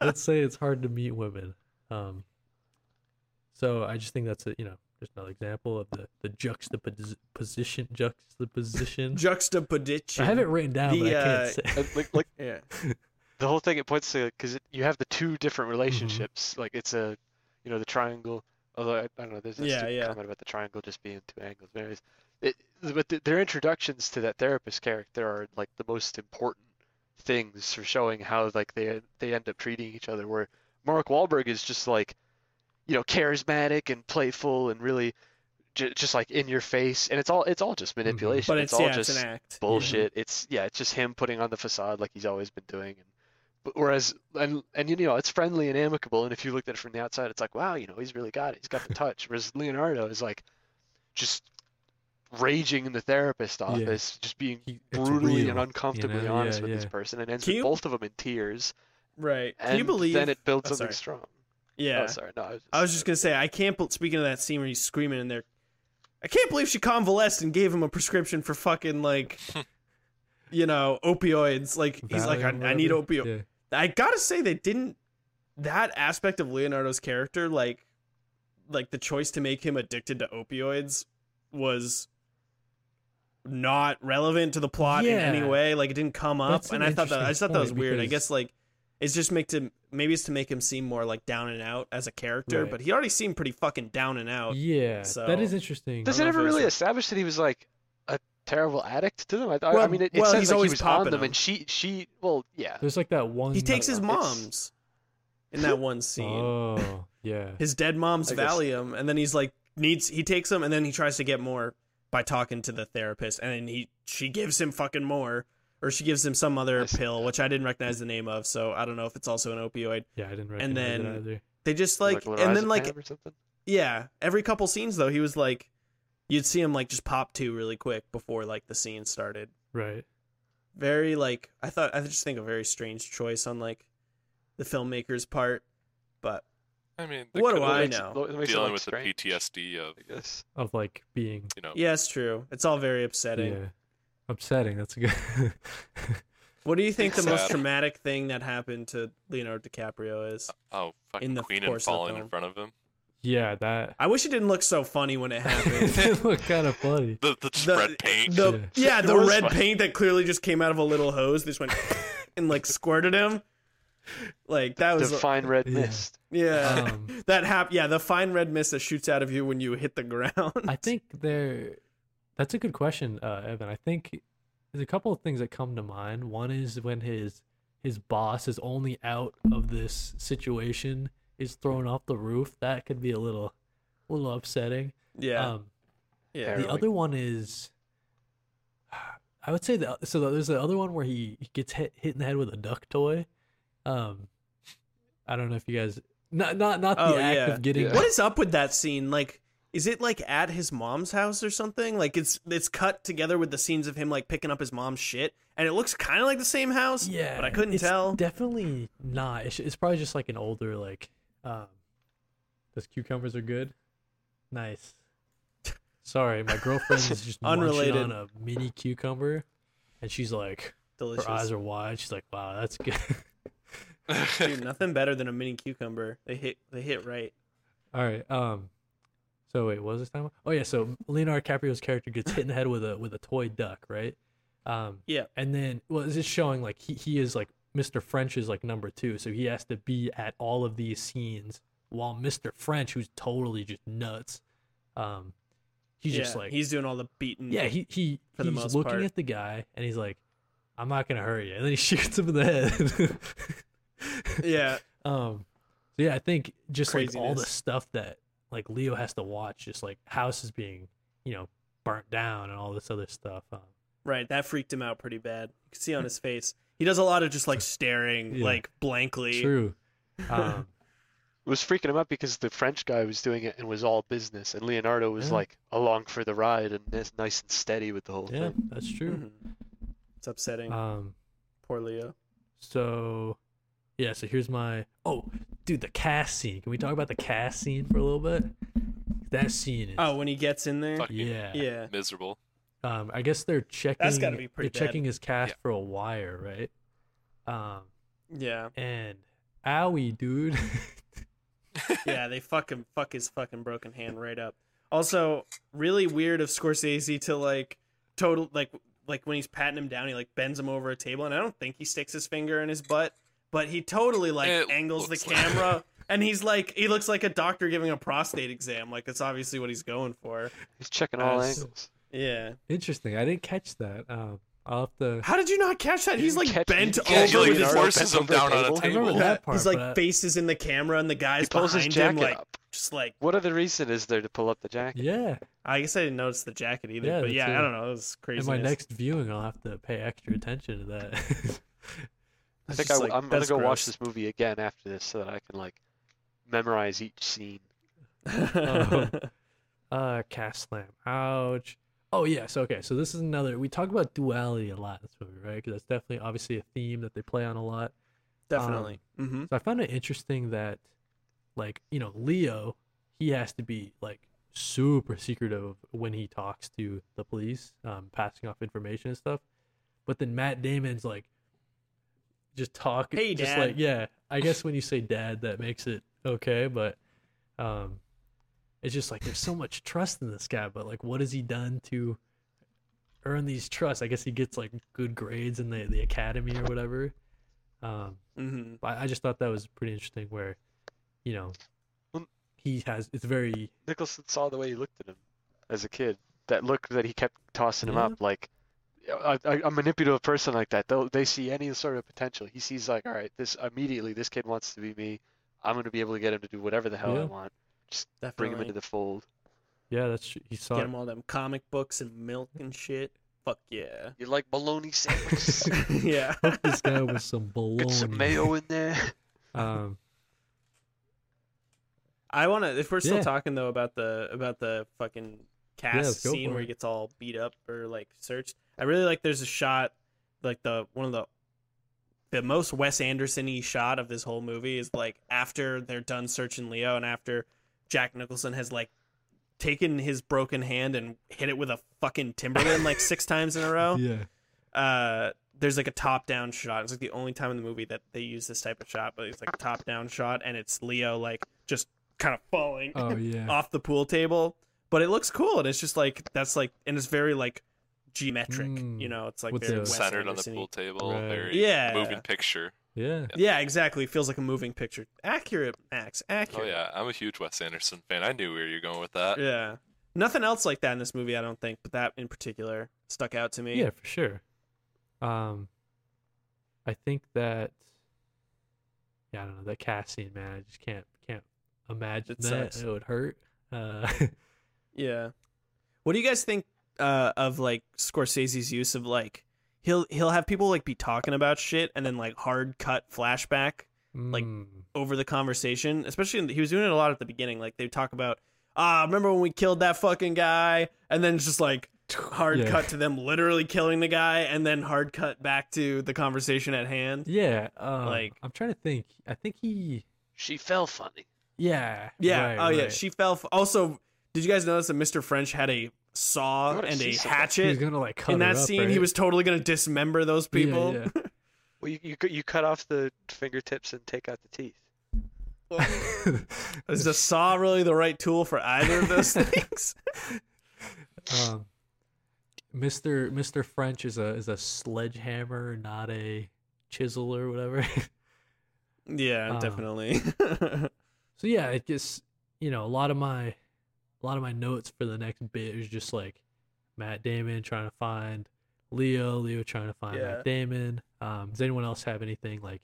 S1: let's say it's hard to meet women. Um, so I just think that's a you know just another example of the the juxtaposition juxtaposition.
S2: Juxtaposition.
S1: I have it written down, but
S2: The, uh,
S1: I can't say.
S3: And, like, like
S2: Yeah.
S3: the whole thing it points to because you have the two different
S2: Mm-hmm.
S3: relationships. Like it's a, you know, the triangle. Although I, I don't know, there's a
S2: Yeah,
S3: stupid
S2: yeah.
S3: comment about the triangle just being two angles. But anyways, it, but th their introductions to that therapist character are like the most important things for showing how like they they end up treating each other. Where Mark Wahlberg is just like, you know, charismatic and playful and really. ju- Just like in your face, and it's all it's all just manipulation.
S2: Mm-hmm. But it's,
S3: all
S2: yeah,
S3: just
S2: it's an act.
S3: bullshit. It's yeah, it's just him putting on the facade like he's always been doing. And but whereas and and you know it's friendly and amicable. And if you looked at it from the outside, it's like wow, you know he's really got it. He's got the touch. Whereas Leonardo is like just raging in the therapist office, just being
S1: He- it's
S3: brutally
S1: real,
S3: and
S1: you
S3: uncomfortably
S1: know?
S3: honest
S1: Yeah,
S3: with this
S1: yeah.
S3: person, and ends
S2: Can
S3: with
S2: you-
S3: both of them in tears.
S2: Right. Can
S3: and
S2: you believe?
S3: then it builds
S2: Oh,
S3: something
S2: sorry.
S3: strong.
S2: yeah.
S3: Oh, sorry, no, I was just,
S2: I was just gonna say I can't. bel speaking of that scene where he's screaming in there, I can't believe she convalesced and gave him a prescription for fucking like, you know, opioids. Like he's like, I,
S1: Valium or
S2: I need
S1: whatever?
S2: opioid.
S1: Yeah.
S2: I gotta say they didn't that aspect of Leonardo's character, like like the choice to make him addicted to opioids was not relevant to the plot in any
S1: Yeah.
S2: way. Like it didn't come up.
S1: That's an
S2: And I thought that I
S1: interesting
S2: just thought that was
S1: point,
S2: weird. I
S1: because-
S2: guess like it's just make to maybe it's to make him seem more like down and out as a character,
S1: Right.
S2: but he already seemed pretty fucking down and out.
S1: Yeah, that is
S2: Oh, so-
S1: interesting.
S3: Does
S2: I
S3: it
S2: don't know
S3: ever
S2: if it was
S3: really
S2: a-
S3: establish that he was like a terrible addict to them? I, I- I
S2: Well,
S3: mean, it, it
S2: well,
S3: says
S2: he's
S3: like he
S2: always
S3: was on
S2: popping
S3: them,
S2: them.
S3: and she, she, well, yeah,
S1: Oh, There's like that one.
S2: He takes his
S3: know. It's-
S2: mom's in that one scene.
S1: Oh, yeah.
S2: his dead mom's
S3: I guess-
S2: Valium, and then he's like needs he takes them, and then he tries to get more by talking to the therapist, and then he she gives him fucking more, or she gives him some other
S3: I see.
S2: pill, which I didn't recognize the name of, so I don't know if it's also an opioid.
S1: Yeah, I didn't recognize
S2: And
S1: it
S2: then-
S1: either.
S2: They just like, and then like,
S3: or something.
S2: yeah, every couple scenes though, he was like, you'd see him like just pop two really quick before like the scene started.
S1: Right.
S2: Very like, I thought I just think a very strange choice on like the filmmaker's part, but
S4: I mean, they
S2: What
S4: could
S2: do
S4: have
S2: Oh, I
S4: been
S2: know?
S3: Dealing
S4: Dealing with the PTSD of
S3: I guess.
S1: Of like being
S4: you know,
S2: yeah, it's true. It's all very upsetting.
S1: yeah, upsetting. That's a good.
S2: What do you think the most
S4: Sad.
S2: traumatic thing that happened to Leonardo DiCaprio is?
S4: oh fucking
S2: In the
S4: Queen
S2: course
S4: and
S2: of the
S4: falling in
S2: film.
S4: front of him.
S1: yeah, that.
S2: I wish it didn't look so funny when it happened.
S1: it looked kind of funny.
S4: The the just
S2: The-
S4: red paint.
S2: the
S3: Yeah.
S2: yeah,
S3: It
S2: the
S3: was
S2: red
S3: funny.
S2: paint that clearly just came out of a little hose. They just went and like squirted him. Like that was
S3: the fine red
S1: yeah.
S3: mist.
S2: yeah.
S1: Um,
S2: that hap yeah, the fine red mist that shoots out of you when you hit the ground.
S1: I think there. That's a good question, uh, Evan. I think there's a couple of things that come to mind. One is when his his boss is only out of this situation is thrown off the roof. That could be a little, a little upsetting.
S2: yeah.
S1: Um,
S2: yeah.
S1: the
S3: Barely.
S1: other one is, I would say the so there's the other one where he he gets hit hit in the head with a duck toy. Um, I don't know if you guys not not not the
S2: Oh,
S1: act
S2: yeah.
S1: of getting
S3: Yeah.
S2: What is up with that scene? Like is it like at his mom's house or something? Like it's it's cut together with the scenes of him like picking up his mom's shit and it looks kind of like the same house.
S1: Yeah,
S2: but I couldn't
S1: it's
S2: tell.
S1: Definitely not. It's, it's probably just like an older like. Um, those cucumbers are good. Nice. Sorry, my girlfriend is just unrelated on
S2: Unrelated.
S1: a mini cucumber, and she's like, her
S2: Delicious.
S1: eyes are wide. She's like, "Wow, that's good."
S2: Dude, nothing better than a mini cucumber. They hit they hit right.
S1: All right. Um. So wait, what was this time? Oh yeah. So Leonardo DiCaprio's character gets hit in the head with a with a toy duck, right? Um.
S2: Yeah.
S1: And then, well, is this showing like he he is like Mr. French is like number two, so he has to be at all of these scenes while Mr. French, who's totally just nuts, um, he's
S2: yeah,
S1: just like
S2: he's doing all the beating.
S1: yeah he he
S2: for the
S1: he's
S2: most
S1: looking
S2: part.
S1: at the guy and he's like, I'm not gonna hurt you, and then he shoots him in the head.
S2: yeah,
S1: Um, so yeah, I think just like all the
S2: Craziness.
S1: stuff that like Leo has to watch, just like houses being you know burnt down and all this other stuff. Um,
S2: right. That freaked him out pretty bad. You can see on his face. He does a lot of just like staring,
S1: Yeah.
S2: like blankly.
S1: true. Um,
S3: It was freaking him out because the French guy was doing it and was all business, and Leonardo was
S1: Yeah.
S3: like along for the ride and is nice and steady with the whole
S1: yeah,
S3: thing.
S1: that's true.
S2: Mhm. It's upsetting.
S1: Um,
S2: Poor Leo.
S1: so yeah, so here's my oh dude the cast scene. Can we talk about the cast scene for a little bit? That scene is
S2: Oh, when he gets in there,
S4: Fuck.
S1: yeah.
S2: yeah.
S4: miserable.
S1: Um, I guess they're checking.
S2: gotta be pretty
S1: They're
S2: bad.
S1: checking his cast
S4: Yeah.
S1: for a wire, right? Um,
S2: yeah,
S1: and owie, dude.
S2: yeah. They fucking fuck his fucking broken hand right up. Also, really weird of Scorsese to like total like like when he's patting him down, he like bends him over a table, and I don't think he sticks his finger in his butt, but he totally like
S4: It
S2: angles the
S4: looks like-
S2: camera. And he's like, he looks like a doctor giving a prostate exam. Like that's obviously what he's going for.
S3: He's checking all
S2: Nice.
S3: angles.
S2: Yeah.
S1: Interesting. I didn't catch that. Um, I'll have to.
S2: How did you not catch that?
S3: You
S2: He's
S3: didn't
S2: like
S3: catch-
S2: bent
S3: you
S4: Yeah,
S3: can't
S2: over
S4: he
S3: believe
S4: like
S2: with his
S3: Leonardo bent
S4: forces him
S3: over
S4: down
S3: a
S4: on
S3: table?
S4: a
S1: I remember
S4: table.
S1: that part.
S2: He's
S1: but I-
S2: like faces in the camera, and the guys
S3: He pulls
S2: behind
S3: his
S2: him
S3: jacket
S2: like
S3: up.
S2: just like.
S3: What other reason is there to pull up the jacket?
S1: yeah.
S2: I guess I didn't notice the jacket either,
S1: Yeah,
S2: but
S1: that's
S2: yeah,
S1: it.
S2: I don't know. It was crazy.
S1: In my next viewing, I'll have to pay extra attention to that.
S3: I
S2: It's
S3: think I,
S2: just like,
S3: I'm gonna
S2: that's
S3: go watch
S2: gross.
S3: this movie again after this so that I can like memorize each scene.
S2: Um,
S1: Oh. uh, cast slam. Ouch. Oh yeah. So okay. So this is another. We talk about duality a lot in this movie, right? Because that's definitely obviously a theme that they play on a lot.
S2: Definitely. mm-hmm.
S1: So I found it interesting that, like, you know, Leo, he has to be like super secretive when he talks to the police, um, passing off information and stuff. But then Matt Damon's like, just talk.
S2: Hey,
S1: just
S2: Dad.
S1: like, yeah. I guess when you say dad, that makes it okay, but, um, it's just like there's so much trust in this guy, but like, what has he done to earn these trusts? I guess he gets like good grades in the the academy or whatever. Um,
S2: Mm-hmm.
S1: I, I just thought that was pretty interesting where, you know,
S3: Um,
S1: he has it's very
S3: Nicholson saw the way he looked at him as a kid. That look that he kept tossing him
S1: Yeah.
S3: up, like a, a, a manipulative person like that. They'll, they see any sort of potential. He sees like, all right, this immediately. This kid wants to be me. I'm gonna be able to get him to do whatever the hell
S1: Yeah.
S3: I want.
S2: Definitely.
S3: Bring him into the fold.
S1: yeah that's tr- he saw
S2: Get
S1: it.
S2: him all them comic books and milk and shit. Fuck yeah.
S3: You like bologna sandwiches?
S2: yeah.
S1: Hook this guy with some
S3: Get some
S1: baloney.
S3: mayo in there.
S1: Um,
S2: I want to. If we're still
S1: Yeah.
S2: talking though about the about the fucking
S1: let's
S2: cast
S1: go
S2: scene
S1: for
S2: where
S1: it.
S2: he gets all beat up or like searched, I really like. There's a shot like the one of the the most Wes Anderson-y shot of this whole movie is like after they're done searching Leo and after Jack Nicholson has like taken his broken hand and hit it with a fucking Timberland like six times in a row.
S1: yeah.
S2: Uh, there's like a top down shot. It's like the only time in the movie that they use this type of shot, but it's like a top down shot and it's Leo like just kind of falling
S1: Oh yeah.
S2: off the pool table. But it looks cool and it's just like that's like and it's very like geometric,
S1: Mm.
S2: you know, it's like
S1: With
S2: very
S1: the-
S2: Wes
S4: centered on the
S2: Anderson-y.
S4: pool table,
S1: Right.
S4: very
S2: Yeah.
S4: moving picture.
S1: Yeah.
S2: Yeah, exactly. It feels like a moving picture. Accurate, Max.
S4: Oh
S2: Accurate.
S4: yeah, I'm a huge Wes Anderson fan. I knew where you're going with that.
S2: Yeah. Nothing else like that in this movie, I don't think, but that in particular stuck out to me.
S1: Yeah, for sure. Um, I think that. Yeah, I don't know that Cassian man. I just can't can't imagine
S2: It
S1: that.
S2: sucks.
S1: It would hurt. Uh,
S2: Yeah. What do you guys think uh, of like Scorsese's use of like he'll he'll have people like be talking about shit and then like hard cut flashback Like,
S1: mm,
S2: over the conversation, especially in, he was doing it a lot at the beginning. Like they talk about ah, remember when we killed that fucking guy, and then it's just like hard
S1: Yeah.
S2: cut to them literally killing the guy, and then hard cut back to the conversation at hand.
S1: yeah. Um,
S2: like-
S1: I'm trying to think. I think he.
S3: She fell funny.
S1: Yeah.
S2: Yeah.
S1: right,
S2: oh yeah.
S1: right.
S2: She fell. F- also, did you guys notice that Mr. French had a saw
S3: What a
S2: and a
S3: piece of-
S1: he
S2: hatchet?
S1: was gonna like cut
S2: in
S1: her
S2: that
S1: up,
S2: scene, he
S1: right?
S2: was totally gonna dismember those
S1: Yeah,
S2: people.
S1: yeah.
S3: Well, you, you cut- you cut off the fingertips and take out the teeth.
S2: Is the saw really the right tool for either of those things?
S1: um, Mr. Mr. French is a is a sledgehammer, not a chisel or whatever.
S2: yeah,
S1: Uh.
S2: definitely.
S1: so yeah, I guess you know a lot of my a lot of my notes for the next bit is just like Matt Damon trying to find Leo, Leo trying to find
S2: Yeah.
S1: Matt Damon. Um, does anyone else have anything like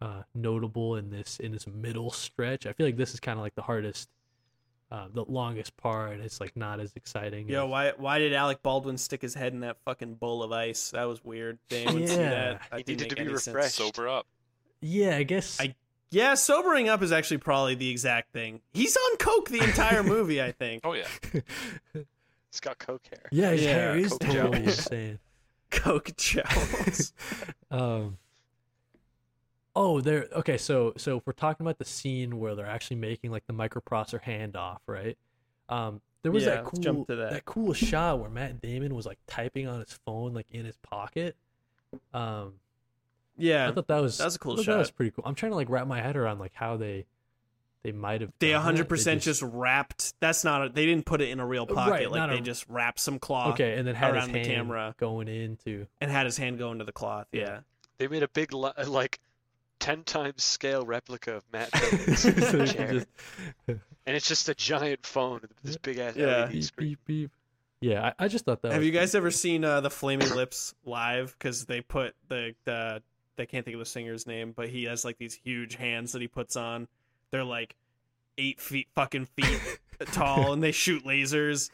S1: uh, notable in this in this middle stretch? I feel like this is kind of like the hardest, uh, the longest part. and It's like not as exciting.
S2: Yo,
S1: as-
S2: why why did Alec Baldwin stick his head in that fucking bowl of ice? That was weird. They would see
S1: Yeah.
S2: that. that
S3: He
S2: didn't
S3: needed to
S2: make
S3: be
S2: any sense.
S3: refreshed.
S4: Sober up.
S1: Yeah, I guess.
S2: I- Yeah, sobering up is actually probably the exact thing. He's on coke the entire movie, I think.
S4: Oh yeah.
S3: He's got coke hair.
S1: yeah, his
S2: Yeah,
S1: hair is
S3: Coke
S1: totally
S3: jowls.
S1: insane.
S2: Coke jowls.
S1: um oh there okay so so if we're talking about the scene where they're actually making like the microprocessor handoff right um there was
S2: Yeah,
S1: that
S2: let's
S1: cool
S2: jump to that.
S1: that. cool shot where matt damon was like typing on his phone like in his pocket um i
S2: yeah,
S1: thought that was
S2: that was a cool
S1: I thought that was
S2: shot.
S1: pretty cool i'm trying to like wrap my head around like how they they might have
S2: they
S1: done that.
S2: 100% just, wrapped. That's not. A, they didn't put it in a real pocket.
S1: Right,
S2: like
S1: not a-
S2: they just wrapped some cloth
S1: okay and then had his
S2: around the
S1: hand
S2: camera.
S1: going into
S2: and had his hand go into the cloth. Yeah.
S3: They made a big li- like ten times scale replica of Matt Damon's
S1: so you can
S3: chair,
S1: just-
S3: and it's just a giant phone with this big ass
S2: Yeah.
S3: LED
S1: beep,
S3: screen.
S1: beep, beep. yeah I, I just thought that
S2: Have
S1: was
S2: you guys ever seen uh, the Flaming Lips live? Because they put the the I can't think of the singer's name, but he has like these huge hands that he puts on. They're like eight feet fucking feet tall, and they shoot lasers.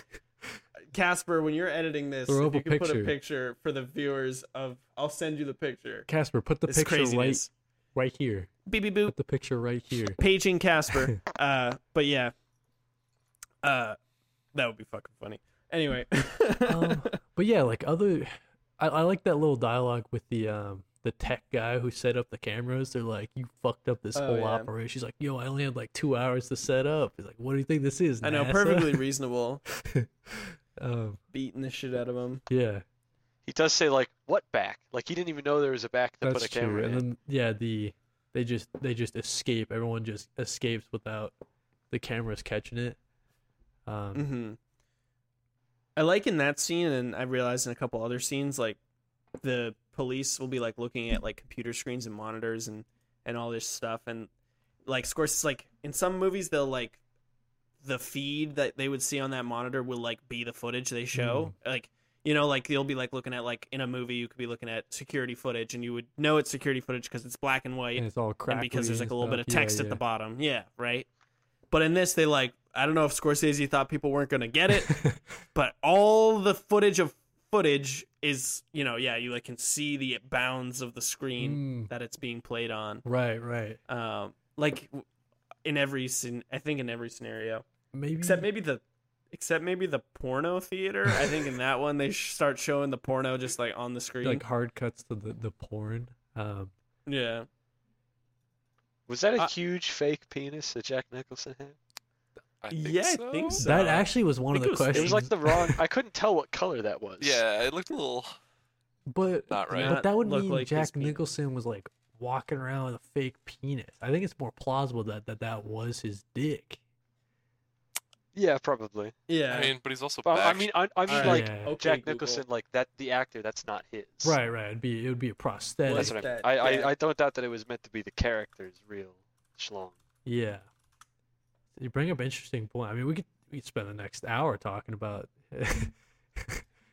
S2: Casper, when you're editing this,
S1: Throw
S2: if
S1: up
S2: you
S1: a
S2: can put a
S1: picture.
S2: picture for the viewers of. I'll send you the picture.
S1: Casper, put the
S2: it's
S1: picture right
S2: craziness.
S1: right here.
S2: Beep beep boop.
S1: Put the picture right here.
S2: paging Casper. uh, but yeah, uh, that would be fucking funny. Anyway,
S1: Um, but yeah, like other, I, I like that little dialogue with the um the tech guy who set up the cameras. They're like, "You fucked up this
S2: Oh,
S1: whole
S2: yeah.
S1: operation." She's like, "Yo, I only had like two hours to set up." He's like, "What do you think this is?"
S2: I know
S1: NASA?"
S2: perfectly reasonable.
S1: um,
S2: Beating the shit out of him.
S1: yeah,
S3: He does say like, "What back?" Like he didn't even know there was a back that put
S1: that's
S3: a
S1: true.
S3: camera
S1: And
S3: in.
S1: then yeah, the they just they just escape. Everyone just escapes without the cameras catching it. Um,
S2: hmm I like in that scene, and I realized in a couple other scenes, like the police will be like looking at like computer screens and monitors and and all this stuff, and like Scorsese, like in some movies they'll like the feed that they would see on that monitor will like be the footage they show, like. You know, like you'll be like looking at like in a movie, you could be looking at security footage, and you would know it's security footage because it's black and white,
S1: and it's all
S2: and
S1: crackly
S2: because there's like a little bit of
S1: stuff. Yeah,
S2: text at
S1: yeah.
S2: the bottom. Yeah, right. But in this, they like I don't know if Scorsese thought people weren't gonna get it, but all the footage of footage is you know yeah you like can see the bounds of the screen
S1: Mm,
S2: that it's being played on
S1: right, right.
S2: um like w- in every scen- i think in every scenario
S1: Maybe
S2: except maybe the except maybe the porno theater i think in that one they sh- start showing the porno just like on the screen
S1: like hard cuts to the the porn. Um,
S2: yeah
S3: Was that a
S2: I-
S3: huge fake penis that Jack Nicholson had?
S4: I think
S2: Yeah, I
S4: so.
S2: think so.
S1: that actually was one of the
S2: think it was-
S1: questions.
S3: It was like the wrong. I couldn't tell what color that was.
S4: Yeah, it looked a little.
S1: but
S4: Not right.
S1: But that would
S2: Look
S1: mean
S2: like his
S1: Jack
S2: penis.
S1: Nicholson was like walking around with a fake penis. I think it's more plausible that that, that was his dick.
S3: Yeah, probably.
S2: yeah
S4: I mean, but he's also
S3: But I
S4: back.
S3: mean, I, I mean,
S2: Alright.
S3: like
S1: yeah.
S2: okay,
S3: Jack
S2: Google.
S3: Nicholson, like that the actor. That's not his.
S1: right, right. It'd be it would be a prosthetic.
S3: That's
S2: Like
S3: what I mean.
S2: that-
S3: I,
S2: yeah.
S3: I, I don't doubt that it was meant to be the character's real schlong.
S1: Yeah. You bring up an interesting point. I mean, we could we could spend the next hour talking about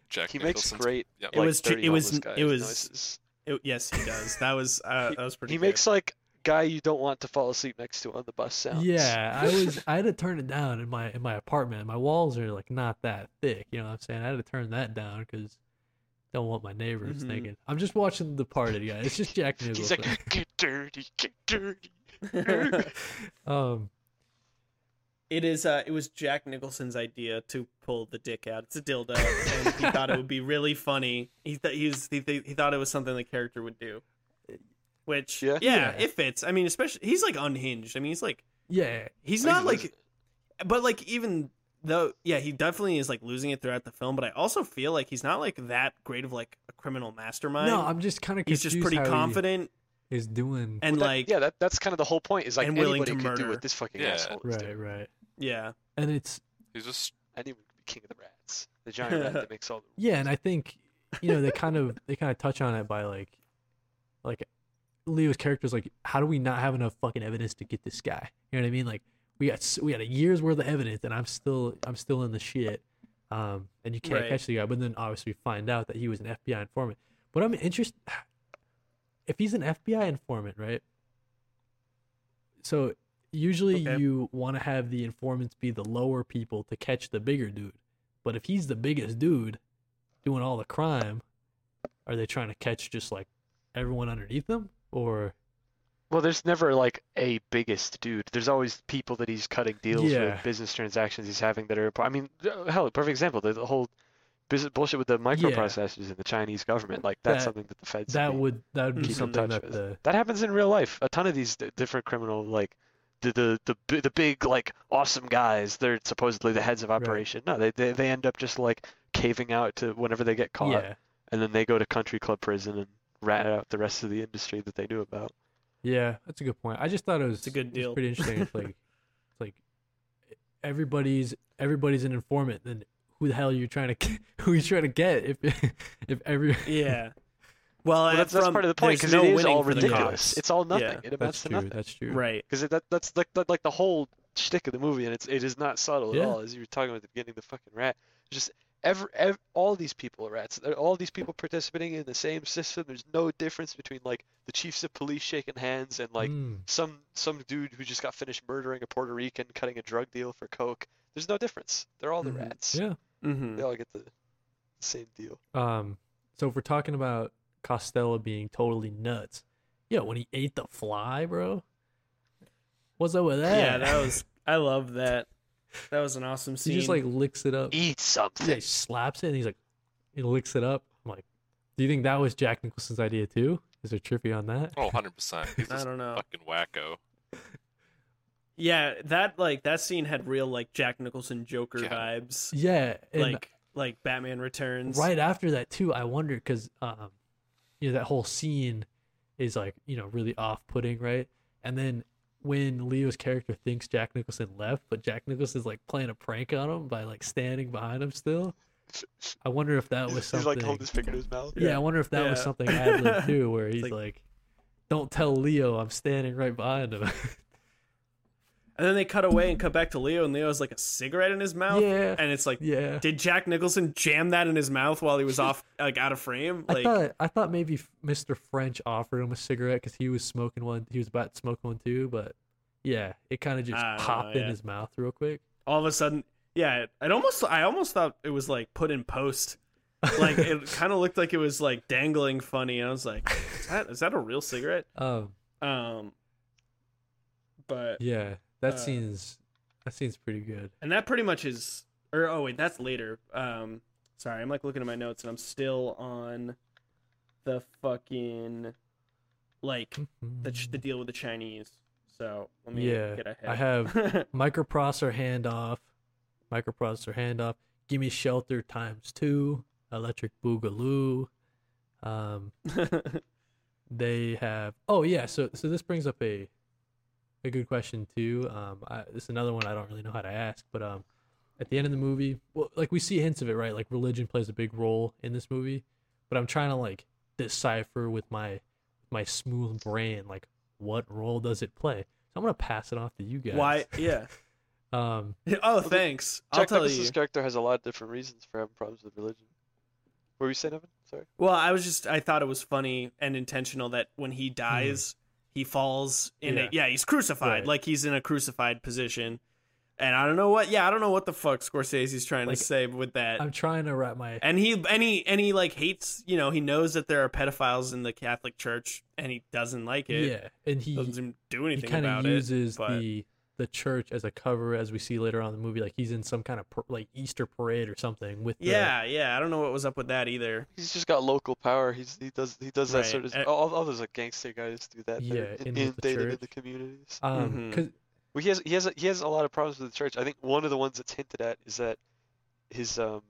S4: Jack
S3: He makes
S4: Nicholson's
S3: great.
S4: Yeah,
S2: It
S3: like,
S2: was ju-
S3: dirty
S2: it was-
S3: homeless guy
S2: it was-
S3: noises.
S2: it- Oh, yes he does that was uh, that was pretty
S3: He
S2: good.
S3: makes like guy you don't want to fall asleep next to on the bus sounds.
S1: Yeah, I was I had to turn it down in my in my apartment. My walls are like not that thick, you know what I'm saying? I had to turn that down cuz don't want my neighbors
S2: Mhm.
S1: thinking. I'm just watching The Party, guys. It's just Jack
S3: He's
S1: Nicholson.
S3: like, get dirty, get dirty.
S1: um
S2: It is. Uh, it was Jack Nicholson's idea to pull the dick out. It's a dildo, and he thought it would be really funny. He th- he, was, he, th- he thought it was something the character would do, which yeah,
S3: Yeah.
S1: Yeah.
S2: it fits. I mean, especially he's like unhinged. I mean, he's like
S1: yeah,
S2: he's
S3: Like,
S2: not
S3: was-
S2: like, but like even though, yeah, he definitely is like losing it throughout the film. But I also feel like he's not like that great of like a criminal mastermind.
S1: no, I'm just kind of
S2: he's just pretty confident
S1: Is doing
S2: and
S3: Well, that-
S2: like
S3: yeah, that, that's kind of the whole point. Is like
S2: and willing
S3: anybody
S2: to
S3: could do
S2: murder.
S3: what this fucking
S4: Yeah.
S3: asshole is
S1: right,
S3: doing.
S1: right.
S2: yeah,
S1: And it's
S4: He's just
S3: Anyone could be king of the rats, the giant rat that makes all the
S1: Yeah, and I think you know they kind of they kind of touch on it by like, like Leo's character's like, how do we not have enough fucking evidence to get this guy? You know what I mean? Like we got s- we got a year's worth of evidence, and I'm still I'm still in the shit, um, and you can't
S2: Right.
S1: catch the guy. But then obviously we find out that he was an FBI informant. But I'm interested if he's an FBI informant, right? So usually
S2: Okay.
S1: you want to have the informants be the lower people to catch the bigger dude. But if he's the biggest dude doing all the crime, are they trying to catch just like everyone underneath them? Or
S3: Well, there's never like a biggest dude. There's always people that he's cutting deals
S1: Yeah.
S3: with, business transactions he's having that are. I mean, uh, hell, perfect example. The, the whole business bullshit with the microprocessors in the Chinese government. Like that's
S1: That-
S3: something that the feds
S1: that
S3: need
S1: would that would
S3: to
S1: be
S3: keep in
S1: something
S3: touch
S1: that
S3: with.
S1: the
S3: That happens in real life. A ton of these d- different criminal like the the the bi- the big like awesome guys. They're supposedly the heads of operation. No, they they they end up just like caving out to whenever they get caught,
S1: yeah
S3: and then they go to country club prison and rat out the rest of the industry that they knew about.
S1: yeah that's a good point. I just thought it was
S2: a good
S1: it was
S2: deal.
S1: pretty interesting. It's like it's like everybody's everybody's an informant. Then who the hell are you trying to who are you trying to get if if every
S2: yeah. Well,
S3: Well,
S2: and
S3: that's, that's
S2: from-
S3: part of the point
S2: there's
S3: because
S2: no
S3: it is
S2: winning
S3: all
S2: for the
S3: ridiculous.
S2: cops.
S3: It's all nothing.
S2: Yeah,
S3: it
S1: that's
S3: amounts to
S1: true
S3: nothing.
S1: that's true
S2: right.
S3: Because that, that's like, like like the whole shtick of the movie, and it's it is not subtle
S1: Yeah.
S3: at all. As you were talking about at the beginning, the fucking rat. Just every, ev all these people are rats. They're all these people participating in the same system. There's no difference between like the chiefs of police shaking hands and like
S1: Mm.
S3: some some dude who just got finished murdering a Puerto Rican, cutting a drug deal for coke. There's no difference. They're all the
S2: Mhm.
S3: rats.
S1: Mm. yeah
S2: Mm-hmm.
S3: They all get the same deal.
S1: Um, so if we're talking about Costello being totally nuts, yeah, when he ate the fly, bro. What's up with that?
S2: Yeah, that was. I love that. That was an awesome
S1: he
S2: scene.
S1: just like licks it up.
S3: Eat something.
S1: Yeah, he slaps it and he's like, he licks it up. I'm like, do you think that was Jack Nicholson's idea too? Is there trivia on that?
S4: oh, 100 percent. He's
S2: I
S4: just
S2: don't know.
S4: fucking wacko.
S2: Yeah, that like that scene had real like Jack Nicholson Joker
S4: Yeah.
S2: vibes.
S1: Yeah, and
S2: Like like Batman Returns.
S1: right after that too, I wonder because um, you know that whole scene is like you know really off-putting, right? And then when Leo's character thinks Jack Nicholson left, but Jack Nicholson's like playing a prank on him by like standing behind him still. I wonder if that was
S3: He's
S1: something.
S3: like holding his finger to his mouth.
S1: yeah, I wonder if that was
S2: Yeah.
S1: something ad lib too, where he's
S2: like-
S1: like, "Don't tell Leo I'm standing right behind him."
S2: And then they cut away and cut back to Leo, and Leo has like a cigarette in his mouth.
S1: yeah,
S2: And it's like,
S1: yeah.
S2: did Jack Nicholson jam that in his mouth while he was off like out of frame?
S1: I
S2: Like
S1: thought I thought maybe F- Mr. French offered him a cigarette because he was smoking one. He was about to smoke one too, but yeah, it kind of just
S2: I don't know,
S1: popped in
S2: yeah.
S1: his mouth real quick.
S2: all of a sudden, yeah. It, it almost I almost thought it was like put in post. Like it kind of looked like it was like dangling funny. And I was like, is that is that a real cigarette?
S1: um,
S2: Um, but
S1: yeah, that
S2: Uh,
S1: scene's that scene's pretty good.
S2: and that pretty much is. Or oh wait, that's later. Um, sorry, I'm like looking at my notes and I'm still on the fucking like the ch-
S1: Mm.
S2: the deal with the Chinese. So let me
S1: Yeah,
S2: get ahead.
S1: I have- microprocessor handoff, microprocessor handoff. Give me shelter times two. Electric Boogaloo. Um, they have oh yeah so so this brings up a a good question too um I, this is another one i don't really know how to ask but um at the end of the movie well like we see hints of it right like religion plays a big role in this movie but i'm trying to like decipher with my my smooth brain like what role does it play so i'm gonna pass it off to you guys
S2: Why? Yeah.
S1: um
S2: Oh, thanks. I'll
S3: Jack
S2: tell you.
S3: Nicholson's character has a lot of different reasons for having problems with religion. What were you saying, Evan? Sorry.
S2: Well, I was just I thought it was funny and intentional that when he dies, he falls in
S1: Hmm. Yeah.
S2: a yeah, he's crucified.
S1: Right.
S2: Like he's in a crucified position. And I don't know what yeah, I don't know what the fuck Scorsese's trying
S1: Like, oh,
S2: to say with that.
S1: i'm trying to wrap my
S2: and he and he and he like hates, you know, he knows that there are pedophiles in the Catholic Church and he doesn't like it.
S1: yeah and he
S2: Doesn't do
S1: he
S2: anything
S1: kind of
S2: about
S1: uses
S2: it. But
S1: the the church as a cover, as we see later on in the movie. Like he's in some kind of par- like Easter parade or something with the-
S2: yeah, yeah, I don't know what was up with that either.
S3: He's just got local power. He's he does he does
S2: Right,
S3: that sort of
S2: and-
S3: all, all those like gangster guys do that.
S1: Yeah,
S3: They're in-
S1: in with the
S3: inundated in
S1: church.
S3: the communities.
S1: um,
S2: Mhm.
S1: 'cause-
S3: Well, he has he has a, he has a lot of problems with the church. I think one of the ones that's hinted at is that his um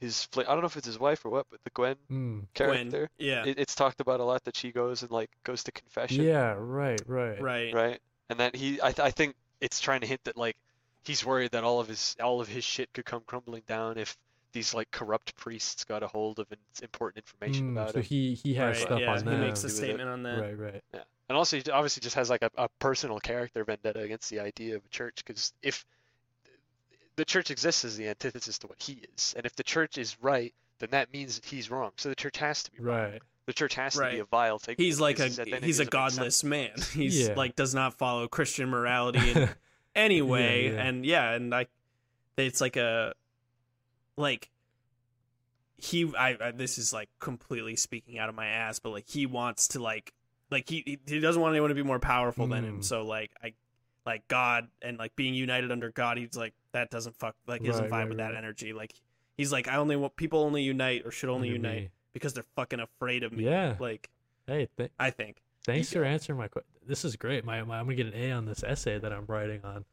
S3: his fla- I don't know if it's his wife or what, but the Gwen
S1: mm,
S2: When-
S3: character.
S2: yeah.
S3: It, it's talked about a lot that she goes and like goes to confession,
S1: yeah, right, right,
S2: right.
S3: right? And that he I th- I think it's trying to hint that like he's worried that all of his all of his shit could come crumbling down if these like corrupt priests got a hold of in- important information
S1: Mm,
S3: about
S1: so
S3: him.
S1: he he
S2: Right.
S1: has stuff
S2: yeah,
S1: on
S2: he
S1: them.
S2: makes a
S3: Do with it.
S2: statement on that.
S1: right, right.
S3: Yeah. And also, he j- obviously just has like a, a personal character vendetta against the idea of a church, because if the church exists as the antithesis to what he is, and if the church is right, then that means that he's wrong. So the church has to be wrong.
S1: Right.
S3: The church has to
S2: Right.
S3: be a vile thing.
S2: He's like a
S3: because then it
S2: he's a
S3: doesn't make sense.
S2: godless man. He's
S1: Yeah.
S2: like does not follow Christian morality in any way.
S1: yeah.
S2: And yeah, and I it's like a like he I, I this is like completely speaking out of my ass, but like he wants to like like he he doesn't want anyone to be more powerful than him.
S1: Mm.
S2: So like I like God and like being united under God, he's like that doesn't fuck like he doesn't
S1: Right,
S2: vibe
S1: right,
S2: with that
S1: right.
S2: energy. Like he's like I only want people only unite or should only
S1: Under
S2: unite
S1: me.
S2: because they're fucking afraid of me.
S1: Yeah.
S2: Like
S1: Hey, th-
S2: I think.
S1: thanks for answering my question. This is great. My, my I'm gonna get an A on this essay that I'm writing on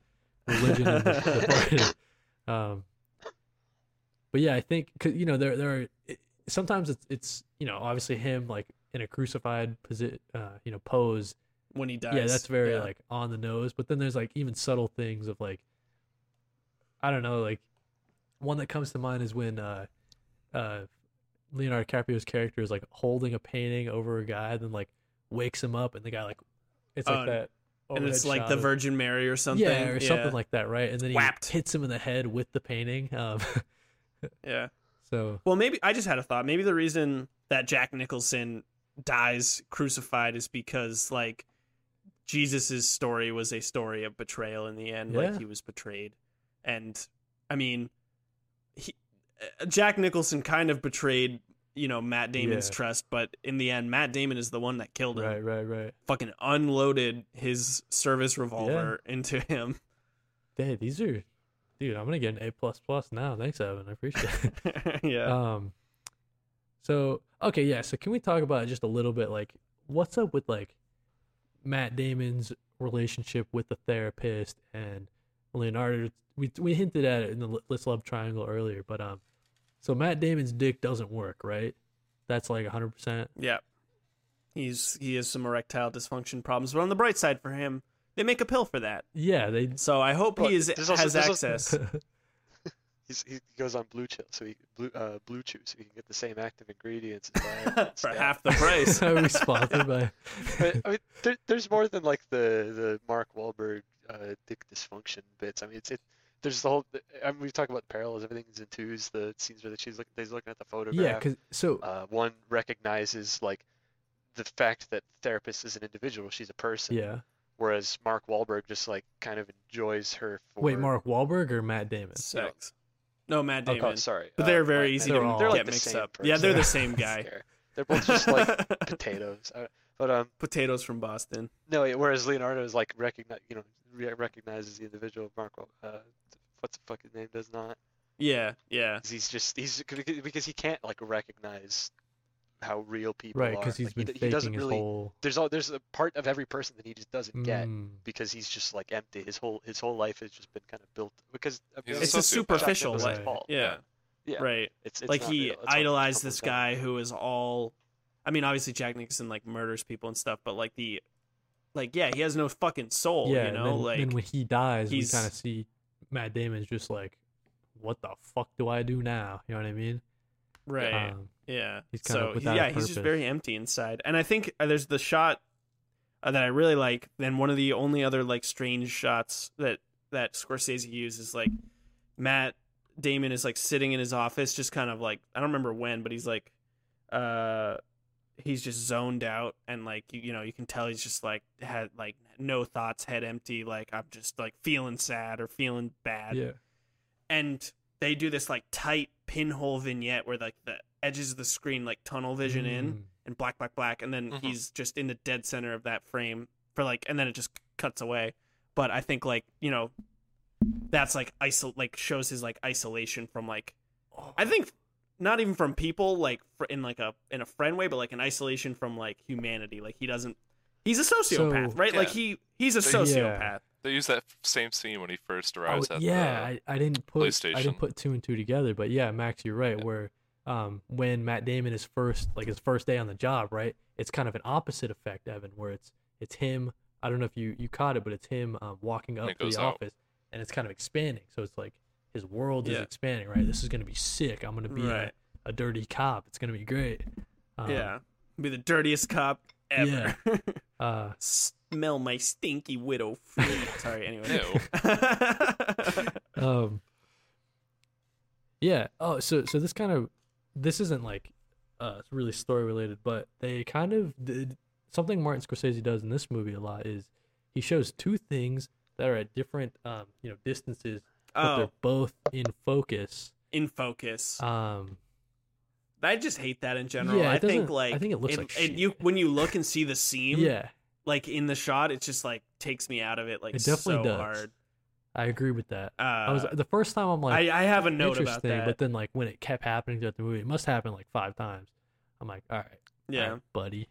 S1: religion and the, the party. Um, but yeah, I think 'cause, you know there there are it, sometimes it's it's you know obviously him like in a crucified posi- uh, you know pose.
S2: when he dies.
S1: Yeah, that's very
S2: Yeah.
S1: like on the nose. But then there's like even subtle things of like I don't know like one that comes to mind is when uh uh Leonardo DiCaprio's character is like holding a painting over a guy, then like wakes him up, and the guy like it's like
S2: Oh,
S1: that.
S2: and
S1: overhead
S2: it's like
S1: shot
S2: the
S1: of-
S2: Virgin Mary or something.
S1: yeah, or something like that, right? And then he
S2: Whapped.
S1: hits him in the head with the painting. Um,
S2: yeah.
S1: so
S2: Well, maybe I just had a thought. Maybe the reason that Jack Nicholson dies crucified is because like Jesus's story was a story of betrayal in the end.
S1: Yeah.
S2: Like he was betrayed, and I mean, he, uh, Jack Nicholson kind of betrayed you know Matt Damon's
S1: Yeah.
S2: trust, but in the end, Matt Damon is the one that killed him.
S1: right, right, right.
S2: Fucking unloaded his service revolver into him.
S1: Hey, these are, dude. I'm gonna get an A plus plus now. Thanks, Evan. I appreciate it.
S2: yeah.
S1: Um, so okay, yeah. So can we talk about just a little bit, like what's up with like Matt Damon's relationship with the therapist and Leonardo? We we hinted at it in the L- Let's Love Triangle earlier, but um, so Matt Damon's dick doesn't work, right? That's like hundred percent.
S2: Yeah. He's he has some erectile dysfunction problems, but on the bright side for him, they make a pill for that.
S1: Yeah, they.
S2: So I hope
S3: Well,
S2: he is
S3: there's also-
S2: has
S3: there's also-
S2: access.
S3: He's, he goes on blue chill, so he blue uh, blue chew, so he can get the same active ingredients. as I am
S2: for
S3: instead.
S2: half the price.
S1: Are we sponsored by?
S3: But I mean, there, there's more than like the the Mark Wahlberg uh, dick dysfunction bits. I mean, it's it. There's the whole. I mean, we talk about the parallels. Everything's in twos. The scenes where that she's looking, he's looking at the
S1: yeah,
S3: photograph.
S1: because so
S3: uh, one recognizes like the fact that therapist is an individual. She's a person.
S1: yeah.
S3: Whereas Mark Wahlberg just like kind of enjoys her for
S1: Wait, Mark Wahlberg or Matt Damon?
S2: Sex. No, Matt
S3: Oh
S2: Damon.
S3: God, sorry.
S2: But
S3: Uh,
S2: they're very
S3: my-
S2: easy
S1: They're
S2: to
S1: all-
S3: They're like
S2: get
S3: the
S2: mixed
S3: same
S2: up. Yeah, they're the
S3: person.
S2: same guy.
S3: They're, they're both just like potatoes. Uh, But um,
S2: Potatoes from Boston.
S3: no. yeah, Whereas Leonardo is like recognize, you know, re- recognizes the individual. Marco, uh, what's the fuck his name does not.
S2: Yeah, yeah.
S3: 'Cause He's just he's because he can't like recognize how real people
S1: right?
S3: are.
S1: Because he's
S3: Like, he
S1: been
S3: d- he
S1: faking
S3: doesn't
S1: his
S3: really.
S1: whole.
S3: There's all there's a part of every person that he just doesn't get.
S1: Mm.
S3: because he's just like empty. His whole his whole life has just been kind of built because I
S4: He's
S3: mean,
S4: a
S2: It's
S4: sociopath.
S2: a superficial
S1: Right.
S2: life.
S3: Right.
S2: Yeah,
S3: Yeah.
S2: right.
S3: It's, it's
S2: like
S3: not
S2: he
S3: real. That's what it
S2: idolized
S3: comes
S2: this
S3: down
S2: guy who was all. I mean, obviously Jack Nicholson like murders people and stuff, but like the, like yeah, he has no fucking soul.
S1: yeah,
S2: you
S1: and
S2: know,
S1: then,
S2: like
S1: then when he dies, we
S2: he's-
S1: kind of see Matt Damon's just like, "What the fuck do I do now?" You know what I mean?
S3: uh,
S2: right.
S1: Um,
S2: Yeah.
S1: He's kind of
S2: so
S1: without a
S2: yeah, he's just
S1: purpose.
S2: very empty inside. And I think uh, there's the shot uh, that I really like. Then one of the only other like strange shots that that Scorsese uses is like Matt Damon is like sitting in his office, just kind of like I don't remember when, but he's like, uh, he's just zoned out, and like you, you know you can tell he's just like had like no thoughts, head empty, like I'm just like feeling sad or feeling bad
S1: yeah,
S2: and they do this like tight pinhole vignette where like the edges of the screen like tunnel vision in
S1: Mm.
S2: and black black black and then
S4: Mhm.
S2: he's just in the dead center of that frame for like and then it just cuts away but i think like you know that's like isol like shows his like isolation from like
S4: Oh,
S2: i think not even from people like fr- in like a in a friend way but like an isolation from like humanity like he doesn't he's a sociopath
S1: So-
S2: right like
S4: Yeah.
S2: he he's a
S4: So-
S1: Yeah.
S2: sociopath
S4: They use that same scene when he first
S1: Oh,
S4: arrives at
S1: yeah,
S4: the.
S1: I, I didn't put I didn't
S4: PlayStation.
S1: put two and two together, but yeah, Max, you're right.
S4: Yeah.
S1: Where um, when Matt Damon is first, like his first day on the job, right? It's kind of an opposite effect, Evan, where it's it's him. I don't know if you you caught it, but it's him um, walking up
S4: When it
S1: to
S4: goes
S1: the
S4: out.
S1: office, and it's kind of expanding. So it's like his world is
S2: Yeah.
S1: expanding, right? This is gonna be sick. I'm gonna be
S2: Right.
S1: a, a dirty cop. It's gonna be great. Um,
S2: yeah be the dirtiest cop ever
S1: Uh,
S2: smell my stinky widow feet. Sorry, anyway.
S4: Ew.
S1: um yeah oh so so this kind of this isn't like uh really story related but they kind of did something martin scorsese does in this movie a lot is he shows two things that are at different um you know distances but
S2: oh,
S1: they're both in focus
S2: in focus.
S1: um
S2: I just hate that in general.
S1: yeah, it
S2: I think
S1: doesn't-
S2: like
S1: I think it looks like shit.
S2: you when you look and see the seam,
S1: yeah
S2: like in the shot, it just like takes me out of it. Like
S1: It definitely
S2: so
S1: does.
S2: hard.
S1: i agree with that
S2: Uh,
S1: i was the first time i'm like
S2: I, I have a note about
S1: interesting
S2: that.
S1: but then like when it kept happening throughout the movie it must happen like five times i'm like all right all
S2: yeah,
S1: right, buddy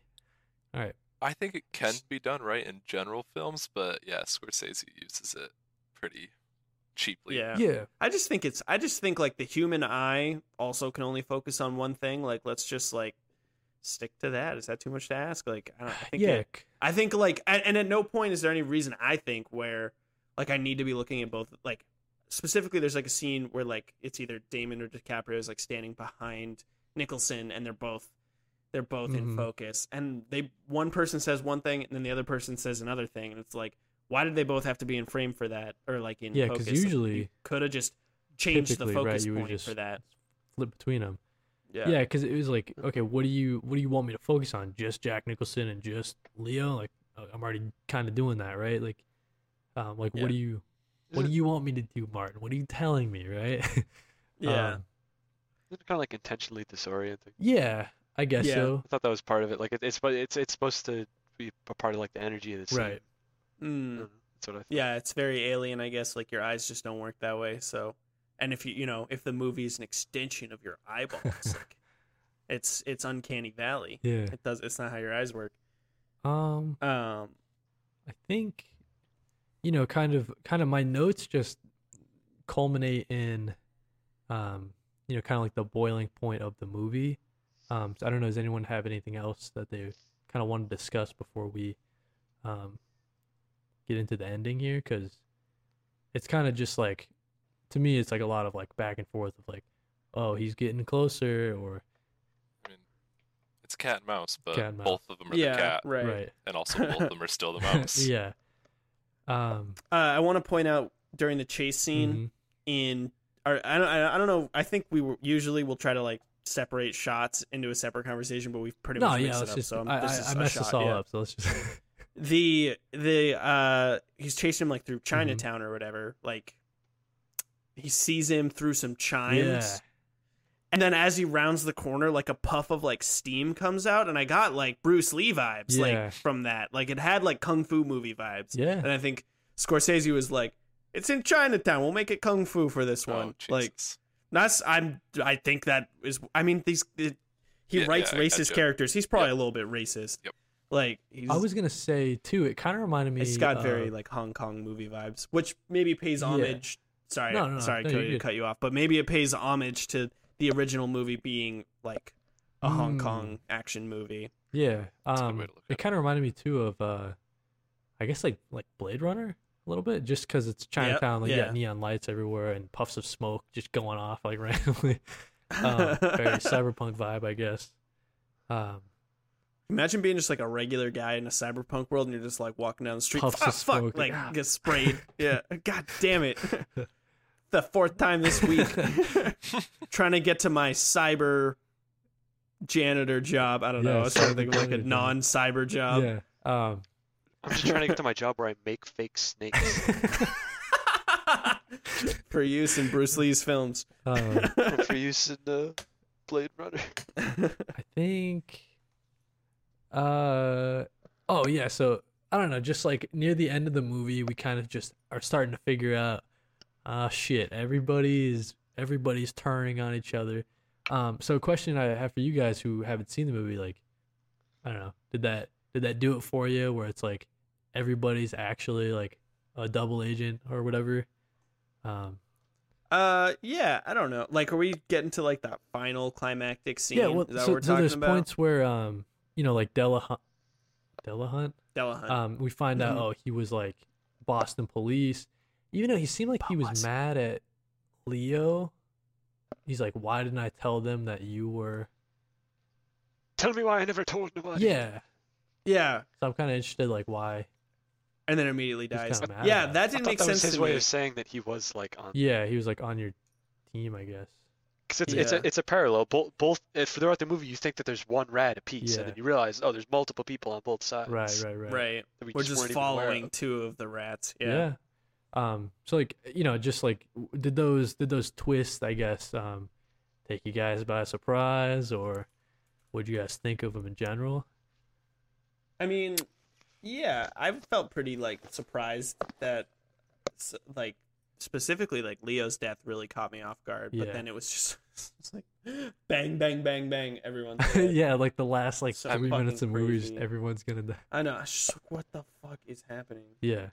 S4: I think it can be done right in general films, but yeah, Scorsese uses it pretty cheaply.
S2: yeah.
S1: yeah
S2: I just think it's I just think like the human eye also can only focus on one thing. Like let's just like stick to that. Is that too much to ask? Like I don't I think it-
S1: yeah
S2: I think like a- and at no point is there any reason I think where like I need to be looking at both like specifically there's like a scene where like it's either Damon or DiCaprio is like standing behind Nicholson and they're both they're both
S1: Mhm.
S2: in focus and they one person says one thing and then the other person says another thing and it's like why did they both have to be in frame for that or like in
S1: Yeah, 'cause
S2: focus?
S1: usually-
S2: could have just changed the
S1: typically, right,
S2: focus
S1: you would
S2: point
S1: just-
S2: for that
S1: flip between them. Yeah, because it was like, okay, what do you what do you want me to focus on? Just Jack Nicholson and just Leo? Like, uh, I'm already kind of doing that, right? Like, um, like
S2: Yeah.
S1: what do you what
S3: Is
S1: do you want me to do, Martin? What are you telling me, right?
S2: yeah
S1: Um,
S3: Isn't it kind of like intentionally disorienting?
S1: yeah, I guess
S2: Yeah.
S1: so.
S3: I thought that was part of it. Like it, it's but it's it's supposed to be a part of like the energy of the scene.
S1: Right.
S3: I
S2: Mm.
S3: don't know. That's what I thought.
S2: Yeah, it's very alien, I guess. Like your eyes just don't work that way. So, and if you you know if the movie is an extension of your eyeballs, like it's it's uncanny valley.
S1: Yeah.
S2: It does. It's not how your eyes work.
S1: Um,
S2: Um.
S1: I think, you know, kind of kind of my notes just culminate in, um, you know, kind of like the boiling point of the movie. Um, so I don't know. Does anyone have anything else that they kind of want to discuss before we um, get into the ending here? Because it's kind of just like, to me, it's like a lot of like back and forth of like, oh, he's getting closer, or
S4: I mean, it's cat and mouse, but
S1: Cat and mouse.
S4: both of them are
S2: Yeah.
S4: the cat,
S2: Right.
S1: right,
S4: and also both of them are still the mouse.
S1: yeah, um,
S2: Uh, I want to point out during the chase scene
S1: mhm.
S2: in, or I don't I don't know. I think we were, usually will try to like separate shots into a separate conversation, but we've pretty
S1: No,
S2: much
S1: yeah,
S2: mixed it
S1: let's
S2: up.
S1: just.
S2: so I'm,
S1: I,
S2: this
S1: I,
S2: is
S1: I
S2: a
S1: messed
S2: shot,
S1: this all
S2: yeah.
S1: up, so let's just. Mm-hmm.
S2: the the uh he's chasing him like through Chinatown or whatever, like he sees him through some chimes. And then as he rounds the corner, like a puff of like steam comes out, and I got like Bruce Lee vibes
S1: Yeah.
S2: like from that. Like it had like kung fu movie vibes.
S1: Yeah.
S2: And I think Scorsese was like, "It's in Chinatown. We'll make it kung fu for this
S4: Oh,
S2: one." like
S4: Jesus.
S2: that's I'm I think that is I mean these it, he
S4: Yeah,
S2: writes
S4: yeah, I
S2: racist
S4: gotcha.
S2: characters. He's probably
S4: Yep.
S2: a little bit racist.
S4: Yep.
S2: Like he's
S1: I was gonna say too. It kind of reminded me. uh,
S2: it's got
S1: of-
S2: very like Hong Kong movie vibes, which maybe pays
S1: Yeah.
S2: homage. Sorry,
S1: No, no, no.
S2: sorry,
S1: No,
S2: Cody,
S1: you're
S2: to
S1: good.
S2: cut you off, but maybe it pays homage to the original movie being like a Hong
S1: Mm.
S2: Kong action movie.
S1: yeah.
S4: a good
S1: Um,
S4: way to look
S1: it
S4: at it.
S1: kind of reminded me too of, uh, I guess like like Blade Runner a little bit, just because it's Chinatown. like you
S2: yeah.
S1: got neon lights everywhere and puffs of smoke just going off like randomly. um, very cyberpunk vibe, I guess. Um,
S2: Imagine being just like a regular guy in a cyberpunk world, and you're just like walking down the street,
S1: Puffs of
S2: fuck, fuck,
S1: smoke,
S2: like
S1: ah.
S2: get sprayed. yeah, god damn it. the fourth time this week, trying to get to my cyber janitor job. I don't know.
S1: Yeah,
S2: I was trying to
S1: cyber
S2: think of like a
S1: janitor job.
S2: non-cyber job.
S1: yeah. Um,
S3: I'm just trying to get to my job where I make fake snakes.
S2: for use in Bruce Lee's films.
S1: um,
S3: for use in uh, Blade Runner.
S1: I think. Uh oh yeah, so I don't know, just like near the end of the movie, we kind of just are starting to figure out, ah shit, everybody's everybody's turning on each other. Um, so a question I have for you guys who haven't seen the movie, like, I don't know, did that did that do it for you, where it's like everybody's actually like a double agent or whatever? Um,
S2: uh, yeah, I don't know. Like, are we getting to like that final climactic scene?
S1: yeah, well,
S2: Is that
S1: so,
S2: what we're
S1: so
S2: talking
S1: there's
S2: about?
S1: points where um, you know, like Delahunt, Delahunt.
S2: Delahunt.
S1: um, we find out
S2: Mhm.
S1: oh he was like Boston police, even though he seemed like he was
S2: Boston.
S1: mad at Leo. He's like, why didn't I tell them that you were?
S3: Tell me why I never told nobody.
S1: Yeah,
S2: yeah,
S1: so I'm kind of interested, like why?
S2: and then immediately
S1: He's
S2: dies.
S1: kinda mad
S2: Yeah,
S1: about it.
S2: that
S3: I
S2: didn't
S3: thought
S2: make
S3: that
S2: sense
S3: was his
S2: to
S3: way
S2: me.
S3: of saying that he was like on.
S1: Yeah, he was like on your team, I guess.
S3: Because it's, it's,
S2: Yeah.
S3: a, it's a parallel. Both, both if throughout the movie you think that there's one rat apiece,
S1: Yeah.
S3: and then you realize oh there's multiple people on both sides.
S1: Right, right, right.
S2: Right.
S3: that we
S2: We're
S3: just
S2: just,
S3: weren't even aware
S2: following
S3: of.
S2: two of the rats. Yeah.
S1: Yeah. Um. So like you know, just like w- did those did those twists, I guess, um, take you guys by surprise, or what do you guys think of them in general?
S2: I mean, yeah, I felt pretty like surprised that s- like specifically like Leo's death really caught me off guard, but
S1: Yeah.
S2: then it was just it's like bang bang bang bang everyone's dead.
S1: yeah, like the last like
S2: So
S1: three minutes of
S2: fucking
S1: movies,
S2: crazy.
S1: everyone's gonna die.
S2: I know. I was just like, what the fuck is happening?
S1: Yeah.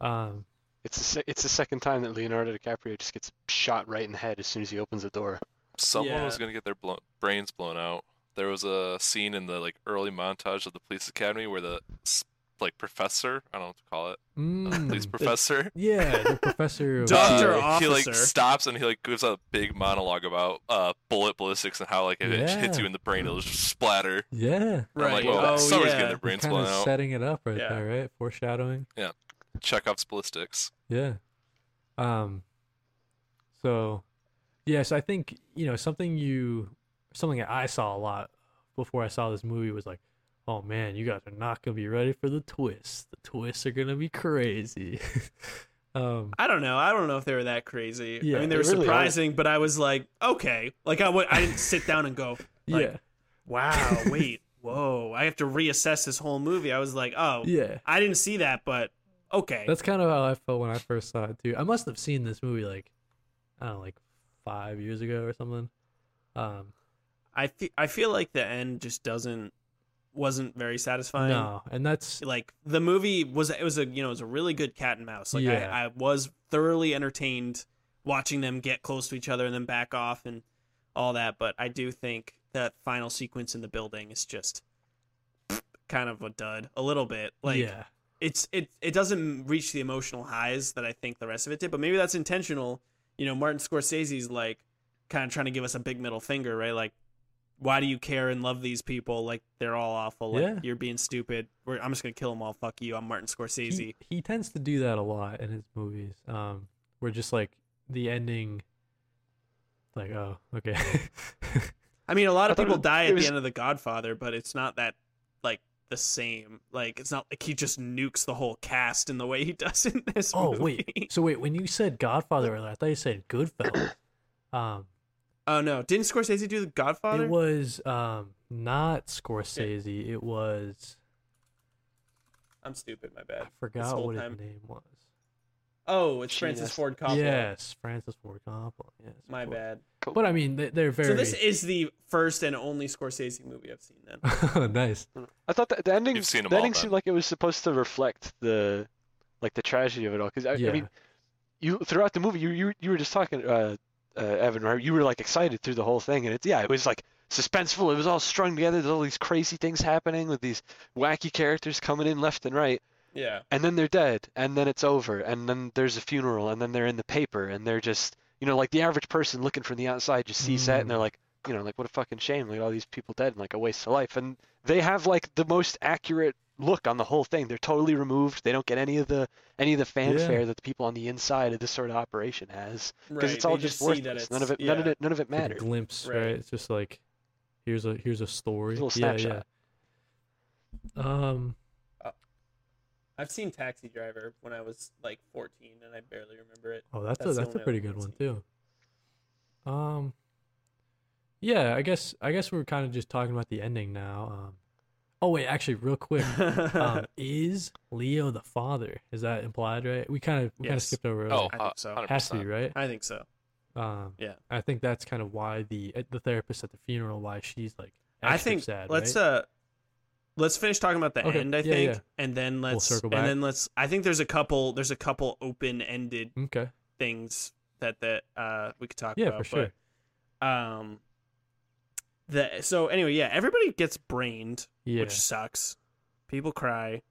S1: Um.
S3: It's the, se- it's the second time that Leonardo DiCaprio just gets shot right in the head as soon as he opens the door.
S4: Someone was
S2: Yeah.
S4: gonna get their blown, brains blown out. There was a scene in the like early montage of the police academy where the s- like professor, I don't know what to call it, uh,
S1: Mm.
S4: police professor, uh,
S1: Yeah, the professor. of-
S2: Doctor
S4: he
S2: officer.
S4: like stops and he like gives a big monologue about uh bullet ballistics and how like if it hits
S1: Yeah.
S4: you in the brain it'll just splatter.
S1: Yeah.
S4: I'm like,
S3: Right.
S4: whoa,
S2: oh
S4: somebody's
S2: yeah.
S4: getting their brains
S1: kind
S4: blown
S1: of
S4: out.
S1: setting it up right
S2: Yeah.
S1: there, right? Foreshadowing.
S4: Chekhov's ballistics.
S1: Yeah. Um. So, yes, I think you know something you, something that I saw a lot before I saw this movie was like, oh man, you guys are not gonna be ready for the twist. The twists are gonna be crazy. um.
S2: I don't know. I don't know if they were that crazy.
S1: Yeah,
S2: I mean,
S1: they
S2: they were
S3: really aren't.
S2: surprising, but I was like, okay. Like I w- I didn't sit down and go, Like,
S1: yeah.
S2: wow, wait, whoa. I have to reassess this whole movie. I was like, oh,
S1: Yeah.
S2: I didn't see that, but okay.
S1: That's kind of how I felt when I first saw it too. I must have seen this movie like I don't know, like five years ago or something. Um,
S2: I fe- I feel like the end just doesn't wasn't very satisfying.
S1: no, and that's
S2: Like the movie was it was a you know it was a really good cat and mouse. Like
S1: Yeah.
S2: I, I was thoroughly entertained watching them get close to each other and then back off and all that. But I do think that final sequence in the building is just kind of a dud a little bit. Like
S1: yeah,
S2: it's it it doesn't reach the emotional highs that I think the rest of it did, but maybe that's intentional. You know, Martin Scorsese's like kind of trying to give us a big middle finger, right? Like, why do you care and love these people? Like they're all awful. Like
S1: Yeah.
S2: you're being stupid. We're, I'm just gonna kill them all. Fuck you. I'm Martin Scorsese.
S1: he, he tends to do that a lot in his movies. Um, where just like the ending, like oh okay,
S2: I mean, a lot
S3: I
S2: of
S3: thought it
S2: people
S3: was-
S2: die
S3: it
S2: at
S3: was-
S2: the end of The Godfather, but it's not that like the same. Like it's not like he just nukes the whole cast in the way he does in this.
S1: Oh
S2: movie.
S1: wait, so wait, when you said Godfather earlier, I thought you said Goodfellas. Um,
S2: Oh no! Didn't Scorsese do The Godfather?
S1: it was um not Scorsese. It was
S2: I'm stupid. My
S1: I
S2: bad.
S1: forgot
S2: whole
S1: what
S2: time.
S1: his name was.
S2: Oh, it's
S3: Gee,
S2: Francis
S3: that's-
S2: Ford Coppola.
S1: Yes, Francis Ford Coppola. Yes, of
S2: My
S1: course.
S2: bad.
S3: Cool.
S1: But I mean, they- they're very
S2: So this is the first and only Scorsese movie I've seen. Then
S1: nice.
S3: I thought that the ending,
S4: You've seen 'em
S3: the
S4: all,
S3: ending
S4: then.
S3: seemed like it was supposed to reflect the, like the tragedy of it all. Because I,
S1: yeah,
S3: I mean, you throughout the movie, you you, you were just talking, uh, uh, Evan, right? You were like excited through the whole thing, and it's yeah, it was like suspenseful. It was all strung together. There's all these crazy things happening with these wacky characters coming in left and right,
S2: yeah,
S3: and then they're dead, and then it's over, and then there's a funeral, and then they're in the paper, and they're just you know like the average person looking from the outside just sees that, and they're like. You know, like what a fucking shame! Like all these people dead, and like a waste of life. And they have like the most accurate look on the whole thing. They're totally removed. They don't get any of the any of the fanfare that the people on the inside of this sort of operation has
S2: right.
S3: because it's all
S2: They
S3: just,
S2: see
S3: worthless.
S2: that it's-
S3: none of it, none of
S2: yeah.
S3: it, none of it
S1: like a
S3: matters.
S1: glimpse, right.
S2: Right.
S1: It's just like here's a here's a story.
S3: Little
S1: yeah, yeah.
S3: snapshot.
S1: Um,
S2: I've seen Taxi Driver when I was like 14, and I barely remember it.
S1: oh, that's,
S2: That's
S1: a
S2: the
S1: that's a
S2: only other
S1: pretty
S2: one
S1: good one
S2: I've
S1: too. Um, yeah, I guess I guess we are kind of just talking about the ending now. Um, oh wait, actually, real quick, um, is Leo the father? Is that implied? Right? We kind of we kind of
S2: Yes.
S1: skipped over.
S4: Oh,
S1: earlier.
S2: I think
S4: uh,
S2: so.
S4: 100%.
S1: has to be right.
S2: I think so.
S1: Um,
S2: Yeah.
S1: I think that's kind of why the eh, the therapist at the funeral why she's like
S2: I
S1: extra
S2: think
S1: sad,
S2: let's
S1: right?
S2: uh let's finish talking about the
S1: Okay,
S2: end. I
S1: yeah,
S2: think,
S1: yeah.
S2: and then let's
S1: circle back.
S2: and then let's. I think there's a couple. There's a couple open-ended
S1: okay
S2: things that that uh we could talk
S1: yeah
S2: about.
S1: for sure
S2: But, um. The so anyway, yeah. Everybody gets brained,
S1: yeah
S2: which sucks. People cry.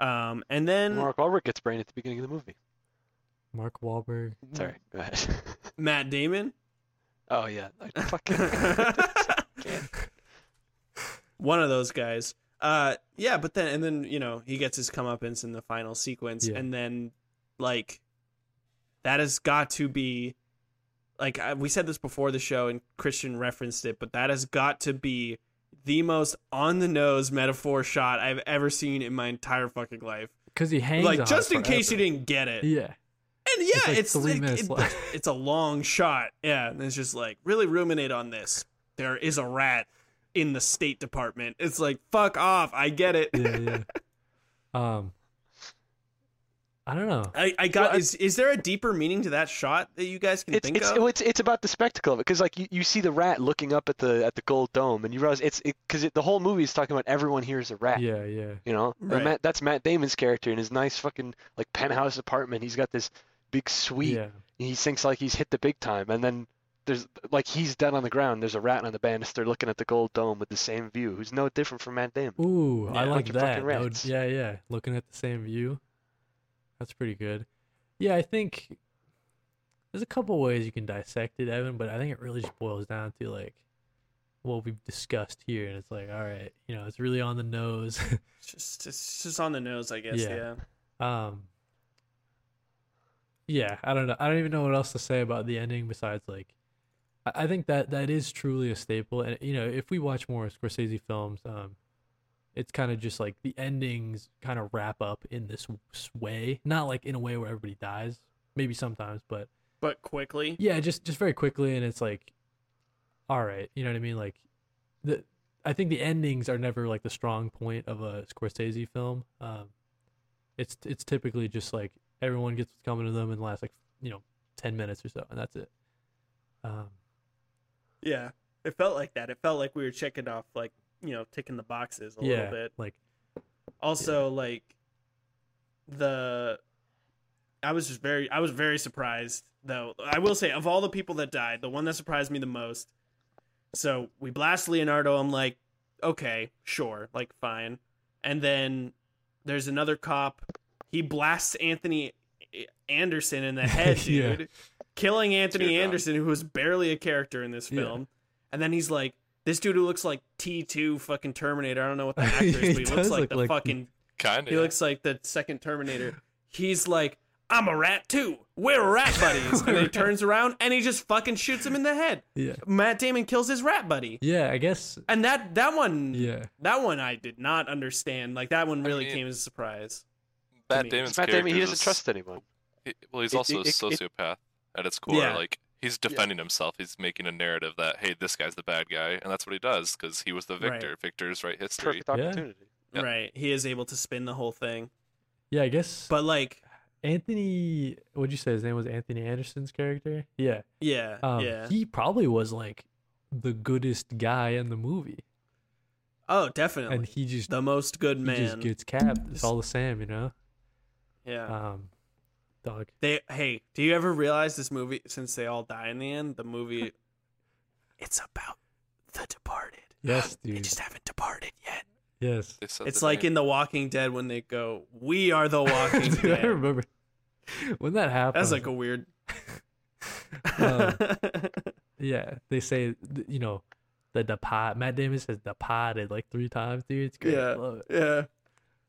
S2: Um, and then
S3: Mark Wahlberg gets brain at the beginning of the movie.
S1: Mark Wahlberg
S3: Sorry, go ahead.
S2: Matt Damon.
S3: oh yeah, I fucking.
S2: One of those guys. Uh, yeah, but then and then you know he gets his comeuppance in the final sequence,
S1: Yeah.
S2: and then like that has got to be like I, we said this before the show, and Christian referenced it, but that has got to be the most on the nose metaphor shot I've ever seen in my entire fucking life.
S1: because he hangs on
S2: like
S1: it
S2: just in case you
S1: forever.
S2: didn't get it,
S1: yeah
S2: and yeah,
S1: It's
S2: it's
S1: like three
S2: like-
S1: minutes
S2: it-
S1: left.
S2: It's a long shot. Yeah, and it's just like really ruminate on this. There is a rat in the State Department. It's like fuck off. I get it.
S1: yeah yeah um I don't know
S2: I, I got.
S3: Well, I-
S2: is is there a deeper meaning to that shot that you guys can
S3: It's
S2: think
S3: it's,
S2: of?
S3: well, it's it's about the spectacle of it because like you, you see the rat looking up at the at the gold dome and you realize it's because it, the whole movie is talking about everyone here is a rat.
S1: yeah yeah
S3: You know, And
S2: Right.
S3: Matt, that's Matt Damon's character in his nice fucking like penthouse apartment. He's got this big suite.
S1: yeah
S3: and He thinks like he's hit the big time, and then there's like he's dead on the ground. There's a rat on the banister looking at the gold dome with the same view, who's no different from Matt Damon.
S1: ooh I like
S2: Yeah,
S3: like your
S1: that
S3: fucking
S1: That would-
S3: rats.
S1: yeah yeah looking at the same view that's pretty good yeah I think there's a couple ways you can dissect it Evan but I think it really just boils down to like what we've discussed here and it's like all right you know it's really on the nose
S2: It's just it's just on the nose, I guess.
S1: Yeah.
S2: Yeah.
S1: Um. Yeah, I don't know. I don't even know what else to say about the ending besides like, I, I think that that is truly a staple. And you know, if we watch more Scorsese films, um, it's kind of just like the endings kind of wrap up in this w- s- way. Not like in a way where everybody dies. Maybe sometimes, but
S2: But quickly.
S1: yeah, just just very quickly, and it's like, all right, you know what I mean? Like, the I think the endings are never like the strong point of a Scorsese film. Um, it's it's typically just like everyone gets what's coming to them in the last like you know ten minutes or so, and that's it. Um,
S2: Yeah. It felt like that. It felt like we were checking off, like you know, ticking the boxes a
S1: yeah,
S2: little bit.
S1: like
S2: also like the i was just very i was very surprised though i will say of all the people that died the one that surprised me the most so we blast leonardo i'm like okay sure like fine and then there's another cop he blasts anthony anderson in the head
S1: Yeah.
S2: dude killing anthony
S4: Teardrop.
S2: anderson who was barely a character in this
S1: Yeah.
S2: film and then he's like this dude who looks like T2 fucking Terminator. I don't know what the actor is,
S1: He
S2: but he
S1: does
S2: looks like
S1: look
S2: the
S1: like-
S2: fucking
S4: Kind
S2: he
S4: of.
S2: looks like the second Terminator. He's like, I'm a rat too. We're rat buddies. and then he turns around and he just fucking shoots him in the head.
S1: Yeah.
S2: Matt Damon kills his rat buddy.
S1: Yeah, I guess.
S2: And that that one
S1: Yeah.
S2: that one I did not understand. Like that one really
S4: mean-
S2: came as a surprise.
S4: Matt
S2: mean,
S4: Damon's
S3: It's Matt Damon. He
S4: character is-
S3: doesn't trust anyone.
S4: he- well, he's
S3: It-
S4: also
S3: it-
S4: a
S3: it- it-
S4: sociopath at its core.
S2: Yeah.
S4: Like he's defending himself. He's making a narrative that hey, this guy's the bad guy, and that's what he does because he was the
S2: Right.
S4: victor. Victor's right history.
S3: Perfect opportunity.
S4: Yep.
S2: Right. He is able to spin the whole thing.
S1: Yeah, I guess. But
S2: But like
S1: Anthony, what'd you say his name was? Anthony Anderson's character. Yeah.
S2: yeah,
S1: Um,
S2: yeah.
S1: He probably was like the goodest guy in the movie,
S2: oh, definitely.
S1: and he just
S2: the most good
S1: he
S2: man.
S1: just gets capped. It's all the same, you know.
S2: yeah.
S1: Um, dog.
S2: They hey, do you ever realize this movie since they all die in the end, the movie it's about the departed.
S1: Yes,
S2: They
S1: dude.
S2: just haven't departed yet.
S1: Yes.
S4: They said
S2: it's
S4: the
S2: like
S4: name.
S2: in The Walking Dead when they go, "We are the Walking
S1: dude, I
S2: Dead."
S1: remember when that happened.
S2: That's like a weird.
S1: Um, yeah, they say th- you know the depot. Matt Damon says departed like three times, dude. It's great. I
S2: Yeah.
S1: love it.
S2: yeah.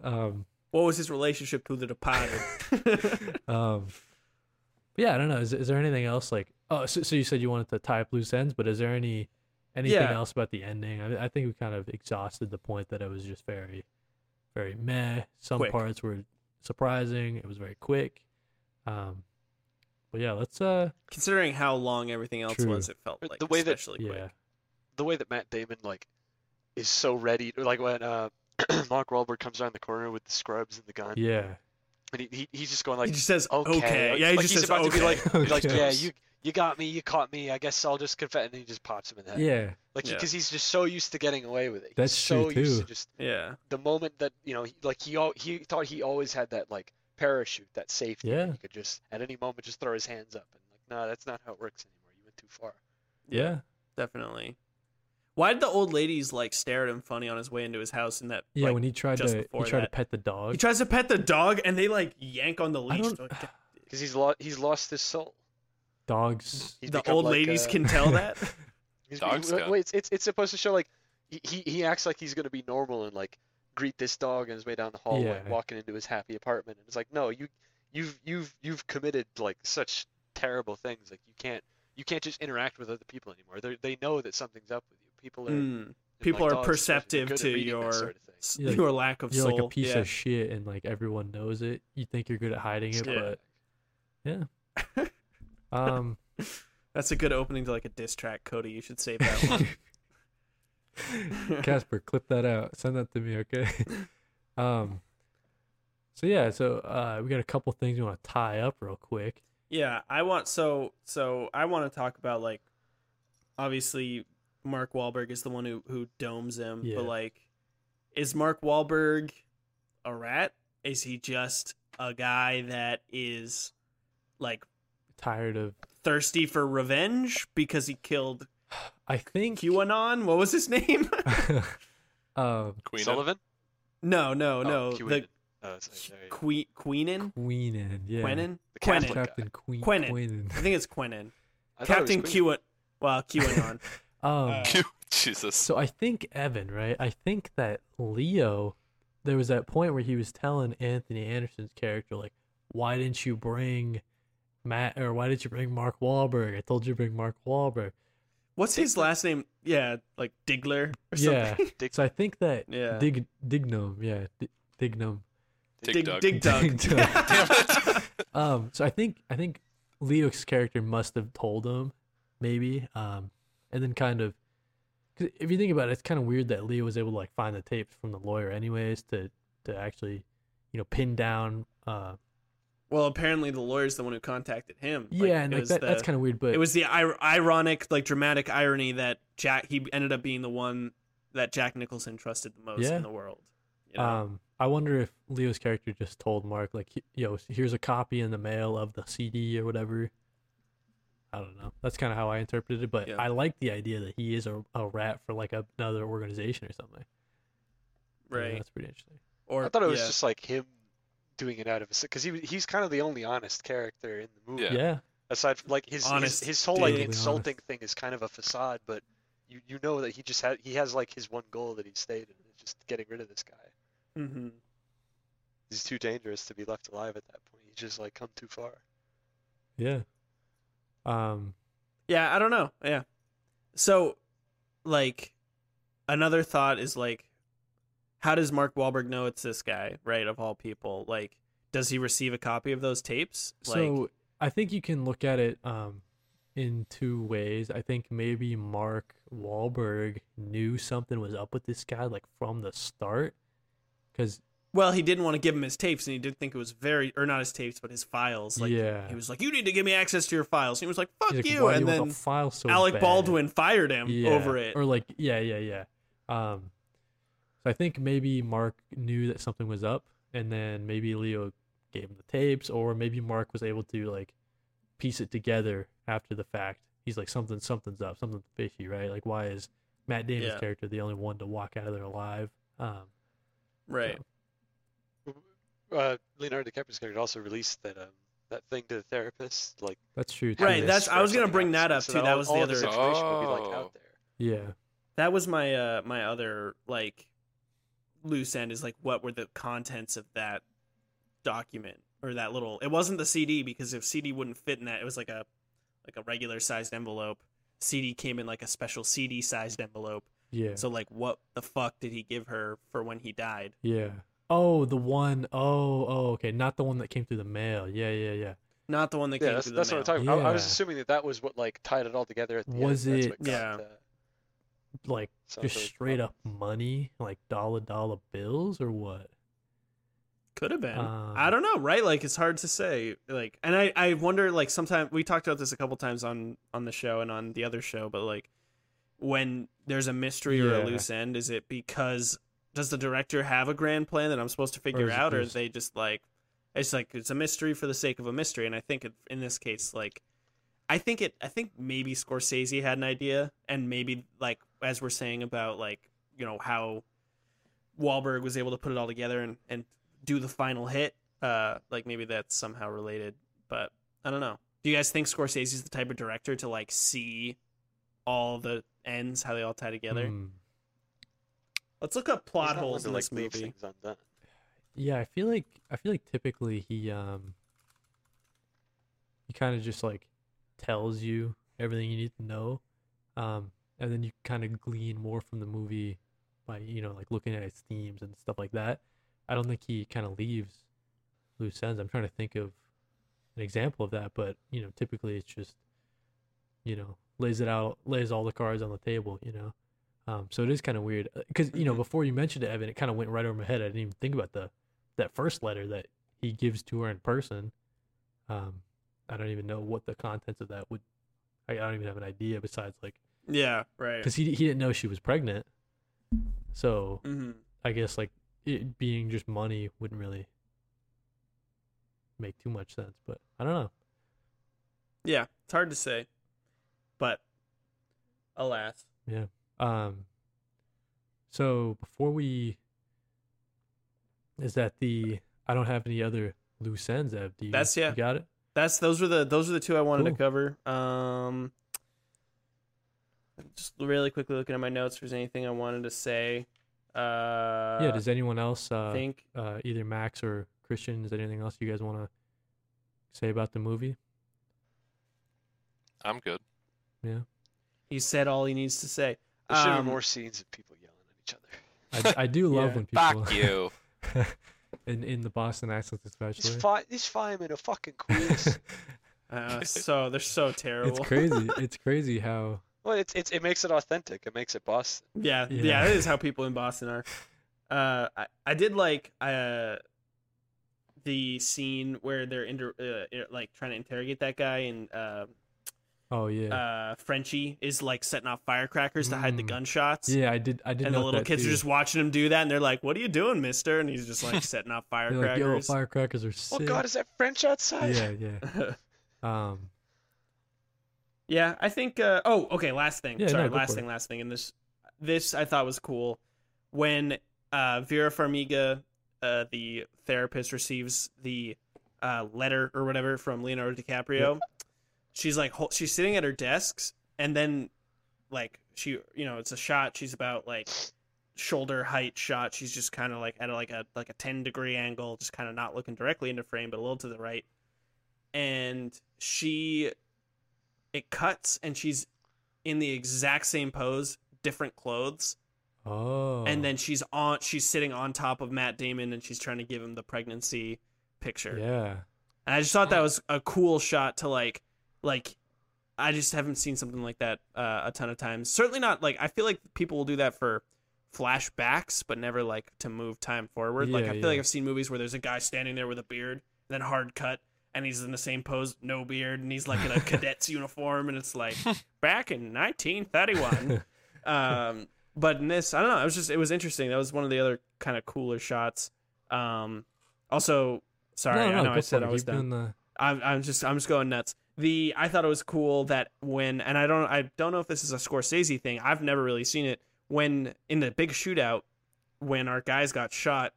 S1: Um,
S2: What was his relationship to the departed?
S1: um, but yeah, I don't know. Is, is there anything else like? Oh, so, so you said you wanted to tie up loose ends, but is there any anything
S2: Yeah.
S1: else about the ending? I, I think we kind of exhausted the point that it was just very, very meh. Some
S2: Quick.
S1: parts were surprising. It was very quick. Um, but yeah, let's uh,
S2: Considering how long everything else
S1: True.
S2: was, it felt like
S3: The way that-
S2: especially
S1: yeah,
S2: quick.
S3: The way that Matt Damon like is so ready, like when uh, Mark Wahlberg comes around the corner with the scrubs and the gun,
S1: yeah,
S3: and he, he he's just going
S2: he
S3: like,
S2: just says okay.
S3: okay,
S2: Yeah, he
S3: like
S2: just
S3: he's
S2: says
S3: about
S2: okay.
S3: to be like, be like,
S1: Okay.
S3: yeah, you you got me, you caught me. I guess I'll just confess, and he just pops him
S2: Uh,
S3: in the head.
S1: yeah,
S3: like
S2: Yeah.
S3: because he's just so used to getting away with it. He's
S1: That's
S3: so
S1: true,
S3: used to
S1: too.
S3: just
S2: yeah,
S3: the moment that you know, he, like he al- he thought he always had that like parachute, that safety. that
S1: Yeah.
S3: he could just at any moment just throw his hands up and like, no, that's not how it works anymore. You went too far.
S1: yeah.
S2: definitely. Why did the old ladies like stare at him funny on his way into his house? And that
S1: Yeah,
S2: like,
S1: when he tried
S2: just
S1: to he
S2: before
S1: tried
S2: that.
S1: to pet the dog.
S2: he tries to pet the dog, and they like yank on the
S1: I
S2: leash.
S1: don't.
S2: Like,
S3: Because he's lost, he's lost his soul.
S1: Dogs.
S3: He's
S2: the
S3: become
S2: old
S3: like
S2: ladies
S3: a-
S2: can tell that.
S3: he's-
S4: Dogs
S3: he-
S4: got-
S3: wait, it's, it's it's supposed to show like he, he he acts like he's gonna be normal and like greet this dog on his way down the hallway,
S1: Yeah.
S3: walking into his happy apartment, and it's like no, you you've you've you've committed like such terrible things. Like you can't you can't just interact with other people anymore. They they know that something's up with you. People are and,
S2: Mm. people
S3: like,
S2: are
S3: dogs especially,
S2: perceptive
S3: they're good at
S2: to
S3: reading that
S2: your-
S3: sort of thing.
S2: S-
S1: You're like-
S2: your lack of
S1: You're
S2: soul.
S1: like a piece
S2: yeah.
S1: of shit, and like everyone knows it. You think you're good at hiding it,
S3: Yeah.
S1: but um,
S2: That's a good opening to like a diss track, Cody. You should save that one.
S1: Casper, clip that out. Send that to me, okay? um, so yeah, so uh, we got a couple things we want to tie up real quick.
S2: yeah, I want so so I want to talk about like obviously Mark Wahlberg is the one who who domes him,
S1: Yeah.
S2: but like is Mark Wahlberg a rat? Is he just a guy that is like
S1: Tired of,
S2: thirsty for revenge because he killed
S1: I think.
S2: QAnon? What was his name?
S1: um,
S4: Queen
S3: Sullivan?
S2: no, no,
S3: Oh,
S2: no.
S3: Keweenan.
S2: The
S3: Oh, sorry, there you go.
S2: Que- Queenan?
S1: Queenan, yeah,
S2: Quenin?
S3: The
S2: Quenin.
S3: Catholic guy.
S1: Captain Queen,
S2: Quenin.
S1: Queenan.
S2: I think it's Quenin.
S3: I thought it was
S2: Captain
S3: Queen.
S2: Q. Well, QAnon.
S1: Um,
S2: Uh,
S4: Jesus.
S1: So I think Evan, right? I think that Leo, there was that point where he was telling Anthony Anderson's character, like, why didn't you bring Matt or why did you bring Mark Wahlberg? I told you to bring Mark Wahlberg.
S2: What's his last name? Yeah, like Diggler or
S1: Yeah.
S2: something.
S3: Dig-
S1: So I think that
S2: Yeah.
S1: Dig Dignum, yeah, D- Dignum.
S4: Dig,
S2: Dig
S4: Dug.
S2: Dig Dug.
S1: Dig Dug. Um, so I think I think Leo's character must have told him, maybe, um, and then kind of, 'cause if you think about it, it's kind of weird that Leo was able to like find the tapes from the lawyer, anyways, to to actually, you know, pin down. Uh,
S2: well, apparently the lawyer's the one who contacted him.
S1: yeah, and
S2: it
S1: like
S2: was
S1: that,
S2: the,
S1: that's kind of weird, but
S2: It was the ir- ironic, like dramatic irony that Jack he ended up being the one that Jack Nicholson trusted the most
S1: Yeah.
S2: in the world. You know?
S1: um, I wonder if Leo's character just told Mark like, he- yo, here's a copy in the mail of the CD or whatever. I don't know. That's kind of how I interpreted it, but
S2: Yeah.
S1: I like the idea that he is a, a rat for like another organization or something. I think
S2: right.
S1: that's pretty interesting.
S2: Or
S3: I thought it was
S2: yeah.
S3: just like him doing it out of his because he was- he's kind of the only honest character in the movie.
S4: Yeah.
S1: yeah.
S3: Aside from like his
S2: Honest,
S3: his, his whole like
S1: brutally
S3: insulting
S1: honest.
S3: thing is kind of a facade, but you you know that he just had he has like his one goal that he stated, and it's just getting rid of this guy.
S2: Mhm.
S3: He's too dangerous to be left alive at that point. He just like come too far.
S1: Yeah. Um.
S2: Yeah, I don't know. Yeah. So, like, another thought is like, how does Mark Wahlberg know it's this guy, right? Of all people, like, does he receive a copy of those tapes? Like,
S1: So I think you can look at it um in two ways. I think maybe Mark Wahlberg knew something was up with this guy like from the start, because
S2: well, he didn't want to give him his tapes, and he did think it was very, or not his tapes, but his files. Like,
S1: yeah,
S2: he was like, "You need to give me access to your files." And he was like, "Fuck
S1: He's like,
S2: you!"
S1: "Why do
S2: And
S1: want
S2: then
S1: the file so
S2: Alec
S1: bad?"
S2: Baldwin fired him
S1: Yeah,
S2: over it.
S1: or like yeah, yeah, yeah. Um, so I think maybe Mark knew that something was up, and then maybe Leo gave him the tapes, or maybe Mark was able to like piece it together after the fact. He's like something, something's up, something fishy, right? Like why is Matt Damon's
S2: Yeah.
S1: character the only one to walk out of there alive? Um,
S2: right.
S3: Uh, Leonardo DiCaprio's character also released that um that thing to the therapist, like
S1: that's true. Too.
S3: how
S2: Right,
S3: this
S2: that's- I was
S3: spread
S2: gonna bring
S3: something
S2: that
S3: else.
S2: up, too. That
S3: all-
S2: was the
S3: all this
S4: other-
S3: information will be like
S4: Oh.
S3: out there.
S1: yeah,
S2: That was my uh my other like loose end is like what were the contents of that document or that little it wasn't the CD because if CD wouldn't fit in that it was like a like a regular sized envelope. CD came in like a special CD sized envelope.
S1: yeah,
S2: So like what the fuck did he give her for when he died?
S1: yeah. Oh, the one oh oh okay, not the one that came through the mail. Yeah, yeah, yeah.
S2: Not the one that
S3: Yeah,
S2: came
S3: that's,
S2: through
S3: that's
S2: the
S3: what
S2: mail.
S3: I'm talking about. I, I was
S1: Yeah.
S3: assuming that that was what like tied it all together at the
S1: Was
S3: end. That's
S1: it-
S3: what got,
S2: Yeah.
S3: uh,
S1: Like
S3: some
S1: just
S3: sort of
S1: straight
S3: problem.
S1: up money, like dollar dollar bills or what?
S2: Could have been.
S1: Um,
S2: I don't know, right? Like it's hard to say. Like, and I, I wonder. Like sometimes we talked about this a couple times on on the show and on the other show, but like when there's a mystery or
S1: Yeah.
S2: a loose end, is it because does the director have a grand plan that I'm supposed to figure
S1: is it
S2: out, or
S1: just-
S2: they just like it's like it's a mystery for the sake of a mystery? And I think it- in this case, like I think it, I think maybe Scorsese had an idea, and maybe like as we're saying about like you know how Wahlberg was able to put it all together and and do the final hit. Uh, like maybe that's somehow related, but I don't know. Do you guys think Scorsese's the type of director to like see all the ends, how they all tie together?
S1: Hmm.
S2: Let's look up
S3: He's
S2: plot
S3: not one
S2: holes
S3: to,
S2: in
S3: like,
S2: this
S3: leave
S2: movie.
S3: things undone.
S1: Yeah, I feel like I feel like typically he um he kind of just like tells you everything you need to know, um, and then you kind of glean more from the movie by you know like looking at its themes and stuff like that. I don't think he kind of leaves loose ends. I'm trying to think of an example of that, but you know typically it's just you know lays it out lays all the cards on the table. You know, um, so it is kind of weird because you know
S2: Mhm.
S1: before you mentioned it, Evan, it kind of went right over my head. I didn't even think about the that first letter that he gives to her in person. Um, I don't even know what the contents of that would. I I don't even have an idea besides like
S2: Yeah, right.
S1: because he he didn't know she was pregnant, so
S2: hmm
S1: I guess like it being just money wouldn't really make too much sense. But I don't know.
S2: Yeah, it's hard to say, but alas,
S1: Um. So before we, is that the? I don't have any other loose ends. Ev, do you?
S2: That's- yeah.
S1: You got it.
S2: that's those were the those are the two I wanted
S1: Cool.
S2: to cover. Um, just really quickly looking at my notes. If there's anything I wanted to say, uh,
S1: yeah. Does anyone else? Uh,
S2: think
S1: uh, either Max or Christian. Is there anything else you guys want to say about the movie?
S4: I'm good.
S2: he said all he needs to say.
S3: There should
S2: Um,
S3: be more scenes of people yelling at each other.
S1: I, I do love
S2: Yeah.
S1: when people
S4: Fuck you.
S1: in in the Boston accents
S3: These
S1: especially.
S3: fi- these firemen are fucking queens.
S2: Uh, so they're so terrible.
S1: it's crazy. It's crazy how
S3: well, it's, it's it makes it authentic. It makes it Boston.
S2: Yeah,
S1: Yeah.
S2: yeah, that is how people in Boston are. Uh, I, I did like uh, the scene where they're inter- uh, uh, like trying to interrogate that guy, and uh,
S1: oh yeah
S2: uh, Frenchie is like setting off firecrackers to hide the
S1: Mm.
S2: gunshots.
S1: yeah I did I did
S2: And the
S1: note
S2: little
S1: that
S2: kids
S1: too.
S2: are just watching him do that, and they're like, "What are you doing, Mister?" And he's just like setting off
S1: They're like yo
S2: firecrackers.
S1: firecrackers are sick.
S3: Oh God, is that French outside?
S1: yeah yeah um
S2: Yeah, I think. Uh, oh, okay. Last thing.
S1: Yeah, no,
S2: Sorry.
S1: go for
S2: last
S1: it.
S2: thing. Last thing. And this, this I thought was cool when uh, Vera Farmiga, uh, the therapist, receives the uh, letter or whatever from Leonardo DiCaprio. She's like, hol- she's sitting at her desks, and then, like, she, you know, it's a shot. She's about like shoulder height shot. She's just kind of like at a, like a like a ten degree angle, just kind of not looking directly into frame, but a little to the right. And she, it cuts, and she's in the exact same pose, different clothes,
S1: Oh.
S2: and then she's on. She's sitting on top of Matt Damon, and she's trying to give him the pregnancy picture.
S1: oh, yeah.
S2: And I just thought that was a cool shot to like like I just haven't seen something like that uh, a ton of times. Certainly not like I feel like people will do that for flashbacks, but never like to move time forward. like
S1: Yeah,
S2: I feel
S1: yeah.
S2: like I've seen movies where there's a guy standing there with a beard, and then hard cut, and he's in the same pose, no beard, and he's like in a cadet's uniform, and it's like back in 1931. um, but in this, I don't know. It was just it was interesting. That was one of the other kind of cooler shots. Um, also, sorry, I know
S1: go
S2: I
S1: for
S2: said
S1: it.
S2: I was
S1: Keep
S2: done.
S1: doing the-
S2: I'm, I'm just I'm just going nuts. The I thought it was cool that when and I don't I don't know if this is a Scorsese thing. I've never really seen it. When in the big shootout, when our guys got shot,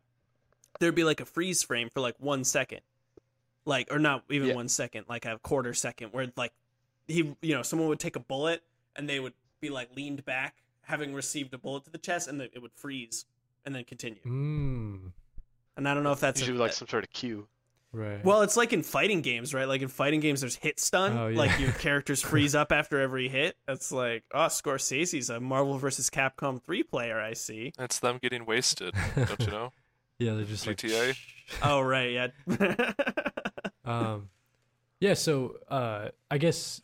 S2: there'd be like a freeze frame for like one second, like or not even
S3: Yeah.
S2: one second, like a quarter second, where like he you know someone would take a bullet and they would be like leaned back, having received a bullet to the chest, and then it would freeze and then continue.
S1: Mm,
S2: And I don't know if that's a-
S3: Mm-hmm. Usually like some sort of cue.
S1: right.
S2: well, it's like in fighting games, right? Like in fighting games, there's hit stun.
S1: Oh, yeah.
S2: Like your characters freeze up after every hit. That's like, oh, Scorsese's a Marvel versus Capcom 3 player, I see.
S4: That's them getting wasted, don't you know?
S1: yeah, they're just
S4: GTA?
S1: like.
S2: Oh, right, yeah.
S1: um, yeah. So uh, I guess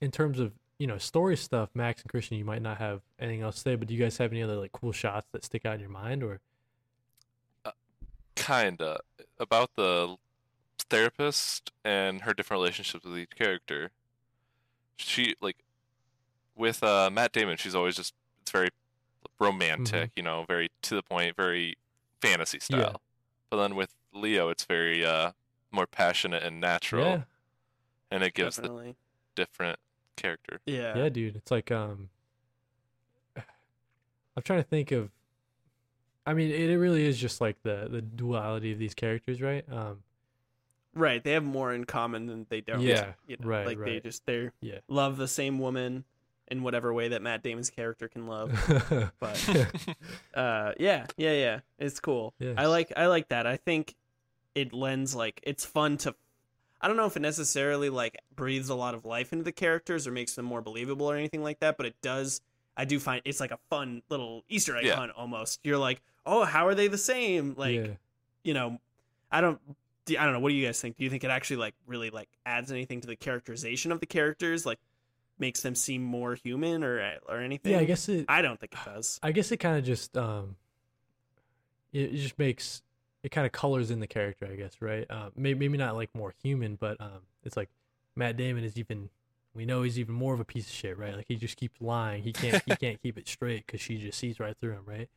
S1: in terms of you know story stuff, Max and Christian, you might not have anything else to say, but do you guys have any other like cool shots that stick out in your mind? Or
S4: Kinda. About the therapist and her different relationships with each character. She, like, with uh, Matt Damon, she's always just, it's very
S1: Mm-hmm.
S4: romantic, you know, very to the point, very fantasy style. But then with Leo, it's very uh, more passionate and natural,
S1: yeah,
S4: and it gives the
S2: Definitely.
S4: different character.
S2: Yeah.
S1: yeah, dude, it's like um, I'm trying to think of. I mean, it, it really is just like the the duality of these characters, right? Um,
S2: Right. They have more in common than they don't.
S1: Yeah,
S2: You know,
S1: right,
S2: Like they
S1: right.
S2: just, they
S1: Yeah.
S2: love the same woman in whatever way that Matt Damon's character can love. But uh yeah yeah yeah it's cool
S1: Yes.
S2: i like i like that i think it lends like it's fun to i don't know if it necessarily like breathes a lot of life into the characters or makes them more believable or anything like that but it does i do find it's like a fun little easter egg
S4: Yeah.
S2: hunt almost you're like oh how are they the same like
S1: yeah.
S2: you know i don't do- i don't know what do you guys think do you think it actually like really like adds anything to the characterization of the characters like makes them seem more human or or anything
S1: yeah, I guess it.
S2: i don't think it does
S1: I guess it kind of just um, it, it just makes it kind of colors in the character, I guess, right? Uh, maybe maybe not like more human, but um, it's like Matt Damon is even we know he's even more of a piece of shit, right? Like he just keeps lying. He can't he can't keep it straight because she just sees right through him, right?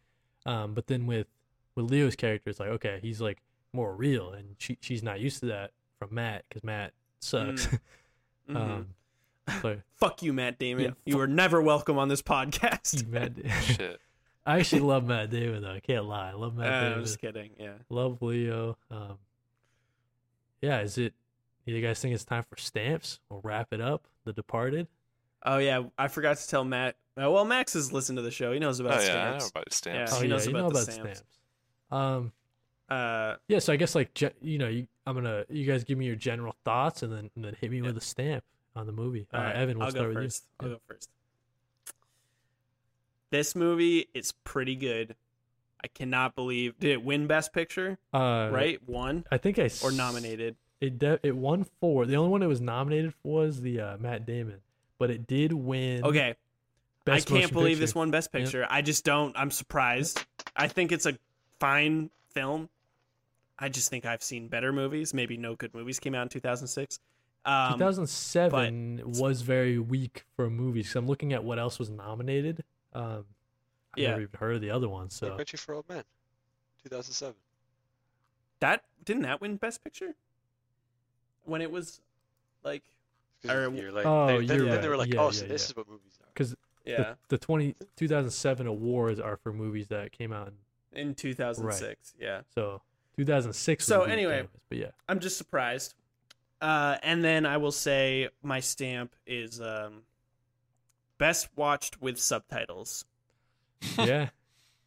S1: Um, but then with with Leo's character, it's like okay, he's like more real, and she she's not used to that from Matt because Matt sucks.
S2: Mhm.
S1: um, so
S2: Fuck you, Matt Damon.
S1: Yeah,
S2: you are never welcome on this podcast.
S1: Matt,
S4: Shit.
S1: I actually love Matt Damon though. I can't lie, I love
S2: Uh,
S1: Matt
S2: I'm
S1: Damon.
S2: just kidding. Yeah.
S1: Love Leo. Um, yeah, is it? Do you guys think it's time for stamps? We'll wrap it up. The Departed.
S2: Oh yeah, I forgot to tell Matt. Uh, well, Max has listened to the show. He knows
S4: Oh,
S2: about
S4: yeah, I know
S2: stamps.
S4: about stamps.
S2: Yeah,
S1: Oh,
S2: he knows about the stamps.
S1: Um,
S2: Uh,
S1: yeah, so I guess like ge- you know, you, I'm gonna you guys give me your general thoughts and then and then hit me with a stamp on the movie. Uh,
S2: all right,
S1: Evan, we'll
S2: I'll
S1: start
S2: go
S1: with
S2: first.
S1: you.
S2: I'll go first. This movie is pretty good. I cannot believe did it win Best Picture?
S1: Uh,
S2: right, one
S1: I think I s-
S2: or nominated?
S1: It de- it won four. The only one it was nominated for was the uh, Matt Damon, but it did win.
S2: Okay, I
S1: Best
S2: can't
S1: Motion
S2: believe
S1: Picture.
S2: this won Best
S1: Yep.
S2: Picture. I just don't. I'm surprised. I think it's a fine film. I just think I've seen better movies. Maybe no good movies came out in 2006. Um,
S1: 2007 was very weak for movies. 'cause I'm looking at what else was nominated. Um, I
S2: Yeah.
S1: never even heard of the other one.
S3: So.
S1: So
S3: Country for Old Men, 2007.
S2: that didn't that win Best Picture when it was like
S3: 'Cause
S2: Or-
S3: you're like,
S1: oh,
S3: they, then,
S1: you're
S3: then
S1: right.
S3: they were like,
S1: Yeah,
S3: oh, so
S1: yeah,
S3: this
S1: yeah.
S3: is what movies are.
S1: because
S2: yeah
S1: the, the 20, 2007 awards are for movies that came out. In,
S2: in 2006. Yeah,
S1: so 2006. was
S2: So
S1: a weak
S2: anyway,
S1: canvas, but yeah,
S2: I'm just surprised. Uh, and then I will say my stamp is um, best watched with subtitles.
S1: Oh, yeah,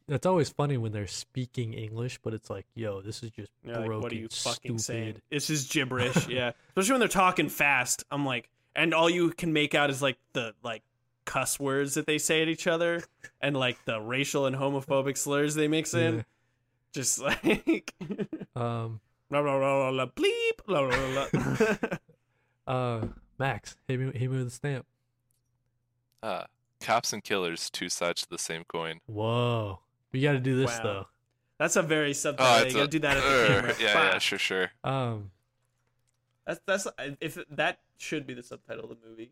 S1: It's always funny when they're speaking English, but it's like, yo, this is just
S2: You're like,
S1: broken,
S2: what are you fucking
S1: stupid.
S2: saying? This is gibberish. yeah, especially when they're talking fast. I'm like, and all you can make out is like the like cuss words that they say at each other, and like the racial and homophobic slurs they mix in.
S1: Yeah.
S2: Just like
S1: Um,
S2: blah blah blah blah, blah bleep blah blah blah. blah.
S1: uh, Max, hit me, hit me with a stamp.
S4: Uh, cops and killers, two sides to the same coin.
S1: Whoa, we got to do this
S2: Wow. That's a very subtitle.
S4: Oh,
S2: Uh, you
S4: it's
S2: gotta
S4: a-
S2: do that at
S4: Err,
S2: the camera.
S4: Yeah,
S2: Bah.
S4: yeah, sure, sure.
S1: though. Um,
S2: That's that's if that should be the subtitle of the movie.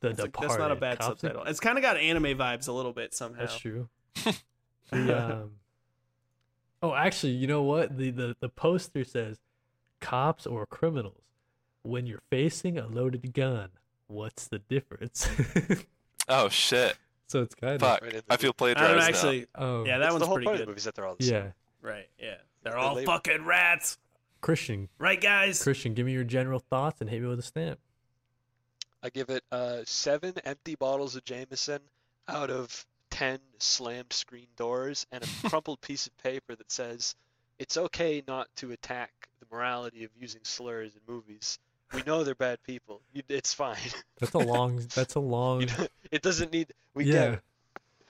S1: the
S2: It's like,
S1: Departed.
S2: that's not a bad
S1: Cops and-
S2: subtitle. It's kind of got anime vibes a little bit somehow.
S1: That's true. The, um, oh, actually, you know what? The, the the poster says, "Cops or criminals? When you're facing a loaded gun, what's the difference?"
S4: Oh shit!
S1: so it's kind of
S4: Fuck.
S3: Right in the
S4: I feel
S2: I don't
S4: plagiarized
S2: know,
S4: now.
S2: actually.
S1: oh
S2: Yeah,
S1: yeah,
S2: that
S3: It's
S2: one's
S3: the whole
S2: pretty
S3: part of the
S2: good.
S3: movies that they're all the same.
S1: yeah.
S2: Right? Yeah, they're
S3: They
S2: all
S3: label-
S2: fucking rats,
S1: Christian,
S2: right, guys?
S1: Christian, give me your general thoughts and hit me with a stamp.
S3: I give it uh, seven empty bottles of Jameson out of ten slammed screen doors and a crumpled piece of paper that says, "It's okay not to attack the morality of using slurs in movies. We know they're bad people. You, it's fine.
S1: That's a long. that's a long.
S3: You know, it doesn't need. We
S1: yeah,
S3: get it.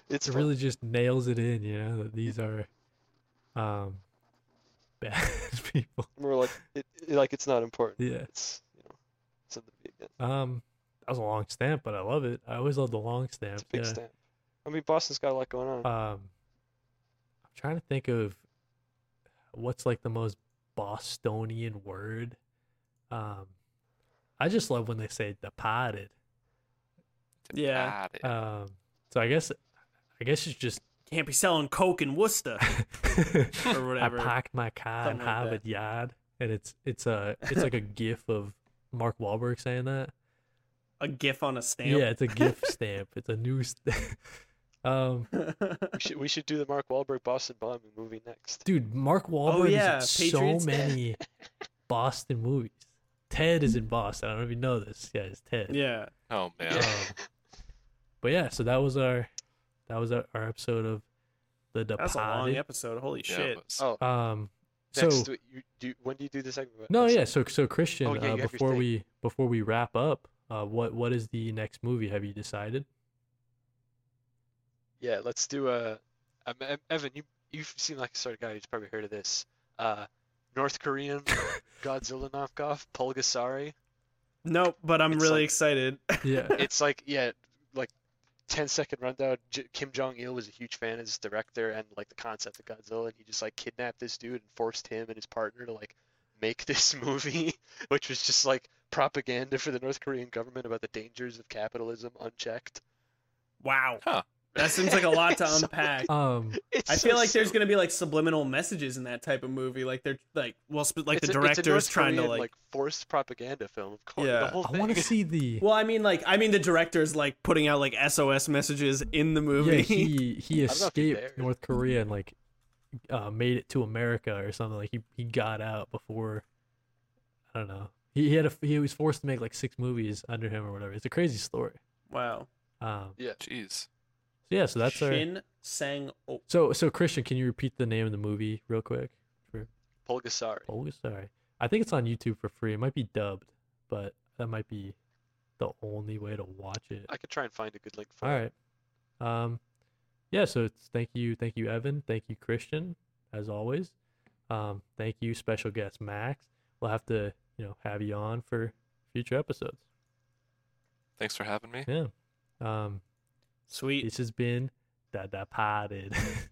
S3: It's
S1: it
S3: fine.
S1: really just nails it in. You know that these are, um, bad people.
S3: We're like, it, it- like it's not important.
S1: Yeah.
S3: It's you know, it's in the beginning.
S1: Um, that was a long stamp, but I love it. I always love the long
S3: It's
S1: stamp.
S3: a big
S1: yeah.
S3: stamp. I mean, Boston's got a lot going on.
S1: Um, I'm trying to think of what's like the most Bostonian word. Um, I just love when they say "departed."
S2: Yeah,
S4: God, yeah.
S1: Um, so I guess, I guess it's just
S2: can't be selling coke in Worcester
S1: I
S2: or whatever.
S1: parked my car in
S2: Something like that.
S1: Harvard Yard, and it's it's a it's like a GIF of Mark Wahlberg saying that.
S2: a gif on a stamp.
S1: Yeah, it's a GIF stamp. It's a new. St- um,
S3: we should we should do the Mark Wahlberg Boston bombing movie next.
S1: dude, Mark Wahlberg
S2: Oh, yeah,
S1: is in
S2: Patriots.
S1: so many Boston movies. Ted is in Boston. I don't know if you know this. Yeah, it's Ted.
S2: yeah.
S4: Oh man.
S1: Um, but yeah, so that was our that was our, our episode of the
S2: That's a long
S1: Departed.
S2: episode. Holy
S4: Yeah,
S2: shit.
S4: but s-
S3: Oh,
S1: Um, so
S3: next week. You, do, when do you do the second one?
S1: No,
S3: Next
S1: yeah.
S3: week?
S1: So, so Christian,
S3: Oh, yeah, you
S1: uh,
S3: have your
S1: before
S3: thing.
S1: we before we wrap up, uh, what what is the next movie? Have you decided?
S3: Yeah, let's do a. Um, Ev- Evan, you you seem like the sort of guy who's probably heard of this. Uh, North Korean Godzilla knockoff, Pulgasari.
S2: Nope, but I'm
S3: It's
S2: really
S3: like-
S2: excited.
S1: Yeah.
S3: It's like yeah, like 10 second rundown. J- Kim Jong Il was a huge fan as director and like the concept of Godzilla, and he just like kidnapped this dude and forced him and his partner to like make this movie, which was just like propaganda for the North Korean government about the dangers of capitalism unchecked.
S2: Wow.
S4: Huh.
S2: That seems like a lot to
S3: It's so-
S2: unpack.
S1: um.
S3: It's
S2: I
S3: so
S2: feel like there's
S3: silly.
S2: gonna be like subliminal messages in that type of movie. Like they're like, well, sp- like
S3: It's
S2: the
S3: a- it's a
S2: director's
S3: North
S2: trying to
S3: Korean,
S2: like,
S3: forced propaganda film. Of course,
S2: Yeah.
S3: the whole
S1: I
S3: thing.
S1: want to see the.
S2: Well, I mean, like, I mean, the director's like putting out like SOS messages in the movie.
S1: yeah, he he
S3: I don't know if he's
S1: escaped
S3: there.
S1: North Korea and like uh, made it to America or something. Like he, he got out before. I don't know. He, he had a he was forced to make like six movies under him or whatever. It's a crazy story.
S2: wow.
S1: Um.
S4: Jeez.
S1: So yeah. So that's our.
S2: Shin Sang. Oh,
S1: So so Christian, can you repeat the name of the movie real quick?
S3: Pulgasari.
S1: Oh, sorry. I think it's on YouTube for free. It might be dubbed, but that might be the only way to watch it.
S3: I could try and find a good link for
S1: All
S3: it.
S1: right. Um, yeah. So it's thank you, thank you, Evan, thank you, Christian, as always. Um, thank you, special guest Max. We'll have to, you know, have you on for future episodes.
S4: Thanks for having me.
S1: Yeah. Um,
S2: sweet.
S1: this has been da da potted.